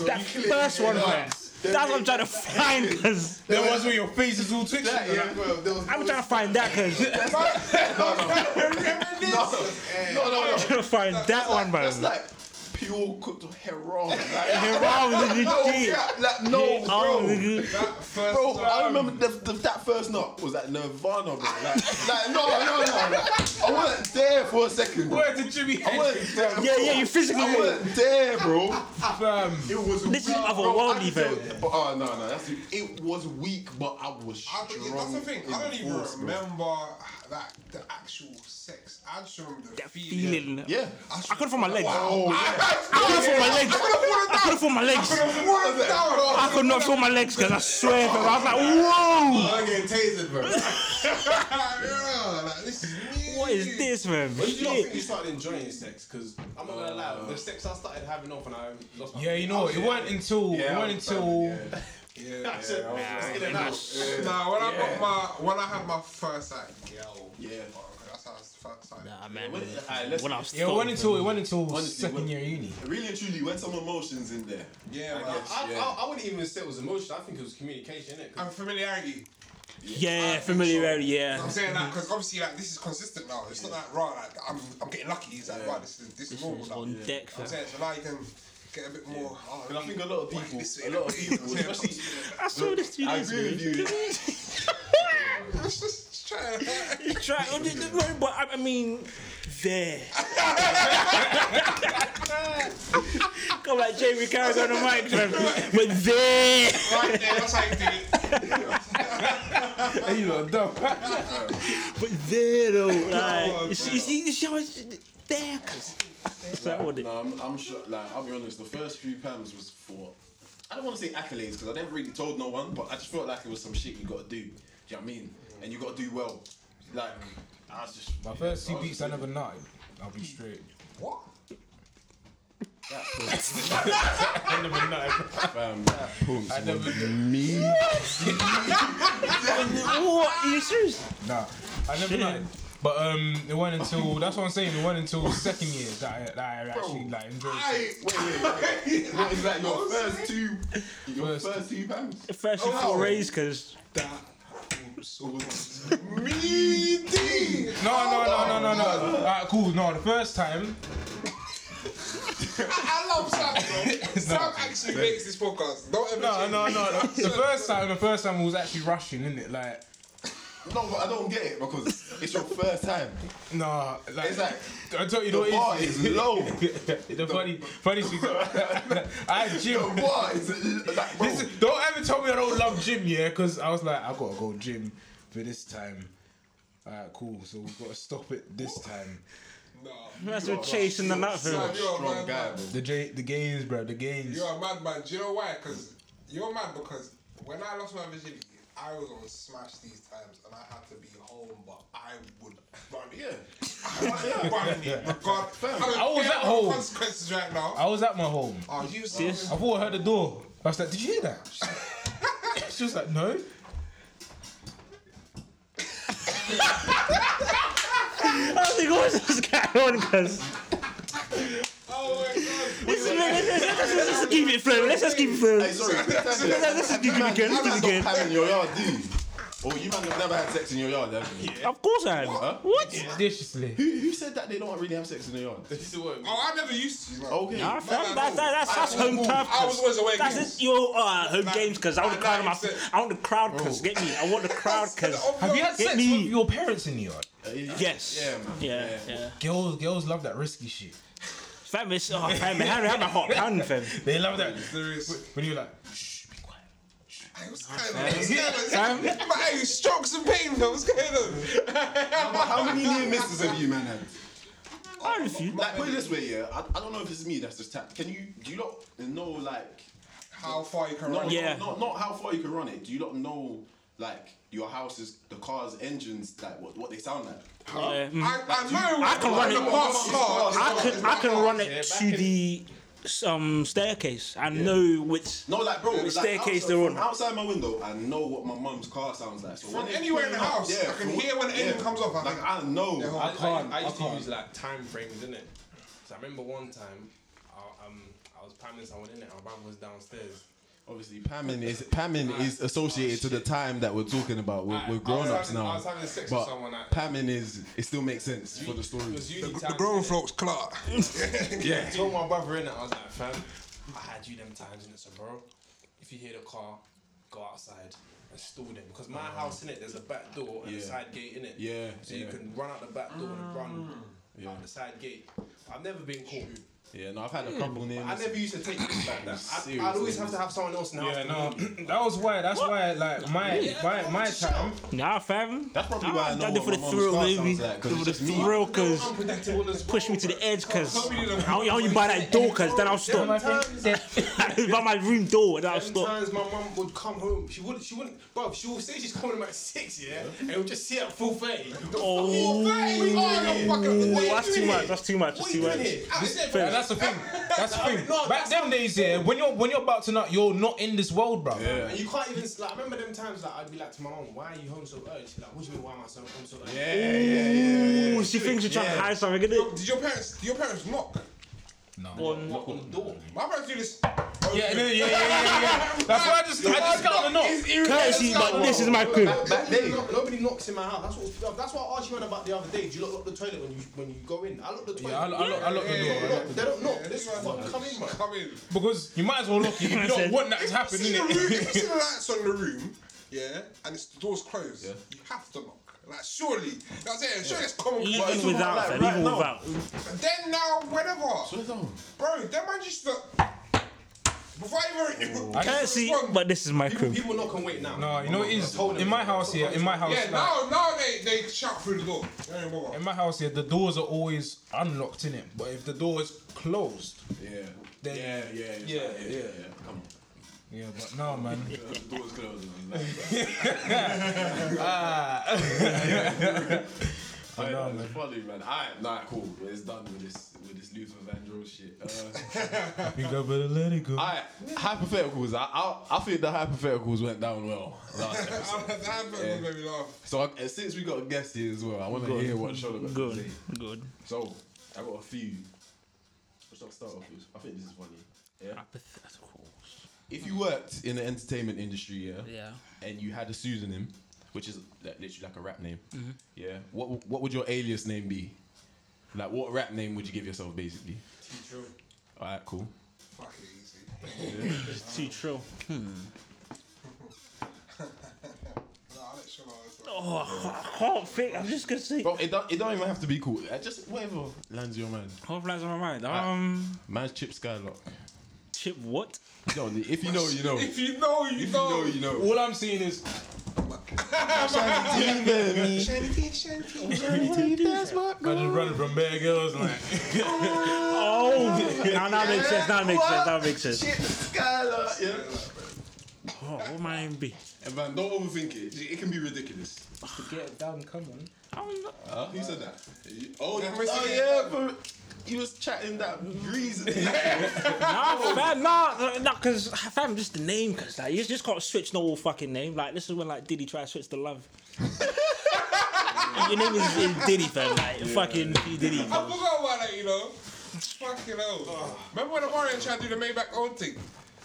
Speaker 5: that first one, man. That's what I'm trying to find because
Speaker 7: The ones where your face is all twitching.
Speaker 2: That, yeah, bro, there was-
Speaker 5: I'm trying to find that because I'm
Speaker 2: No, no, no, no.
Speaker 5: trying to find that one, bro.
Speaker 2: That's like pure cooked heron. Like,
Speaker 5: You're wrong,
Speaker 2: no,
Speaker 5: nigga.
Speaker 2: yeah, like, no,
Speaker 5: Oh,
Speaker 2: bro.
Speaker 5: nigga.
Speaker 7: First
Speaker 2: Bro, I
Speaker 7: time.
Speaker 2: remember the, the, that first knock was at Nirvana, bro. Like, like no, no, no. Like, I wasn't there for a second, bro.
Speaker 7: Where did Jimmy
Speaker 2: I wasn't there.
Speaker 5: Yeah, yeah, you physically
Speaker 2: I
Speaker 5: were.
Speaker 2: wasn't there, bro.
Speaker 7: Fam.
Speaker 2: It was
Speaker 5: This is
Speaker 2: weak,
Speaker 5: otherworldly,
Speaker 2: bro. I
Speaker 5: fam.
Speaker 2: felt- But, oh, no, no. That's, it was weak, but I was
Speaker 4: I
Speaker 2: strong.
Speaker 4: don't, that's the thing. I don't
Speaker 2: in
Speaker 4: even
Speaker 2: force, bro.
Speaker 4: remember like the actual sex. I just remember the
Speaker 5: That
Speaker 4: feeling.
Speaker 5: feeling.
Speaker 2: Yeah.
Speaker 5: I could've found my legs.
Speaker 2: Oh, yeah.
Speaker 5: I could've found my legs. I could've found my legs. I could not feel my legs because I swear, fam. I was like, whoa,
Speaker 8: I'm getting tasered, bro.
Speaker 4: Yeah, like this is me.
Speaker 5: what is this, man?
Speaker 8: But you don't think
Speaker 5: Shit.
Speaker 8: you started enjoying sex? uh, Because I'm not gonna lie, the sex I started having off and I lost my
Speaker 7: Yeah, you know, what, it wasn't until it
Speaker 8: Yeah,
Speaker 7: wasn't until
Speaker 8: I said, "Let's get it out."
Speaker 4: Nah, when I got my when I had my first like girl. Yeah. That's how I first time.
Speaker 5: Nah, man.
Speaker 2: When- alright, let's-
Speaker 5: When I was
Speaker 7: yeah, it wasn't until it wasn't until
Speaker 2: Honestly,
Speaker 7: second
Speaker 2: when-
Speaker 7: year uni.
Speaker 2: Really and truly, when some emotions in there.
Speaker 4: Yeah,
Speaker 8: I,
Speaker 4: man.
Speaker 8: I, I, I wouldn't even say it was emotion. I think it was communication, innit? 'Cause
Speaker 4: And familiarity.
Speaker 5: Yeah, familiarity. Yeah.
Speaker 4: I'm saying that because obviously, like, this is consistent now. It's not like, right, like, I'm, I'm getting lucky. It's like, right, this is, this is
Speaker 5: This
Speaker 4: normal.
Speaker 5: is
Speaker 4: now.
Speaker 5: on deck,
Speaker 4: I'm
Speaker 5: fam.
Speaker 4: saying, so now you can get a bit more. oh,
Speaker 2: And I think a lot of people,
Speaker 4: this
Speaker 2: a lot of people, especially.
Speaker 5: I saw this two
Speaker 2: I
Speaker 5: days
Speaker 2: agree with you.
Speaker 4: Let's just try it.
Speaker 5: You try, oh, th- th- no, but I, I mean, there. Come like Jamie Carragher on the mic, fam. But there.
Speaker 4: Right there, that's how you do it.
Speaker 7: you know, dumb.
Speaker 5: But there, though. Like, you see, you see, you see how it's there, cuz. That's that what it
Speaker 2: No, I'm, I'm sure. Like, I'll be honest. The first few pams was for. I don't want to say accolades because I never really told no one, but I just felt like it was some shit you got to do. Do you know what I mean? And you got to do well. Like, I was just.
Speaker 7: My first two beats I never nutted. I'll be straight.
Speaker 4: What?
Speaker 7: I never nutted.
Speaker 2: Um,
Speaker 7: I never
Speaker 5: What? Are you serious?
Speaker 7: Nah, I never
Speaker 5: Shit.
Speaker 7: nutted. But um, it wasn't until that's what I'm saying. It wasn't until second year that I, that I actually like enjoyed. sex.
Speaker 4: Hey,
Speaker 2: wait, wait, wait. What is that? Your first two. Your
Speaker 7: First-
Speaker 2: first, two pams?
Speaker 5: First you forays, cuz.
Speaker 7: No, no, no, no, no, no. Alright, cool. No, the first time.
Speaker 4: I love Sam, bro. Sam actually makes this podcast. Don't ever
Speaker 7: No,
Speaker 4: change
Speaker 7: no,
Speaker 4: it.
Speaker 7: no. no. The first time, the first time was actually rushing, isn't it? Like,
Speaker 2: No, but I don't get it because it's your first time.
Speaker 7: nah. Like,
Speaker 2: It's like
Speaker 7: I tell you,
Speaker 2: the
Speaker 7: know what it
Speaker 2: bar is low.
Speaker 7: the funny, funny thing. I had gym.
Speaker 2: The bar is like, bro.
Speaker 7: Listen, don't ever tell me I don't love gym, yeah? Because I was like, I gotta go gym for this time. Alright, cool. So we gotta stop it this time.
Speaker 5: That's what chasing the nut,
Speaker 4: Sam,
Speaker 5: fam.
Speaker 4: you're a
Speaker 2: strong
Speaker 4: madman.
Speaker 2: guy, bro.
Speaker 7: The J, the gains, bro. The gains.
Speaker 4: You're a madman. Do you know why? Because you're mad because when I lost my virginity, I was on smash these times and I had to be home, but I would run it. I would run it. Regard-
Speaker 7: I was
Speaker 4: care
Speaker 7: at
Speaker 4: about
Speaker 7: home.
Speaker 4: Consequences right now.
Speaker 7: I was at my home.
Speaker 4: Oh, you was
Speaker 7: I thought I heard the door. I was like, did you hear that? she was like, no.
Speaker 5: I was like, what is this guy on, cuz?
Speaker 4: Oh my god.
Speaker 5: This is- Let's let's- let's- let's just keep it flowing. Let's just keep it flowing.
Speaker 2: Hey, sorry. Let's
Speaker 5: Let's just keep it again. Let's keep it again.
Speaker 2: in your yard, do you? Or you might have never had sex in your yard, have you?
Speaker 5: Of course I am.
Speaker 2: Huh?
Speaker 5: What?
Speaker 7: Deliciously.
Speaker 2: Who, who said that they don't really have sex in their yard?
Speaker 4: Oh, I never used to. Like,
Speaker 2: Okay.
Speaker 5: Nah, fam, that's, that, that's, that's home turf.
Speaker 4: I was
Speaker 5: cuz.
Speaker 4: always away.
Speaker 5: That's
Speaker 4: games.
Speaker 5: it, your uh, home games because I want the crowd on my.
Speaker 4: Like,
Speaker 5: I want the crowd because get me. I want the crowd because
Speaker 7: Have you had
Speaker 5: Hit
Speaker 7: sex
Speaker 5: me.
Speaker 7: with your parents in the yard?
Speaker 2: yeah,
Speaker 5: yes.
Speaker 2: Yeah, man.
Speaker 5: Yeah, yeah.
Speaker 7: Girls, girls love that risky shit.
Speaker 5: Fam, it's oh fam, how how my heart pounding fam.
Speaker 7: They love that.
Speaker 4: Serious.
Speaker 7: When you're like, shh, be quiet.
Speaker 4: I was kind of. I was kind of. My hey, strokes of pain. I was kind of.
Speaker 2: How many near misses have you, man? Had?
Speaker 5: I had a few.
Speaker 2: Like, put it this way, yeah. I, I don't know if it's me that's just tapped. Can you, do you not know, like,
Speaker 4: How far you can
Speaker 2: not,
Speaker 4: run?
Speaker 5: Yeah.
Speaker 2: not, not how far you can run it? Do you not know, like, your house's, the car's engines, like, what, what they sound like?
Speaker 5: Yeah, mm.
Speaker 4: I, I know.
Speaker 5: I can run it.
Speaker 4: Past car.
Speaker 5: I can I can run it to the um staircase. I know which.
Speaker 2: No, like, bro, like,
Speaker 5: staircase
Speaker 2: outside,
Speaker 5: they're on.
Speaker 2: from Outside my window, I know what my mum's car sounds like. So
Speaker 4: From
Speaker 2: when it's
Speaker 4: anywhere in the
Speaker 2: playing up,
Speaker 4: house, I can
Speaker 2: from-
Speaker 4: hear when the engine comes off, I
Speaker 2: like,
Speaker 4: think.
Speaker 2: I know.
Speaker 4: Yeah,
Speaker 8: I,
Speaker 7: can't,
Speaker 8: I, I
Speaker 7: I
Speaker 8: used to
Speaker 7: can't.
Speaker 8: use like time frames, innit? So I remember one time, I, um, I was pamming someone in it. My brother was downstairs.
Speaker 2: Obviously, pamming is pamming is associated to the time that we're talking about. We're, we're grown ups
Speaker 8: having-
Speaker 2: now.
Speaker 8: I was having sex
Speaker 2: but
Speaker 8: with someone at-
Speaker 2: pamming is it still makes sense for the story.
Speaker 8: Because you
Speaker 4: The grown folks clock.
Speaker 8: I told my brother in it, I was like, fam, I had you them times in it, so bro, if you hear the car, go outside and stall them. Because my house in it, there's a back door and a
Speaker 2: Uh-huh. Yeah.
Speaker 8: side gate in it.
Speaker 2: Yeah,
Speaker 8: So you
Speaker 2: yeah.
Speaker 8: can run out the back door and
Speaker 7: Ah.
Speaker 8: run out the side gate. I've never been caught.
Speaker 2: Yeah, no, I've had a couple names.
Speaker 8: I never used to take this like that. I,
Speaker 2: Seriously.
Speaker 8: I'd always have to have someone else in the
Speaker 7: Yeah,
Speaker 8: house. to
Speaker 7: no,
Speaker 8: meet me.
Speaker 7: that was why. That's why, like my my, my time.
Speaker 5: Nah, fam.
Speaker 2: That's probably why I know
Speaker 5: done it
Speaker 2: what
Speaker 5: for the
Speaker 2: my mum's
Speaker 5: thrill,
Speaker 2: car
Speaker 5: baby.
Speaker 2: sounds like, 'cause
Speaker 5: For the
Speaker 2: it's just me.
Speaker 5: thrill, cause
Speaker 8: Unpredictable as well.
Speaker 5: push me to the edge, cause
Speaker 7: Somebody done-
Speaker 5: I only- I only buy that door, cause then I'll stop.
Speaker 7: My friend said-
Speaker 5: by my room door, and I'll
Speaker 8: Sometimes
Speaker 5: stop.
Speaker 8: my mum would come home. She wouldn't. She wouldn't. Bruv, she would say she's coming home at six, yeah, and we'll just see her at four thirty.
Speaker 5: Oh, that's too much. That's too much. That's
Speaker 8: What
Speaker 5: too
Speaker 8: you doing
Speaker 5: much.
Speaker 8: here? Out there,
Speaker 7: And
Speaker 8: bro.
Speaker 7: that's the thing. That's the thing.
Speaker 8: No,
Speaker 7: Back
Speaker 8: that's
Speaker 7: them days, yeah, when you're when you're about to nut, you're not in this world, bro.
Speaker 8: And you can't even like. I remember them times like I'd be like to my mum, "Why are you home so early?" She'd be like, "What do you mean? Why am I so home so early?" Yeah.
Speaker 5: Ooh, she thinks you're trying to hide something, innit?
Speaker 4: Did your parents? Did your parents knock?
Speaker 8: On the door.
Speaker 4: My parents do this.
Speaker 7: Yeah, yeah, yeah, yeah, yeah, yeah. That's why I just I just can't knock.
Speaker 5: Courtesy, but this is my crib.
Speaker 8: Back then, no- nobody knocks in my house. That's what. That's what I asked you man about the other day. Do you lot lock the toilet when you when you go in? I lock the toilet.
Speaker 7: Yeah, I, I, lock, I lock the door. I lock-
Speaker 8: they don't knock. This one come in, man.
Speaker 4: Come in.
Speaker 7: Because you might as well lock it. You don't want that to happen,
Speaker 4: See the room.
Speaker 7: innit?
Speaker 4: If you see the lights on the room, yeah, and it's, the door's closed, you have to knock. Like surely, that's it. Surely it's common.
Speaker 5: Even
Speaker 4: courtesy.
Speaker 5: without, fam. Even without.
Speaker 4: Then now, whenever. Bro, that man just look. Before I even.
Speaker 5: Courtesy, but this is my crib.
Speaker 8: People knock and wait now.
Speaker 7: No, you know it is. In my house here, in my house,
Speaker 4: Yeah,
Speaker 7: like,
Speaker 4: now, now they, they shout through the door. They don't bother.
Speaker 7: in my house here, the doors are always unlocked in it. But if the door is closed,
Speaker 2: Yeah.
Speaker 7: Then-
Speaker 2: yeah, yeah, yeah, yeah, yeah, Come on.
Speaker 7: yeah. But no, man.
Speaker 2: The door's closed. and I'm like,
Speaker 7: I know,
Speaker 2: uh, It's
Speaker 7: man.
Speaker 2: funny, man. Alright, nah, cool. It's done with this with this Luther Vandross shit. Uh,
Speaker 7: You go, better let it go.
Speaker 2: Alright, hypotheticals. I, I I think the hypotheticals went down well last episode.
Speaker 4: that happened, made me laugh.
Speaker 2: So I, and since we got a guest here as well, I want to hear what Sean got to
Speaker 5: Good,
Speaker 2: say.
Speaker 5: good.
Speaker 2: So I got a few. Which I'll start off with. I think this is funny.
Speaker 5: Ah.
Speaker 2: Yeah. If you worked in the entertainment industry, yeah,
Speaker 5: Yeah.
Speaker 2: and you had a pseudonym, which is like, literally like a rap name,
Speaker 5: Mm-hmm.
Speaker 2: yeah, what what would your alias name be? Like, what rap name would you give yourself, basically? All right, cool.
Speaker 4: Fucking easy.
Speaker 5: It's too true.
Speaker 4: No, I'll let Shalom answer.
Speaker 5: Oh, I can't think. I'm just gonna say.
Speaker 2: Bro, it don't, it don't even have to be cool. Uh, Just whatever lands your mind.
Speaker 5: Half lines on my mind. Um,
Speaker 2: Man's Chip Skylock.
Speaker 5: chip what?
Speaker 2: Yo, if you know, you know. If
Speaker 4: If you know, you
Speaker 2: you
Speaker 4: know.
Speaker 2: know, you know.
Speaker 7: All I'm seeing is I just running from bad girls, like
Speaker 5: Oh, now that makes sense. Now it makes sense. Now it makes sense.
Speaker 2: Skylock, yeah.
Speaker 5: Oh, what might it be?
Speaker 2: And man, don't overthink it. It can be ridiculous.
Speaker 7: get down, come on.
Speaker 5: I don't know.
Speaker 2: Who said that? Oh,
Speaker 4: that-
Speaker 2: oh yeah, bro. He was chatting that reason.
Speaker 5: Nah, fam, nah, nah, cause fam, just the name, cause like you just can't switch no fucking name. Like this is when like Diddy tried to switch the love. Your name is, is Diddy, fam. Like fucking P Diddy.
Speaker 4: I forgot about that, you know. Fucking hell. Remember when Amarian tried to do the Maybach own thing?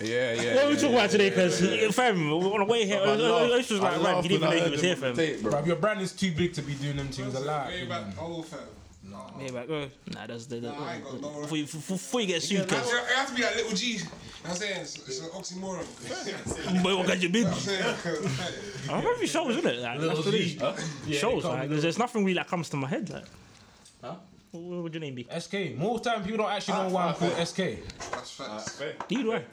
Speaker 2: yeah, yeah.
Speaker 5: What are we talking about today? Cause fam, on the way here, uh,
Speaker 2: I laughed-
Speaker 5: this was
Speaker 2: I
Speaker 5: like, man,
Speaker 2: laughed
Speaker 5: he didn't
Speaker 2: when I
Speaker 5: even know
Speaker 2: heard
Speaker 5: he was
Speaker 2: them
Speaker 5: here,
Speaker 2: on the
Speaker 5: fam.
Speaker 2: tape, bro.
Speaker 7: Bruv, your brand is too big to be doing them things alive. man.
Speaker 4: Maybach old fam. No.
Speaker 5: Yeah, but, uh, nah, that's the.
Speaker 4: Nah, I ain't got no-
Speaker 5: Before you- before you get sued,
Speaker 4: It has
Speaker 5: cause
Speaker 4: to- it has to be like little G. You know what I'm saying? It's, it's an oxymoron.
Speaker 5: but what got you big?
Speaker 4: That's
Speaker 5: I remember shows, isn't it? Like, that's what it is.
Speaker 7: Yeah,
Speaker 5: shows,
Speaker 7: they can't
Speaker 5: like,
Speaker 7: do-
Speaker 5: there's, there's nothing really that comes to my head, like. Huh? What would your name be?
Speaker 7: SK. Most time people don't actually know why I'm called SK.
Speaker 4: facts.
Speaker 5: Neither way.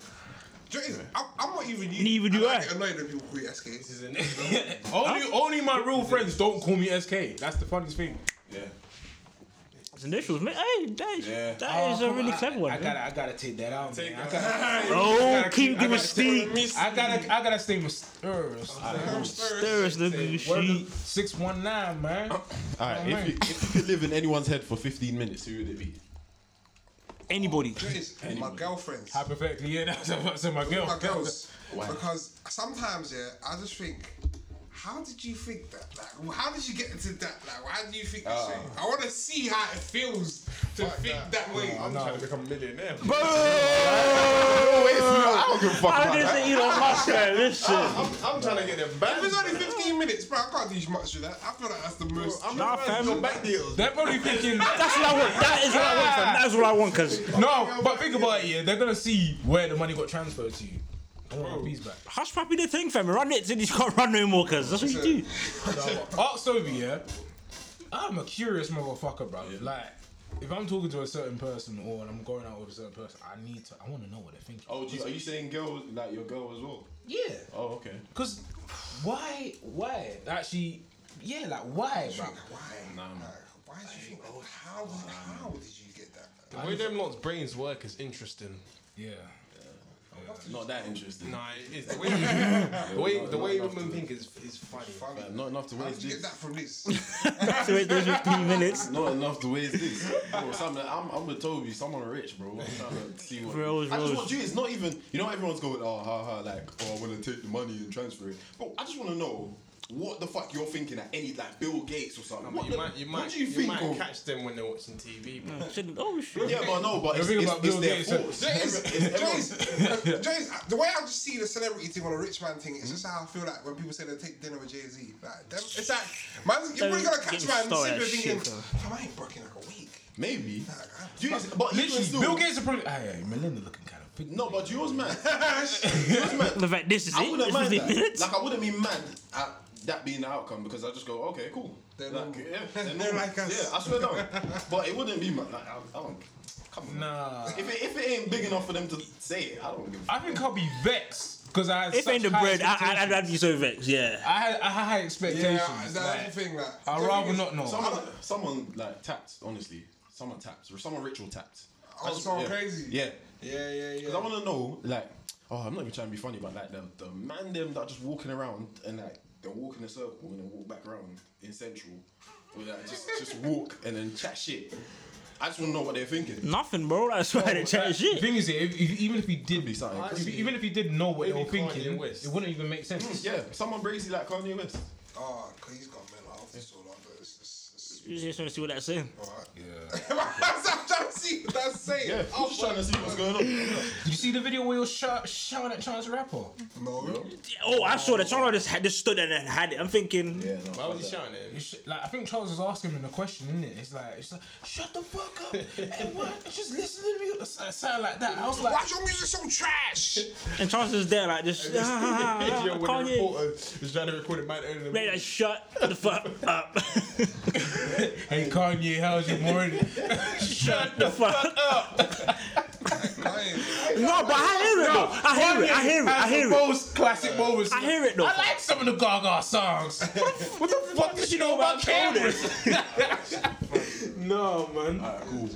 Speaker 4: Do you know what it is? I'm, I'm not even you.
Speaker 5: Neither do
Speaker 4: I.
Speaker 5: I.
Speaker 4: get annoyed when people call you SK.
Speaker 7: Only, only my real friends don't call me SK. That's the funniest thing.
Speaker 5: It's initials, man. Hey, that is, that
Speaker 7: Oh,
Speaker 5: is a
Speaker 7: come
Speaker 5: really
Speaker 7: on, I-
Speaker 5: clever one.
Speaker 7: I,
Speaker 5: man.
Speaker 7: gotta, I gotta take that out. man. I gotta,
Speaker 5: oh,
Speaker 7: gotta
Speaker 5: keep
Speaker 7: I
Speaker 5: the
Speaker 7: gotta stay-
Speaker 5: mystique.
Speaker 7: I gotta, I gotta stay mysterious.
Speaker 5: Serious nigga, she.
Speaker 7: Six one nine, man.
Speaker 2: All right, if you, if you could live in anyone's head for 15 minutes, who would it be?
Speaker 5: Anybody.
Speaker 4: Do you know what it is? My girlfriends.
Speaker 7: Hypothetically, yeah, that's, that's my girl.
Speaker 4: my girls because sometimes yeah, I just think How did you think that? Like, how did you get into that? Like, why do you think
Speaker 2: Ah.
Speaker 4: this way? I want to see how it feels to think that, way.
Speaker 2: I'm trying to become a millionaire.
Speaker 5: Bro!
Speaker 2: I don't give a fuck
Speaker 5: I
Speaker 2: about
Speaker 5: didn't
Speaker 2: that.
Speaker 5: say Elon Musk, man. Listen.
Speaker 2: I'm, I'm trying to get them back.
Speaker 4: If it's only 15 minutes, bro, I can't do much of that. I feel like that's the most.
Speaker 2: I'm
Speaker 5: Nah,
Speaker 2: not trying to
Speaker 5: fam.
Speaker 2: do back deals.
Speaker 7: They're probably thinking.
Speaker 5: That's what I want. That is what I want, fam. That's what I want, because
Speaker 7: no, but think about it. Yeah, they're gonna see where the money got transferred to. I want my piece back.
Speaker 5: hush puppy the thing, fam. Run it till you can't run no more, because that's what you do.
Speaker 7: Ask Sophie, yeah. I'm a curious motherfucker, bro. Like, if I'm talking to a certain person or I'm going out with a certain person, I need to. I want to know what they're thinking.
Speaker 2: Oh, do you, are you saying girl, like your girl as well?
Speaker 7: Yeah.
Speaker 2: Oh, okay.
Speaker 7: Cause why? Why? Actually, yeah. Like why, bro?
Speaker 4: Why? Like, why did you think? Oh, how, how did you get that?
Speaker 8: The way them lot's brains work is interesting.
Speaker 7: Yeah.
Speaker 2: Not that interesting.
Speaker 8: Nah, it is. The way, the way, the way women think is, is funny.
Speaker 2: Fam, Not enough to
Speaker 4: How
Speaker 2: waste
Speaker 4: did you get
Speaker 2: this.
Speaker 4: that from this?
Speaker 5: So wait those 15 minutes.
Speaker 2: Not enough to waste this. Bro, Sam, I'm, I'm with Toby. Someone rich, bro. I'm trying to see what.
Speaker 5: Bro,
Speaker 2: I just
Speaker 5: bro.
Speaker 2: want you. It's not even. You know, everyone's going, oh, ha ha, like, oh, I want to take the money and transfer it. Bro, I just want to know what the fuck you're thinking at any, like, Bill Gates or something. What,
Speaker 8: You
Speaker 2: the-
Speaker 8: might, you might,
Speaker 2: what do you, think?
Speaker 8: might
Speaker 2: of?
Speaker 8: catch them when they're watching TV. Bro.
Speaker 5: Shouldn't- Oh, shit.
Speaker 2: yeah, but no, but it's,
Speaker 7: thinking
Speaker 2: it's,
Speaker 7: about
Speaker 2: it's
Speaker 7: Bill
Speaker 2: their
Speaker 7: Gates,
Speaker 2: thoughts. It's, it's everyone's-
Speaker 4: James, James, the way I just see the celebrity thing or the rich man thing, it's just how I feel like when people say they take dinner with Jay Z. Like, them, it's like, man, you're really
Speaker 5: Don't
Speaker 4: gonna catch
Speaker 5: get
Speaker 4: man sitting
Speaker 5: started
Speaker 4: there
Speaker 5: at
Speaker 4: thinking,
Speaker 5: shit, though.
Speaker 4: fam, I ain't broken like a week.
Speaker 2: Maybe.
Speaker 4: Like, I'm
Speaker 2: Do you, but
Speaker 7: Literally,
Speaker 2: literally, still,
Speaker 7: Bill Gates are probably. Aye, aye, Melinda looking kind of.
Speaker 2: No, but yours, man. yours, man.
Speaker 5: The fact this is
Speaker 2: I
Speaker 5: it.
Speaker 2: wouldn't
Speaker 5: It's
Speaker 2: mind
Speaker 5: 15
Speaker 2: that.
Speaker 5: minutes.
Speaker 2: Like I wouldn't be mad at that being the outcome because I just go, okay, cool.
Speaker 4: They're
Speaker 2: like,
Speaker 4: normal.
Speaker 2: yeah, they're,
Speaker 4: They're
Speaker 2: normal.
Speaker 4: like us.
Speaker 2: Yeah, I swear down. But it wouldn't be mad. Like, I, I don't. Come on.
Speaker 7: Nah.
Speaker 2: If it, if it ain't big enough for them to say it, I don't give. A
Speaker 7: I think I'll be vexed because I had
Speaker 5: If
Speaker 7: such
Speaker 5: ain't the
Speaker 7: high
Speaker 5: bread, I, I, I'd,
Speaker 7: expectations.
Speaker 5: I'd be so vexed, yeah.
Speaker 7: I had I had high
Speaker 4: Yeah,
Speaker 7: expectations.
Speaker 4: that's
Speaker 7: like,
Speaker 4: the thing. Like,
Speaker 7: I'd
Speaker 4: the
Speaker 7: rather
Speaker 4: thing
Speaker 7: not know.
Speaker 2: someone, someone like tapped. Honestly, someone tapped. Someone ritual tapped.
Speaker 4: Oh,
Speaker 2: I just-
Speaker 4: someone
Speaker 2: yeah.
Speaker 4: crazy.
Speaker 2: Yeah.
Speaker 4: is- Yeah, yeah, yeah.
Speaker 2: Because I want to know, like, oh, I'm not even trying to be funny, but like the, the man them that are just walking around and like they'll walk in a circle and then walk back around in central, or like just just walk and then chat shit. I just want to know what they're thinking.
Speaker 5: Nothing, bro. That's why they chat
Speaker 7: The
Speaker 5: shit.
Speaker 7: thing is, if, if, even if he did,
Speaker 2: Be something
Speaker 7: if,
Speaker 2: crazy.
Speaker 7: even if he did know what they were
Speaker 8: Maybe Kanye
Speaker 7: thinking,
Speaker 8: West.
Speaker 7: it wouldn't even make sense.
Speaker 2: Yeah, someone brazy like Kanye West.
Speaker 4: Oh, because he's got mental health disorder. But it's, it's,
Speaker 5: You just want to see what that's saying.
Speaker 4: it's alright.
Speaker 7: Yeah.
Speaker 4: I'm trying to see what that's saying. Oh,
Speaker 2: Yeah, I'm just trying to see what's going on.
Speaker 7: Did you see the video where you're shout, shouting at Chance the Rapper?
Speaker 4: No.
Speaker 5: Oh, I saw that. Toronto just, had- just stood there and had it. I'm thinking,
Speaker 2: Yeah,
Speaker 8: Why
Speaker 2: no.
Speaker 8: was he shouting at
Speaker 7: You
Speaker 8: him?
Speaker 7: sh- like I think Charles was asking him the question, isn't it? It's like, it's like, shut the fuck up and what? Just listen to me. It sound like that. I was like,
Speaker 4: Why's your music so trash?
Speaker 5: and Charles is there like just, ah, ah, ah,
Speaker 8: Yo,
Speaker 5: ah,
Speaker 8: when the
Speaker 5: Kanye.
Speaker 8: reporter was trying to record it, man, early in the
Speaker 5: Mate,
Speaker 8: morning.
Speaker 5: like, shut the fuck up.
Speaker 7: hey Kanye, how's your morning?
Speaker 5: shut the fuck up.
Speaker 4: Like,
Speaker 5: No, but I hear it though. I hear it. I hear it. I hear it.
Speaker 7: Most classic moments.
Speaker 5: I hear it though.
Speaker 7: I like some of the Gaga songs. Uh, what the fuck did you know about cameras? no, man.
Speaker 2: Alright, cool.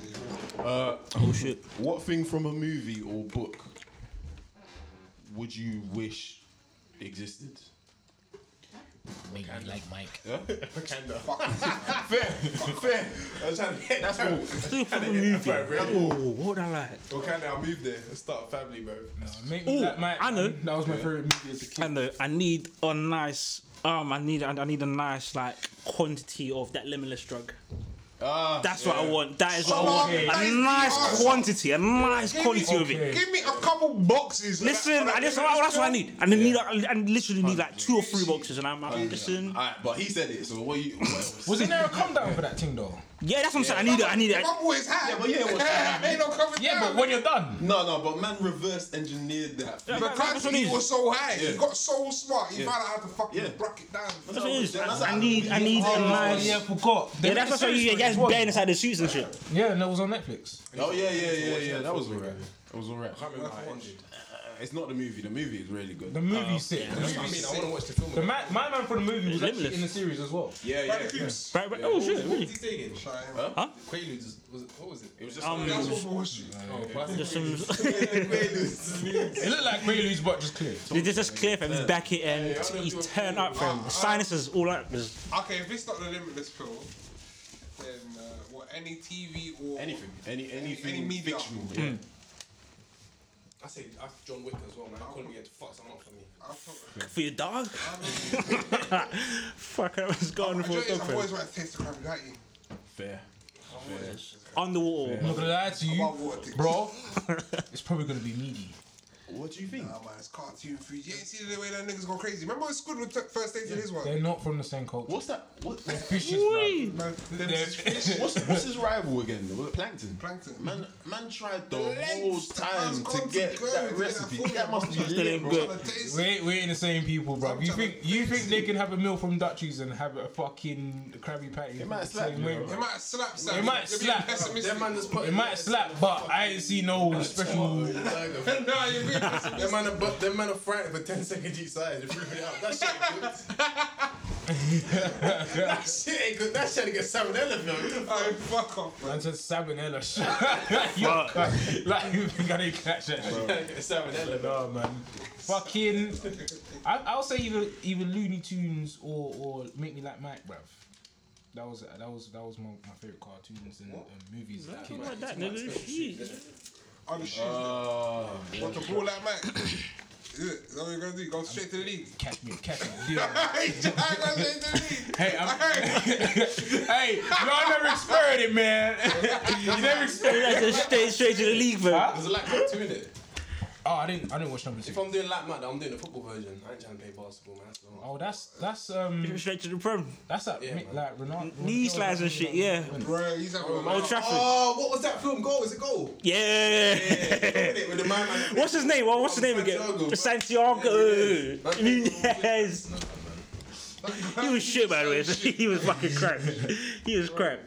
Speaker 5: Oh shit.
Speaker 2: Uh, What thing from a movie or book would you wish existed?
Speaker 7: Make me like Mike.
Speaker 2: Fair. I was trying to get that's all.
Speaker 5: Still from a movie. Oh, what would I like?
Speaker 8: Okay, now I moved there and start a family, bro.
Speaker 7: Make me
Speaker 5: Ooh,
Speaker 7: like Mike.
Speaker 5: I know.
Speaker 7: That was my favorite movie as a kid.
Speaker 5: I know. I need a nice. Um, I need. I I need a nice like quantity of that limitless drug.
Speaker 2: Ah,
Speaker 5: That's what I want. That is what I
Speaker 4: Someone
Speaker 5: want.
Speaker 4: that
Speaker 5: A
Speaker 4: is the
Speaker 5: nice
Speaker 4: answer.
Speaker 5: quantity. A nice quantity of
Speaker 7: Okay.
Speaker 5: it.
Speaker 4: Give me a couple boxes. of that-
Speaker 5: Listen,
Speaker 4: of that
Speaker 5: I just,
Speaker 4: English
Speaker 5: that's what I
Speaker 4: film.
Speaker 5: need. I need. I literally need like two or three boxes, and I'm like, listen.
Speaker 2: Alright, but he said it, so what you. What else?
Speaker 7: Wasn't there a come down for that thing though?
Speaker 5: Yeah, that's what I'm saying. I need it. I need it.
Speaker 4: My boy's high.
Speaker 2: Yeah, but yeah, what's
Speaker 4: yeah, ain't no coming
Speaker 7: Yeah,
Speaker 4: down.
Speaker 7: but when you're done.
Speaker 2: no, no, but man reverse engineered that.
Speaker 5: Yeah,
Speaker 4: Because
Speaker 5: that's what it
Speaker 4: he
Speaker 5: is.
Speaker 4: was so high,
Speaker 2: Yeah.
Speaker 4: he got so smart, he
Speaker 2: Yeah.
Speaker 4: found out how to fucking
Speaker 2: Yeah.
Speaker 4: break it down.
Speaker 5: That's what it is. I I need. I need a
Speaker 7: Oh,
Speaker 5: nice.
Speaker 7: yeah, I forgot.
Speaker 5: Yeah, that's what I said. Yeah, yeah, it's bare inside the suits and shit.
Speaker 7: Yeah, and that was on Netflix.
Speaker 2: Oh yeah, yeah, yeah, yeah. That was alright. That was alright.
Speaker 8: remember how it ended.
Speaker 2: It's not the movie. The movie is really good.
Speaker 7: The
Speaker 8: Oh,
Speaker 7: movie's sick. The,
Speaker 8: I
Speaker 7: movie,
Speaker 8: mean, I want to watch the film.
Speaker 7: the man, my man for the movie was actually
Speaker 5: Limitless.
Speaker 7: in the series as well.
Speaker 2: Yeah, yeah.
Speaker 4: Bradley Coops.
Speaker 5: Right, right. Oh shit.
Speaker 8: What
Speaker 5: Really?
Speaker 8: was he saying?
Speaker 4: Huh?
Speaker 8: Quaaludes was, was it- what was it? It was just
Speaker 5: Um,
Speaker 4: That's what forced you.
Speaker 8: oh, but I think
Speaker 5: just some.
Speaker 7: It looked like Preludes, but just clear.
Speaker 5: It's just clear, fam. Just back it and t- turn up, fam. The sinuses all up. Just
Speaker 4: Okay, if it's not the limitless pill, then uh, what? Any TV or
Speaker 2: Anything, any anything
Speaker 5: Hmm.
Speaker 4: Any media.
Speaker 2: fictional. Yeah.
Speaker 8: I say that's John Wick as well, man. I couldn't get to fuck someone up for me.
Speaker 5: For your dog? Fuck, I was gone
Speaker 4: I
Speaker 5: for a
Speaker 4: just,
Speaker 5: dog.
Speaker 4: I've always
Speaker 5: friend.
Speaker 4: wanted to taste the crab without you.
Speaker 7: Fair.
Speaker 5: Underwater.
Speaker 7: I'm not gonna lie to
Speaker 4: Wild
Speaker 7: you,
Speaker 4: water thing.
Speaker 7: bro. it's probably gonna be meaty.
Speaker 2: What do you think?
Speaker 4: Nah, man, it's cartoon food. You ain't seen the way that niggas go crazy. Remember when Squidward took first dates in his one?
Speaker 7: They're not from the same culture.
Speaker 2: What's that? What,
Speaker 7: Fishes, bro.
Speaker 4: Man,
Speaker 7: They're-
Speaker 2: what's, what's his rival again? Was it Plankton?
Speaker 4: Plankton.
Speaker 2: Man, man tried the
Speaker 4: Lengths
Speaker 2: whole
Speaker 4: man's
Speaker 2: time
Speaker 4: gone
Speaker 2: to
Speaker 4: to
Speaker 2: get
Speaker 4: go to
Speaker 2: that
Speaker 4: get
Speaker 2: recipe.
Speaker 4: that formula,
Speaker 2: That must be
Speaker 4: bro.
Speaker 5: Still
Speaker 2: lit,
Speaker 5: ain't
Speaker 2: bro.
Speaker 5: good.
Speaker 4: trying to taste
Speaker 7: we ain't, we ain't the same people, bro.
Speaker 4: I'm
Speaker 7: You
Speaker 4: trying to
Speaker 7: think you
Speaker 4: fix
Speaker 7: think they can have a meal from Dutchies and have a fucking Krabby Patty?
Speaker 2: It might
Speaker 7: the
Speaker 2: slap
Speaker 7: same
Speaker 2: you,
Speaker 7: way,
Speaker 2: bro.
Speaker 4: It might slap, Sam.
Speaker 7: It might
Speaker 4: You're being
Speaker 7: slap.
Speaker 4: pessimistic.
Speaker 8: That man is putting.
Speaker 7: It might slap, but I ain't see no special.
Speaker 4: Nah, you're being pessimistic.
Speaker 8: That man, but that man are fried for ten seconds each side. to prove it out. That shit ain't good. that shit ain't good. That shit get salmonella, fam.
Speaker 4: Oh, fuck off, bro.
Speaker 7: Man said salmonella shit. Yo, like you think I didn't catch that shit?
Speaker 8: That get salmonella. fam.
Speaker 7: No Oh, man. Fucking I I'll say either either Looney Tunes or or Make Me Like Mike, bruv. That was that was that was my, my favorite cartoons and, and movies as a kid.
Speaker 5: Like that, nigga. Jeez.
Speaker 4: On the shoes. Want to ball like Mike? Yeah, is that what you're gonna do? Go straight to the league.
Speaker 7: Catch me, catch me. Deal.
Speaker 4: I ain't gonna straight to the league.
Speaker 7: hey, I'm, hey, y'all never experienced it, man. you never experienced.
Speaker 5: That's just straight, straight to the league, man.
Speaker 8: There's a lap map too in it.
Speaker 7: Oh, I didn't I didn't watch number
Speaker 8: If
Speaker 7: two.
Speaker 8: I'm doing lap map, I'm doing the football version. I ain't trying to play basketball, man. That's the wrong.
Speaker 7: Oh, that's that's um
Speaker 5: Straight to the prem.
Speaker 7: that's that
Speaker 8: Yeah,
Speaker 7: Mi-
Speaker 8: man.
Speaker 7: like Ronaldo.
Speaker 5: Knee slides and shit, yeah.
Speaker 4: Bro, he's at
Speaker 5: Old
Speaker 4: Ronaldo.
Speaker 5: Trafford.
Speaker 8: Oh, what was that film? Goal? Is it goal?
Speaker 5: yeah.
Speaker 8: With the man- man-
Speaker 5: What's his name? What- What's his name again?
Speaker 8: Santiago, man.
Speaker 5: Santiago.
Speaker 8: Yeah, yeah.
Speaker 5: Yes. He was shit, by the way. He was fucking crap. He was crap.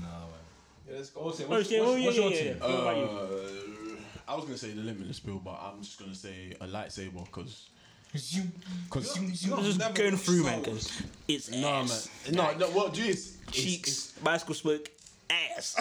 Speaker 8: Yeah, let's go. Also,
Speaker 5: Oh,
Speaker 8: what's-
Speaker 5: shit. Oh, yeah,
Speaker 7: what's your
Speaker 5: yeah, yeah.
Speaker 7: team?
Speaker 5: What about you?
Speaker 2: Uh, I was gonna say the limitless bill, but I'm just gonna say a lightsaber because.
Speaker 7: Zoom, zoom, zoom.
Speaker 5: I'm just going through, man, 'cause it's ass.
Speaker 2: No, no, what do you? It's,
Speaker 5: Cheeks, bicycle smoke, ass.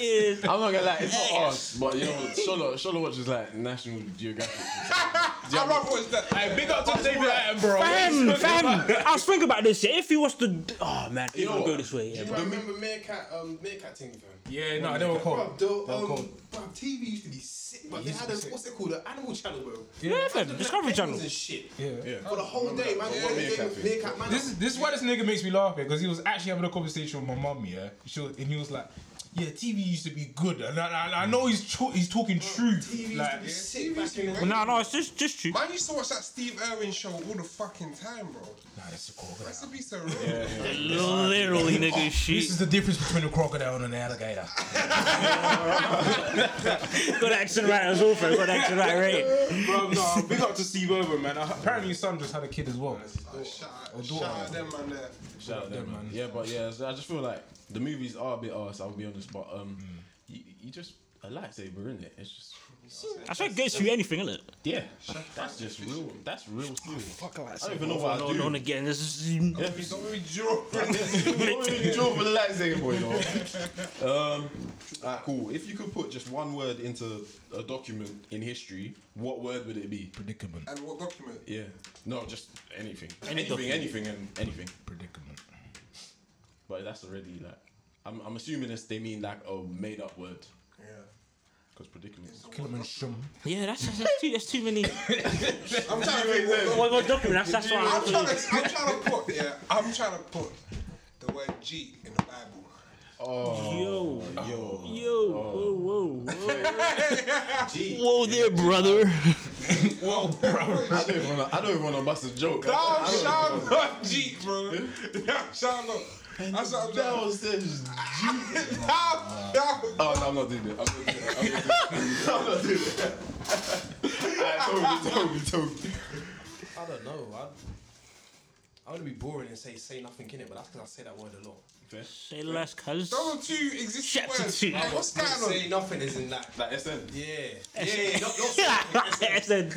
Speaker 5: Is
Speaker 2: I'm not gonna lie, it's not us, but you know, Shola, Shola watches like National Geographic.
Speaker 4: I'd rather watch that.
Speaker 7: Hey, big up to David
Speaker 5: fam,
Speaker 7: Attenborough.
Speaker 5: fam. I was thinking about this shit. If he was to, oh man,
Speaker 8: You
Speaker 5: it
Speaker 8: know
Speaker 5: would go
Speaker 8: what?
Speaker 5: this way.
Speaker 8: Do
Speaker 5: Yeah,
Speaker 8: you
Speaker 5: bro.
Speaker 8: remember Meerkat, um, Meerkat thing, fam?
Speaker 7: Yeah, no, they were
Speaker 8: Bro,
Speaker 7: cold.
Speaker 8: the,
Speaker 7: They were
Speaker 8: um,
Speaker 7: cold.
Speaker 8: bro, TV used to be sick, but they
Speaker 7: used to
Speaker 8: had
Speaker 7: be
Speaker 8: a,
Speaker 7: sick.
Speaker 8: what's it called, an animal channel, bro.
Speaker 5: yeah, fam.
Speaker 8: Look at
Speaker 5: Discovery
Speaker 8: penguins
Speaker 5: Channel.
Speaker 8: And shit.
Speaker 7: Yeah.
Speaker 8: For the whole day, man.
Speaker 4: Yeah.
Speaker 8: one
Speaker 4: Meerkat
Speaker 8: game with Meerkat, man.
Speaker 7: This is this is why this nigga makes me laugh because he was actually having a conversation with my mum, yeah. She was, and he was like, "Yeah, TV used to be good," and I, and I know he's tru- he's talking truth.
Speaker 8: TV used to
Speaker 7: like,
Speaker 8: be sick back in the
Speaker 5: Well, no, no, it's just just true.
Speaker 4: Man used to watch that Steve Irwin show all the fucking time, bro.
Speaker 7: nah, it's a crocodile.
Speaker 4: That's to be so real.
Speaker 5: Literally, nigga,
Speaker 7: This
Speaker 5: shit.
Speaker 7: is the difference between a crocodile and an alligator.
Speaker 5: Got action right as well, fam. Got action right, right.
Speaker 7: Bro, no, big up to Steve Irwin, man. Apparently, his son just had a kid as well.
Speaker 4: Shout out, shout out them man there.
Speaker 2: Shout out them, man. Yeah, but yeah, so I just feel like the movies are a bit us. I'll be honest, but um, you, you just a lightsaber in it. It's just
Speaker 5: I said goes through anything, innit?
Speaker 2: yeah, that's just real. That's real
Speaker 4: Oh,
Speaker 2: stuff.
Speaker 5: Fuck
Speaker 2: I don't even know what I
Speaker 5: On,
Speaker 2: do.
Speaker 5: on again. This is
Speaker 2: Yeah.
Speaker 4: Don't we draw?
Speaker 2: What would you draw for the lightsaber, boy? though? um, alright, cool. If you could put just one word into a document in history, what word would it be?
Speaker 7: Predicament.
Speaker 4: And what document?
Speaker 2: Yeah. No, just anything.
Speaker 5: Any
Speaker 2: anything,
Speaker 5: document.
Speaker 2: anything, and anything.
Speaker 7: Predicament.
Speaker 2: But that's already like, I'm, I'm assuming this they mean like a made up word.
Speaker 4: Yeah.
Speaker 2: Because predicaments.
Speaker 7: Kilimanjaro.
Speaker 5: yeah. That's that's too. That's too many.
Speaker 4: I'm trying to think what-
Speaker 5: What, what document? That's that's what
Speaker 4: I'm
Speaker 5: I'm
Speaker 4: trying to, I'm trying to put, yeah, I'm trying to put the word G in the Bible.
Speaker 5: Yo,
Speaker 2: Yo.
Speaker 5: yo, whoa, whoa, whoa, whoa there, brother.
Speaker 2: I don't even want to. I don't even want to bust a joke.
Speaker 4: No, shout out Oh, G, bro. Yeah, shout out. That's what I'm
Speaker 2: That
Speaker 4: doing.
Speaker 2: was just.
Speaker 4: No, no.
Speaker 2: Oh no, I'm not doing that. I'm not doing that. I'm not doing that. I'm not doing that. Alright, Toby, Toby, Toby.
Speaker 8: I don't know. I'd, I want to be boring and say say nothing in it, but that's because I say that word a lot.
Speaker 5: Say less, cuz.
Speaker 4: Double two existing
Speaker 5: Chapter
Speaker 4: words.
Speaker 5: two.
Speaker 4: Like, what's going
Speaker 8: Say
Speaker 4: on?
Speaker 8: nothing is in that.
Speaker 2: Like SN.
Speaker 8: Yeah, yeah, yeah. Not, not
Speaker 5: SN,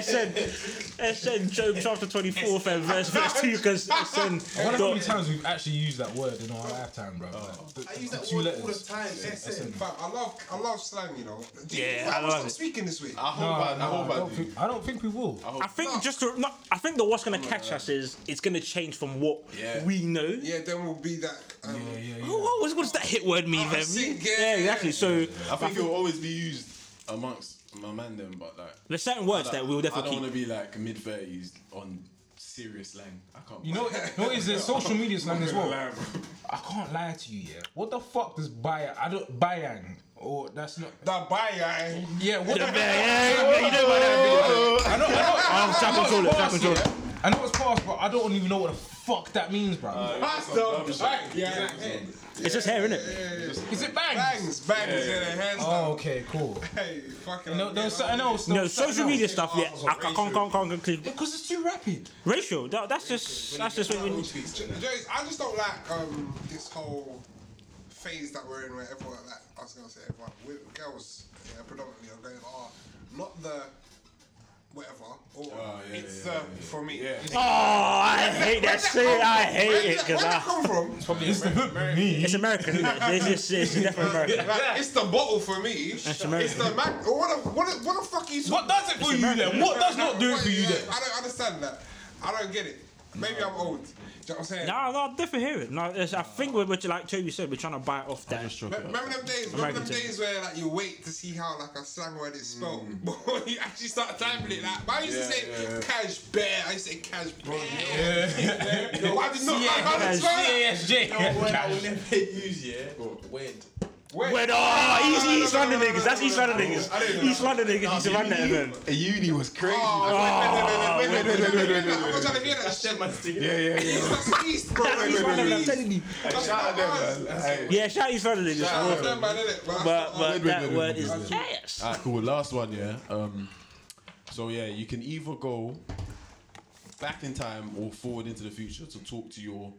Speaker 5: SN, SN, Job chapter 24, and verse, verse 2, because SN.
Speaker 7: I wonder how many
Speaker 5: dot-
Speaker 7: times we've actually used that word in our lifetime, bro.
Speaker 8: I use that word all the time. SN.
Speaker 4: Fam, I love, I love slang, you know.
Speaker 5: Yeah,
Speaker 4: Why
Speaker 5: I
Speaker 4: am
Speaker 5: love
Speaker 4: stop
Speaker 5: it.
Speaker 4: speaking this way.
Speaker 2: I hope I, I hope
Speaker 7: I
Speaker 2: I
Speaker 7: don't
Speaker 2: do.
Speaker 7: think- I don't think we will.
Speaker 5: I think just to, no, I think the what's gonna catch us is it's gonna change from what
Speaker 2: Yeah.
Speaker 5: we know
Speaker 4: Yeah, then we'll be that. like. Um,
Speaker 7: Yeah, yeah, yeah.
Speaker 5: What was, what does that hit word mean,
Speaker 4: Ah,
Speaker 5: then?
Speaker 4: sing, yeah,
Speaker 5: Yeah, exactly. So
Speaker 2: I think it will always be used amongst my man them, but like
Speaker 5: there's certain words
Speaker 2: like,
Speaker 5: that we'll
Speaker 2: I
Speaker 5: definitely
Speaker 2: don't
Speaker 5: keep.
Speaker 2: want to be like mid thirties on serious slang. I can't.
Speaker 7: You know, what is there's social media slang as well. I can't lie to you, yeah. What the fuck does Bayang? I don't Bayang. Or that's not.
Speaker 4: that buyer.
Speaker 7: Yeah, what the
Speaker 5: Yeah, yeah, yeah, you know about that.
Speaker 7: I know, I know.
Speaker 5: Oh, trap controller,
Speaker 7: it's
Speaker 5: trap
Speaker 7: past,
Speaker 5: controller.
Speaker 7: yeah. I know it's past, but I don't even know what the fuck that means, bro.
Speaker 5: Oh,
Speaker 4: Yeah,
Speaker 5: It's just hair, innit?
Speaker 7: is it bangs?
Speaker 4: bangs, bangs, yeah, yeah. hands
Speaker 7: Oh, okay, cool.
Speaker 4: down. Hey, fucking.
Speaker 7: No, no, something else.
Speaker 5: No,
Speaker 7: there's something
Speaker 5: social
Speaker 7: else.
Speaker 5: media stuff. Yeah,
Speaker 4: Oh,
Speaker 5: I, I can't, can't, can't, can't.
Speaker 7: Because it's too rapid.
Speaker 5: Racial. That, that's just, that's just what we need.
Speaker 4: Joyce, I just don't like um this whole phase that we're in where everyone, like, I was gonna say everyone, we, girls yeah, predominantly are going, oh, not the whatever, or it's uh, for me. Yeah.
Speaker 5: Oh, I hate that shit. I hate it
Speaker 4: Where
Speaker 5: because
Speaker 4: that
Speaker 5: I.
Speaker 4: come from?
Speaker 7: It's the hook for me.
Speaker 5: It's American. Isn't it? It's just, it's definitely American.
Speaker 4: Like, it's the bottle for me. It's the
Speaker 5: American.
Speaker 4: man. What the, what the, what the fuck are you talking
Speaker 7: What does it for you then? What does not do it for you then?
Speaker 4: I don't understand that. I don't get it. Maybe I'm old. Do you know what I'm saying?
Speaker 5: No, no, I definitely hear it. No, it's, I think we're, we're like Toby said, we're trying to bite off that.
Speaker 4: Remember remember them days? Remember
Speaker 5: American
Speaker 4: them
Speaker 5: thing.
Speaker 4: days where like you wait to see how like a slang word is spelled before you actually start typing it. Like, why used to say cash bear? I used to say cash bear. No, I did not. I, I did
Speaker 5: cash-
Speaker 4: not.
Speaker 2: never use yeah. Wed.
Speaker 5: Wait, oh, he's
Speaker 4: no, no,
Speaker 5: East
Speaker 4: no,
Speaker 5: London
Speaker 4: no, no,
Speaker 5: niggas. That's
Speaker 4: no,
Speaker 5: East
Speaker 4: no,
Speaker 5: London niggas. East London niggas used to run that event.
Speaker 2: Uni was crazy.
Speaker 4: Oh, wait, wait, wait, wait, wait, wait, wait, wait, wait, wait, wait, wait. I'm not trying to hear that shit.
Speaker 2: yeah, yeah, yeah.
Speaker 4: That's East, bro. That's
Speaker 5: East London, I'm
Speaker 4: East.
Speaker 5: telling you.
Speaker 4: That's
Speaker 2: Shout out them,
Speaker 4: East.
Speaker 2: man. Hey.
Speaker 5: Yeah, shout out East London
Speaker 4: Shout out to
Speaker 5: niggas.
Speaker 4: them, man, innit? But
Speaker 5: But
Speaker 4: that's-
Speaker 5: but that word is ass.
Speaker 2: Alright, cool. Last one, yeah. Um, so yeah, you can either go back in time or forward into the future to talk to your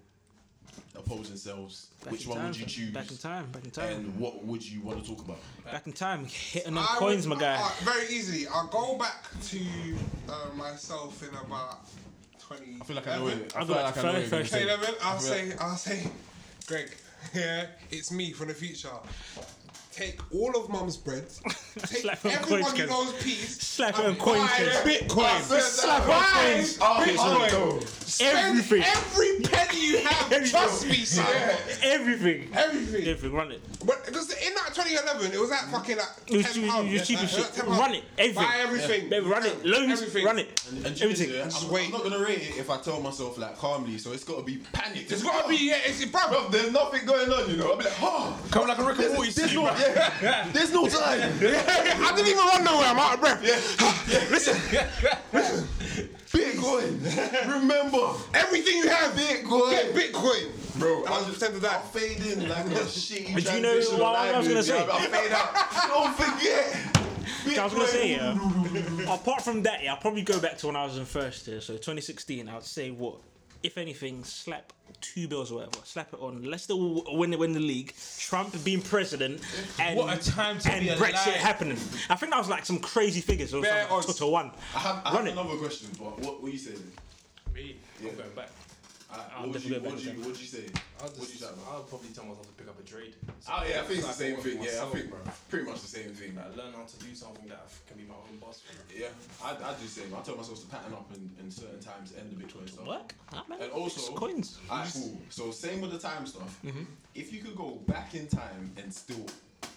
Speaker 2: opposing selves. Which one would you choose?
Speaker 5: Back in time. Back in time.
Speaker 2: And what would you want to talk about?
Speaker 5: Back in time. Hitting them
Speaker 4: I
Speaker 5: coins, my
Speaker 4: would-
Speaker 5: guy.
Speaker 4: uh, very easily. I'll go back to uh, myself in about 20.
Speaker 2: I feel like I know it. I
Speaker 5: I'll
Speaker 2: feel
Speaker 5: go back
Speaker 2: like I know
Speaker 5: first,
Speaker 2: it.
Speaker 5: first.
Speaker 4: Hey, Levin, I'll
Speaker 2: feel
Speaker 4: say, I'll say, Greg, yeah, it's me from the future. Take all of mum's bread, take
Speaker 5: Slap on
Speaker 4: everyone
Speaker 5: coins,
Speaker 4: you
Speaker 5: Kev.
Speaker 4: know's piece,
Speaker 5: Slap
Speaker 4: and
Speaker 5: on coins,
Speaker 4: buy
Speaker 5: Kev.
Speaker 4: Bitcoin,
Speaker 5: Slap on coins.
Speaker 4: Bitcoin, Spend
Speaker 5: Everything.
Speaker 4: every penny you have.
Speaker 5: Everything.
Speaker 4: Trust me, son.
Speaker 5: Everything.
Speaker 4: Everything.
Speaker 5: Everything. Run it.
Speaker 4: But because in that 2011, it was that fucking like
Speaker 5: It was
Speaker 4: ten
Speaker 5: cheap-
Speaker 4: pounds.
Speaker 5: it was cheap
Speaker 4: like,
Speaker 5: as shit.
Speaker 4: £10.
Speaker 5: Run it. Everything.
Speaker 4: Buy everything.
Speaker 5: Baby, run it. Loans.
Speaker 4: Everything.
Speaker 5: Run it.
Speaker 2: And you
Speaker 5: Everything.
Speaker 2: yeah, I'm,
Speaker 4: wait.
Speaker 2: I'm not gonna rate it if I tell myself like calmly, so it's gotta be panicked.
Speaker 4: It's gotta be. Yeah, it's bro.
Speaker 2: Bro, there's nothing going on, you know. I'll be like, oh,
Speaker 7: Come like a Rick and Morty
Speaker 2: there's
Speaker 7: scene,
Speaker 2: no,
Speaker 7: bro.
Speaker 2: yeah, there's no time.
Speaker 4: I didn't even run nowhere. I'm out of breath.
Speaker 2: Bitcoin. Remember,
Speaker 4: Everything you have,
Speaker 2: Bitcoin.
Speaker 4: get Bitcoin.
Speaker 2: Bro,
Speaker 4: I was pretend to that.
Speaker 2: I'll fade in like a shitty
Speaker 5: But you know
Speaker 2: transition
Speaker 5: what
Speaker 2: on
Speaker 5: I was
Speaker 2: iMovie,
Speaker 5: gonna say?
Speaker 2: I'll fade out. Don't forget.
Speaker 5: I was gonna
Speaker 2: Bitcoin.
Speaker 5: say yeah. Apart from that, yeah, I'll probably go back to when I was in first year, so 2016. I'd say what, if anything, slap two bills or whatever, slap it on. Let's still win the win the league. Trump being president, and
Speaker 7: What a time to
Speaker 5: and
Speaker 7: be
Speaker 5: Brexit
Speaker 7: alive.
Speaker 5: happening. I think that was like some crazy figures. It was
Speaker 4: Bare
Speaker 5: like
Speaker 4: odds.
Speaker 5: two to one.
Speaker 2: I have, I
Speaker 5: Run
Speaker 2: have
Speaker 5: it.
Speaker 2: another question, but what were you saying? Uh,
Speaker 3: Me, I'm going back.
Speaker 2: What would
Speaker 5: definitely
Speaker 2: you,
Speaker 5: go
Speaker 2: what
Speaker 5: back
Speaker 2: would
Speaker 5: to
Speaker 2: you, what would you say?
Speaker 3: I'll,
Speaker 2: What do you
Speaker 3: just,
Speaker 2: think?
Speaker 3: I'll probably tell myself to pick up a trade. So
Speaker 2: Oh yeah, I think it's the
Speaker 3: like
Speaker 2: same
Speaker 3: work
Speaker 2: thing.
Speaker 3: for
Speaker 2: Yeah, I
Speaker 3: myself,
Speaker 2: think
Speaker 3: bro.
Speaker 2: pretty much the same thing. man.
Speaker 3: Like, learn how to do something that I can be my own boss. bro.
Speaker 2: Yeah, I, I do the same. I tell myself to pattern up in, in certain times, end the Bitcoin stuff.
Speaker 5: Work. Ah, man.
Speaker 2: And also,
Speaker 5: It's Mm-hmm. coins.
Speaker 2: Alright, cool. So same with the time stuff. If you could go back in time and steal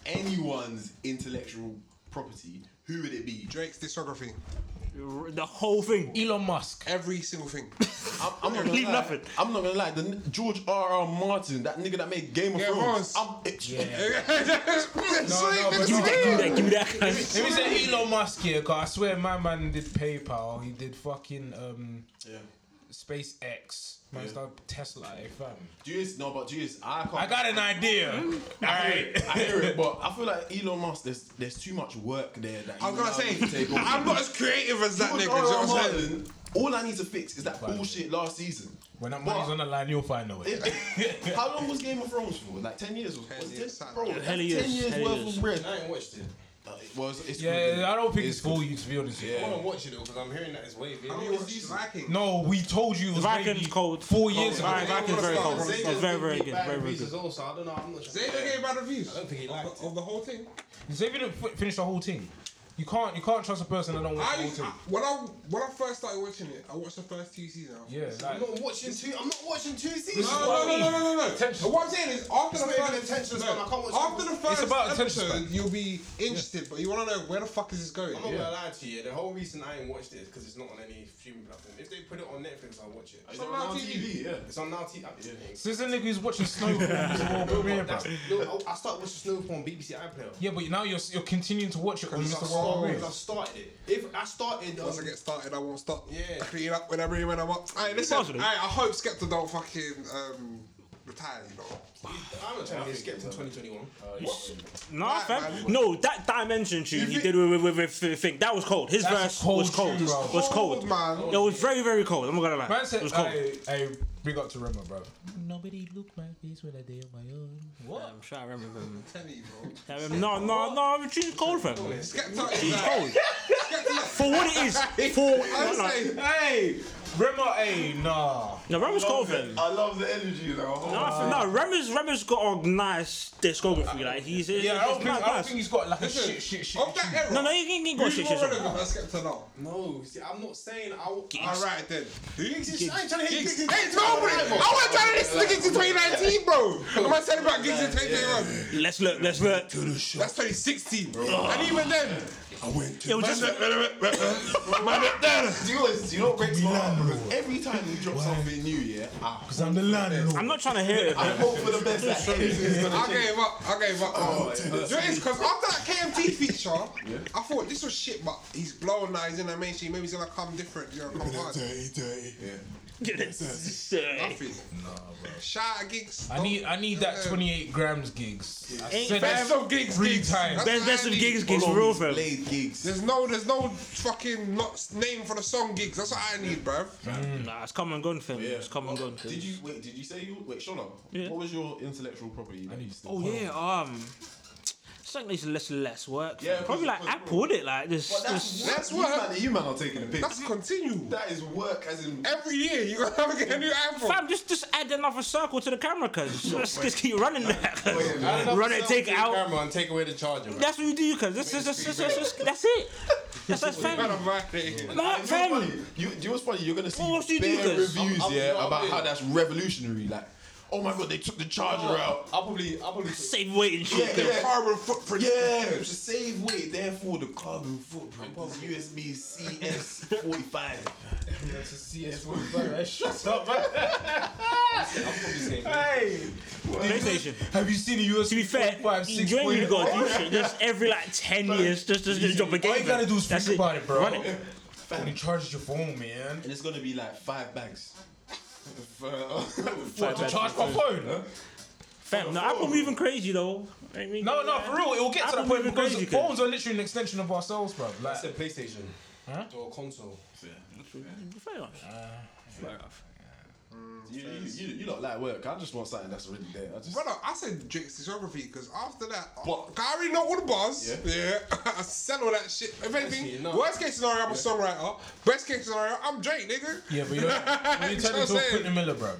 Speaker 2: anyone's intellectual property, who would it be?
Speaker 4: Drake's discography.
Speaker 5: The whole thing.
Speaker 7: Elon Musk.
Speaker 4: Every single thing.
Speaker 2: I'm, I'm not gonna
Speaker 5: Leave
Speaker 2: lie.
Speaker 5: nothing.
Speaker 2: I'm not gonna lie. The n- George R. R. Martin, that nigga that made Game of
Speaker 4: Game of
Speaker 2: Thrones.
Speaker 4: Thrones.
Speaker 2: I'm, it's,
Speaker 7: no, but
Speaker 5: Give me that. Give me that.
Speaker 7: Let me say Elon Musk here, cause I swear my man did PayPal. He did fucking um,
Speaker 2: Yeah.
Speaker 7: SpaceX. Man, yeah. Tesla, eh, fam.
Speaker 2: Jeez, no, but Jeez, I can't.
Speaker 7: I got an idea. All right.
Speaker 2: I hear it, but I feel like Elon Musk. There's there's too much work there. That
Speaker 4: I was gonna say, I'm not as creative as that nigga.
Speaker 2: George
Speaker 4: do you
Speaker 2: R.
Speaker 4: know
Speaker 2: R.
Speaker 4: what I'm saying?
Speaker 2: Martin. All I need to fix is that bullshit last season.
Speaker 7: When that money's on the line, you'll find a way.
Speaker 2: How long was Game of Thrones for? Like ten years? Was, was it
Speaker 4: years.
Speaker 2: ten, bro, that's
Speaker 5: Hell
Speaker 2: ten
Speaker 5: years,
Speaker 2: years
Speaker 5: hell
Speaker 2: worth
Speaker 5: years.
Speaker 2: of bread.
Speaker 8: I ain't watched it.
Speaker 2: Uh, It was. It's good.
Speaker 7: Yeah, I don't think it's, for you to be honest. with you.
Speaker 8: I want to watch it though because I'm hearing that it's wavy.
Speaker 4: I mean, it's Viking.
Speaker 7: No, we told you it was
Speaker 5: Vikings
Speaker 7: maybe
Speaker 5: cold. Oh,
Speaker 7: four years ago.
Speaker 5: Alright, Vikings very cold.
Speaker 4: Zayden's
Speaker 5: It's Very very good.
Speaker 8: Bad
Speaker 5: Very very
Speaker 8: reviews
Speaker 5: good.
Speaker 8: Also, I don't know. I'm not.
Speaker 4: They
Speaker 8: Sure.
Speaker 4: don't get bad reviews.
Speaker 8: I don't think he liked
Speaker 4: Of the whole thing.
Speaker 7: Xavier didn't fi- finish the whole thing. You can't you can't trust a person that don't watch
Speaker 4: I,
Speaker 7: Bolton.
Speaker 4: when I when I first started watching it, I watched the first two seasons. I
Speaker 7: Yeah,
Speaker 4: was
Speaker 7: like,
Speaker 2: I'm not watching two. I'm not watching two seasons.
Speaker 4: No, no, no, no, no, no, no.
Speaker 7: Attention.
Speaker 4: What I'm saying is, after the
Speaker 2: not even
Speaker 4: first,
Speaker 2: attention span, I can't watch
Speaker 4: after the first
Speaker 7: about attention
Speaker 4: episode,
Speaker 7: span.
Speaker 4: you'll be interested, but you want to know where the fuck is this going?
Speaker 3: I'm not gonna lie to you. The whole reason I ain't watched it is because it's not on any streaming platform. If they put it on Netflix, I'll watch it.
Speaker 2: It's on Now TV, yeah.
Speaker 3: It's on Now TV. Yeah.
Speaker 7: So this is a nigga who's watching Snowfall. He's all premiere,
Speaker 3: That's,
Speaker 7: bruv.
Speaker 3: no, I I started watching Snowfall on BBC iPlayer. Oh,
Speaker 7: Yeah, but now you're you're continuing to watch it on
Speaker 3: Because I started-
Speaker 7: Mr. World.
Speaker 3: I started it. If I started, um,
Speaker 4: Once I get started, I won't stop.
Speaker 3: Yeah.
Speaker 4: I clean up when I really when I'm up. Hey, listen. Hey,
Speaker 5: Positive.
Speaker 4: I hope Skepta don't fucking um, retire. You know.
Speaker 3: I'm not trying to be skipped in 2021.
Speaker 2: Uh,
Speaker 5: Nah,
Speaker 4: Nah,
Speaker 5: fam.
Speaker 4: man.
Speaker 5: No, that dimension tune he did with, with, with, with the thing that was cold. His
Speaker 7: That's
Speaker 5: verse
Speaker 7: a cold
Speaker 5: was cold.
Speaker 7: tune, bro.
Speaker 5: was cold.
Speaker 4: Cold, man.
Speaker 5: It was very, very cold. I'm not gonna lie.
Speaker 7: Man
Speaker 5: it
Speaker 7: said,
Speaker 5: was cold.
Speaker 7: hey, hey, big up to Rema, bro.
Speaker 9: Nobody look my face when I day on my own. What?
Speaker 5: I'm sure I remember him.
Speaker 4: Tell me, bro.
Speaker 5: No, no, no, the tune's cold, fam. It's
Speaker 4: Skepta is like,
Speaker 5: cold. For what it is, for
Speaker 4: I'm
Speaker 5: no,
Speaker 4: saying,
Speaker 7: Hey, Rema, hey, nah.
Speaker 5: no, Rem is cold, fam.
Speaker 2: I love the energy though.
Speaker 5: No, fam, no, Rem is Rem has got a nice discography. Like he's, he's
Speaker 7: Yeah, I
Speaker 5: he's
Speaker 7: don't think
Speaker 5: mad
Speaker 7: I don't
Speaker 5: nice.
Speaker 7: think he's got like a shit, shit, shit.
Speaker 4: of that era.
Speaker 5: No, no, he ain't- he ain't got
Speaker 4: Who's
Speaker 5: shit.
Speaker 4: more
Speaker 5: shit, shit.
Speaker 4: relevant than Skepta now?
Speaker 3: No, see, I'm not saying I. w-
Speaker 4: All right
Speaker 3: I
Speaker 4: then.
Speaker 3: ain't trying to hate Giggs.
Speaker 4: Hey, nobody. I want to try to listen to gigs in 2019, bro. What am I saying about gigs in 2021?
Speaker 5: Let's look. Let's look.
Speaker 4: That's 2016, bro. And even then,
Speaker 5: It was just.
Speaker 2: Do you know what's- do you know what breaks my heart? Because every time you drop something new, yeah, I,
Speaker 7: Because I'm the landlord.
Speaker 5: I'm not trying to hear it.
Speaker 2: I hope for the best. That everything's gonna
Speaker 4: I gave up. I gave up. Oh, because after that KMT feature, I thought this was shit, but he's blown now. He's in the mainstream. Maybe he's gonna come different. You know, come hard.
Speaker 5: Ain't
Speaker 4: Nothing. Shout out gigs.
Speaker 7: I need, I need that
Speaker 4: Yeah.
Speaker 7: 28 grams gigs. I said
Speaker 5: best
Speaker 7: that
Speaker 5: of gigs.
Speaker 7: three
Speaker 4: That's
Speaker 7: times.
Speaker 5: Best best of
Speaker 4: Andy.
Speaker 5: gigs gigs real fam.
Speaker 2: Blade gigs.
Speaker 4: There's no, there's no fucking not name for the song gigs. That's what I need, bruv.
Speaker 5: Mm, Nah, it's come and gone fam. It's come and gone. fam.
Speaker 2: Oh, Did you wait? Did you say you wait? Shut up.
Speaker 5: Yeah.
Speaker 2: What was your intellectual property? I need
Speaker 5: Oh yeah, um, something needs less less work.
Speaker 2: Yeah, of
Speaker 5: probably
Speaker 2: course,
Speaker 5: like
Speaker 2: of course,
Speaker 5: Apple would it like this.
Speaker 2: That's
Speaker 5: this
Speaker 2: work.
Speaker 4: That's
Speaker 2: you
Speaker 4: work.
Speaker 2: man- You man are taking a piss.
Speaker 4: That's continue.
Speaker 2: That is work, as in.
Speaker 4: Every year you gotta have a new iPhone.
Speaker 5: fam, just just add another circle to the camera, cause just, just keep running that.
Speaker 3: Add another
Speaker 5: Run it, take
Speaker 3: selfie
Speaker 5: it out.
Speaker 3: Camera and take away the charger. man.
Speaker 5: That's what you do, cause this is this is this is- that's it. That's that's fam.
Speaker 4: Fam.
Speaker 5: Nah,
Speaker 2: Do you know what's
Speaker 5: fam.
Speaker 2: funny? You, do you know what's funny? You're gonna see
Speaker 5: Well, what's you do
Speaker 2: bare
Speaker 5: this?
Speaker 2: reviews,
Speaker 3: I'm- I'm-
Speaker 2: yeah,
Speaker 3: I'm
Speaker 2: about
Speaker 3: doing
Speaker 2: how
Speaker 3: it.
Speaker 2: that's revolutionary. Like, oh my god, they took the charger out.
Speaker 3: I'll probably, I'll probably.
Speaker 5: Save weight and
Speaker 2: Oh. Yeah,
Speaker 5: shit.
Speaker 2: yeah.
Speaker 5: fam.
Speaker 2: carbon footprint. Yeah, to save weight, therefore the carbon footprint. USB CS45.
Speaker 7: Shut up, man. Hey,
Speaker 5: PlayStation.
Speaker 7: have you seen the US?
Speaker 5: To be fair, you generally got to do shit just every like ten years, just just, just drop a game.
Speaker 7: All you gotta
Speaker 5: fam.
Speaker 7: do is
Speaker 5: That's
Speaker 7: think about it, bro.
Speaker 5: Run it.
Speaker 7: When you charge your phone, man.
Speaker 2: And it's gonna be like five bags.
Speaker 5: Five bad
Speaker 7: Charge my phone.
Speaker 5: Fam, no, Apple moving crazy though. I mean,
Speaker 7: No, no, for real, it will get to
Speaker 5: Apple
Speaker 7: that point
Speaker 5: moving
Speaker 7: because
Speaker 5: crazy, kid.
Speaker 7: phones are literally an extension of ourselves, bro. Like,
Speaker 3: That's a PlayStation. Or a console.
Speaker 5: Fair enough.
Speaker 2: you, you, you, you not like work. I just want something that's really there. I just.
Speaker 4: Brother, I said Drake's discography because after that,
Speaker 2: But-
Speaker 4: I already know all the bars.
Speaker 2: Yeah.
Speaker 4: Yeah, I sell all that shit. If anything,
Speaker 3: you know.
Speaker 4: worst case scenario, I'm a songwriter. Best case scenario, I'm Drake, nigga.
Speaker 7: yeah, but you don't, you
Speaker 4: You
Speaker 7: turn
Speaker 4: know what
Speaker 7: into
Speaker 4: I'm
Speaker 7: a
Speaker 4: saying?
Speaker 7: Quentin Miller, bro.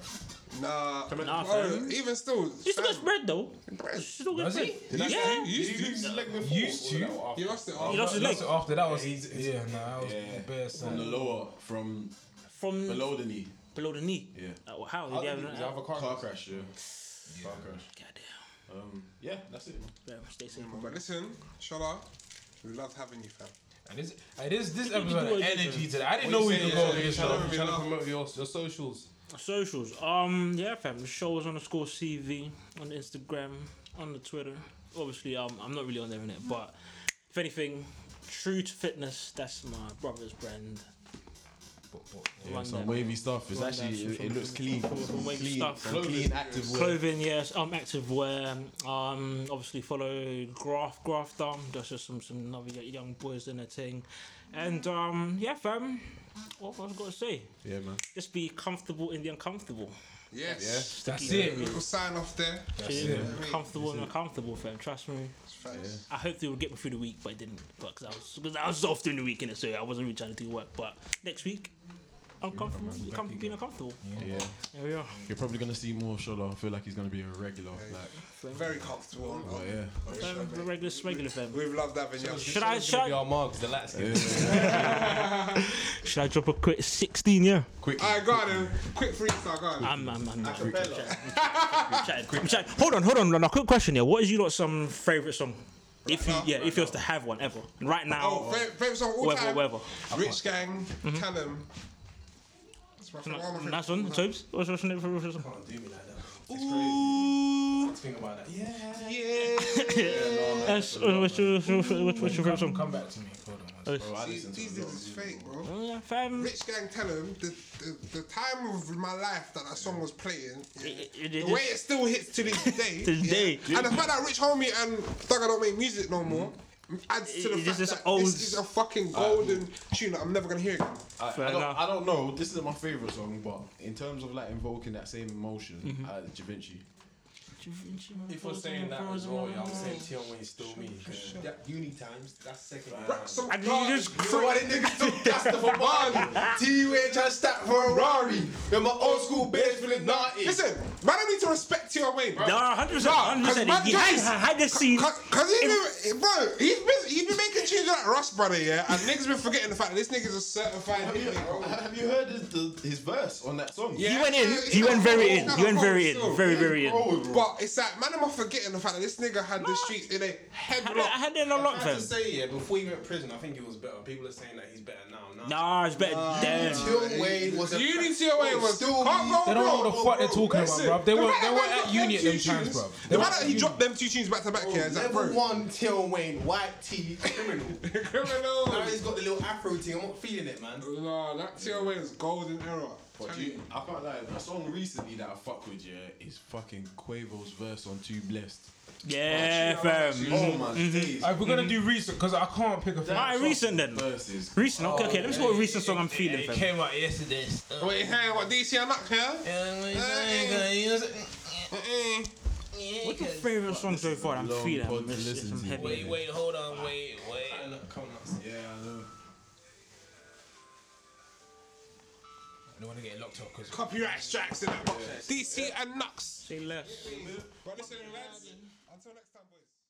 Speaker 4: Nah,
Speaker 5: Nah,
Speaker 4: bro,
Speaker 5: fam.
Speaker 4: even still,
Speaker 5: She still gets
Speaker 4: fam,
Speaker 5: bread though.
Speaker 4: bread.
Speaker 5: She still gets
Speaker 7: Does
Speaker 5: bread.
Speaker 7: it?
Speaker 4: You
Speaker 5: Yeah.
Speaker 4: used to-
Speaker 7: Used to.
Speaker 4: you lost it.
Speaker 5: He
Speaker 4: all.
Speaker 5: lost his leg
Speaker 7: That's after that was yeah, nah, that was
Speaker 2: Yeah.
Speaker 7: bare
Speaker 2: From the
Speaker 7: son.
Speaker 2: lower, from
Speaker 5: from below,
Speaker 2: below the knee.
Speaker 5: the knee.
Speaker 2: Yeah.
Speaker 5: Uh, well, how did he have that?
Speaker 2: have a car, car crash? Yeah. Car crash.
Speaker 5: Goddamn.
Speaker 2: Um, yeah, that's it.
Speaker 5: Yeah, stay safe.
Speaker 4: But listen, Shola, we love having you, fam.
Speaker 7: And this, and this, this episode
Speaker 5: do
Speaker 7: had
Speaker 5: what you
Speaker 7: energy today. I didn't know we could go with this show.
Speaker 3: Trying to promote your, your socials.
Speaker 5: Socials. Um. Yeah, fam. The show is underscore CV on Instagram, on the Twitter. Obviously, um, I'm not really on there in it, but if anything, True to Fitness. That's my brother's brand. Run
Speaker 2: Some
Speaker 5: that.
Speaker 2: wavy stuff. It's
Speaker 5: Run
Speaker 2: actually
Speaker 5: that
Speaker 2: it, it looks clean.
Speaker 5: Some wavy
Speaker 2: clean,
Speaker 5: stuff.
Speaker 2: some clean active wear.
Speaker 5: Clothing, yes, um, active wear. Um, obviously follow Graph Graph Dom. There's just some some other y- young boys in the thing, and um, yeah, fam. What have I got to say?
Speaker 2: Yeah, man.
Speaker 5: Just be comfortable in the uncomfortable.
Speaker 4: Yes.
Speaker 7: That's it.
Speaker 4: We'll sign off there.
Speaker 5: Chill, Comfortable and uncomfortable, fam. Trust me. I hoped it would get me through the week, but it didn't. But 'cause I was, cause I was off during the weekend, so I wasn't really trying to do work. But next week, uncomfortable, com- being uncomfortable.
Speaker 2: Yeah.
Speaker 5: There we are.
Speaker 2: You're probably gonna see more Shola. I feel like he's gonna be a regular. Like,
Speaker 4: Very comfortable.
Speaker 2: oh yeah.
Speaker 5: Um, the regular, regular fam.
Speaker 4: We've loved having you.
Speaker 5: Should I, should I,
Speaker 2: Our marks, the last. Yeah.
Speaker 5: should I drop a quick 16? Yeah.
Speaker 2: Quick.
Speaker 4: All right, go on then. Quick freestyle, go on.
Speaker 5: I'm, I'm, I'm, I'm, chatting. I'm chatting. I'm chatting. Hold on, hold on. Now, quick question here. What is you lot some favorite song? If you, yeah, if you was to have one ever, right now,
Speaker 4: Oh, fa- favourite song of all
Speaker 5: whatever,
Speaker 4: time?
Speaker 5: whatever.
Speaker 4: Rich Gang, Callum. That's my favorite one.
Speaker 5: That's one. Tobes, what's your favorite song?
Speaker 4: Don't do me like that.
Speaker 8: Think about that.
Speaker 5: That's- uh, What's your what's your- what's your favorite song?
Speaker 7: Come back to me. Hold on.
Speaker 5: Oh,
Speaker 7: one second.
Speaker 4: These, these niggas is fake, bro.
Speaker 5: Uh, Fam,
Speaker 4: Rich Gang Callum, the, the, the time of my life that that song was playing, yeah,
Speaker 5: it- it
Speaker 4: the
Speaker 5: is-
Speaker 4: way it still hits to this day.
Speaker 5: To this
Speaker 4: yeah,
Speaker 5: day.
Speaker 4: And the fact that Rich Homie and Thugger don't make music no more adds to the
Speaker 5: It- it
Speaker 4: fact
Speaker 5: is
Speaker 4: that
Speaker 5: old-
Speaker 4: this is a fucking golden tune that I'm never going to hear again.
Speaker 2: I, I,
Speaker 5: Fair
Speaker 2: don't,
Speaker 5: enough.
Speaker 2: I don't know. This isn't my favorite song, but in terms of like invoking that same emotion,
Speaker 5: Mm-hmm.
Speaker 2: uh, Da Vinci.
Speaker 8: If we're saying that as well, yeah, I'm saying Tion Wayne's still me. Yeah, uni times, that's second.
Speaker 4: Some
Speaker 5: And you
Speaker 4: guy-
Speaker 5: just-
Speaker 4: you know why they niggas took gas to Fabani? T-Way trying to stack Ferrari. Then my old school bitch feeling naughty. Listen, man, I need to respect T.O. Wayne, bro.
Speaker 5: No, 100%. 100%.
Speaker 4: Nah, 'cause
Speaker 5: He
Speaker 4: man
Speaker 5: has
Speaker 4: guys-
Speaker 5: had the scene.
Speaker 4: Cause, cause he been, bro, he's been, he been making tunes like Russ Brother, yeah, and niggas been forgetting the fact that this nigga's a certified
Speaker 2: Have you,
Speaker 4: hitman, bro.
Speaker 2: have you heard his, the, his verse on that song?
Speaker 5: He
Speaker 4: Yeah.
Speaker 5: went in.
Speaker 4: it's
Speaker 5: He
Speaker 4: not
Speaker 5: went very
Speaker 4: cold,
Speaker 5: in.
Speaker 4: it's
Speaker 5: He went
Speaker 4: not
Speaker 5: very
Speaker 4: cold
Speaker 5: in.
Speaker 4: still.
Speaker 5: Very, very in.
Speaker 4: But it's like, man, am I forgetting the fact that this nigga had the streets in a
Speaker 5: I
Speaker 4: headlock?
Speaker 5: had it in a
Speaker 8: I
Speaker 5: lot,
Speaker 8: have
Speaker 5: fam.
Speaker 8: to say, yeah, before he went to prison, I think he was better. People are saying that he's better now. now.
Speaker 5: Nah, it's better than.
Speaker 2: Wayne was Oh,
Speaker 4: Uni T.O.A. was still. Can't go
Speaker 7: They don't know what the
Speaker 4: wrong.
Speaker 7: fuck they're talking
Speaker 4: Listen,
Speaker 7: about, bruv. They
Speaker 4: the
Speaker 7: weren't,
Speaker 4: fact
Speaker 7: they
Speaker 4: that man
Speaker 7: weren't at
Speaker 4: dropped
Speaker 7: uni
Speaker 4: them
Speaker 7: at them
Speaker 4: two
Speaker 7: times,
Speaker 4: tunes-
Speaker 7: bruv. Oh, They
Speaker 4: The
Speaker 7: weren't
Speaker 4: fact
Speaker 7: at
Speaker 4: that he
Speaker 7: uni.
Speaker 4: dropped them two tunes back to back, yeah, is like,
Speaker 8: Level
Speaker 4: bro.
Speaker 8: one, Tion Wayne, white tee, criminal.
Speaker 4: Criminal.
Speaker 8: now he's got the little afro tee. I'm not feeling it, man.
Speaker 4: Nah, that T.O.A. is golden era.
Speaker 2: But you, I can't lie. A song recently that I fuck with, yeah, is fucking Quavo's verse on Too Blessed.
Speaker 5: Yeah, fam.
Speaker 2: Oh my days.
Speaker 7: Alright, we're gonna do recent because I can't pick a
Speaker 5: Alright,
Speaker 7: favorite.
Speaker 5: Ah, recent then.
Speaker 2: Verses.
Speaker 5: Recent, okay, okay. Let me see what recent song I'm feeling,
Speaker 9: It
Speaker 5: fam.
Speaker 9: came out yesterday. Stuff.
Speaker 4: Wait, hey, what DC and Mac here?
Speaker 9: Yeah, we ain't gonna use it.
Speaker 4: Mm-mm.
Speaker 9: Yeah,
Speaker 5: What's your
Speaker 9: 'cause-
Speaker 5: favorite song so far? I'm
Speaker 2: long
Speaker 5: feeling.
Speaker 2: pod to
Speaker 5: It's- it's
Speaker 2: listen
Speaker 5: some
Speaker 2: to.
Speaker 5: heavy.
Speaker 9: Wait, wait, hold on, wait, wait.
Speaker 2: Yeah, I know.
Speaker 7: I don't wanna get locked up because
Speaker 4: Copyright strikes in that box. DC and Nux.
Speaker 5: Say less.
Speaker 4: But listen, lads, until next time, boys.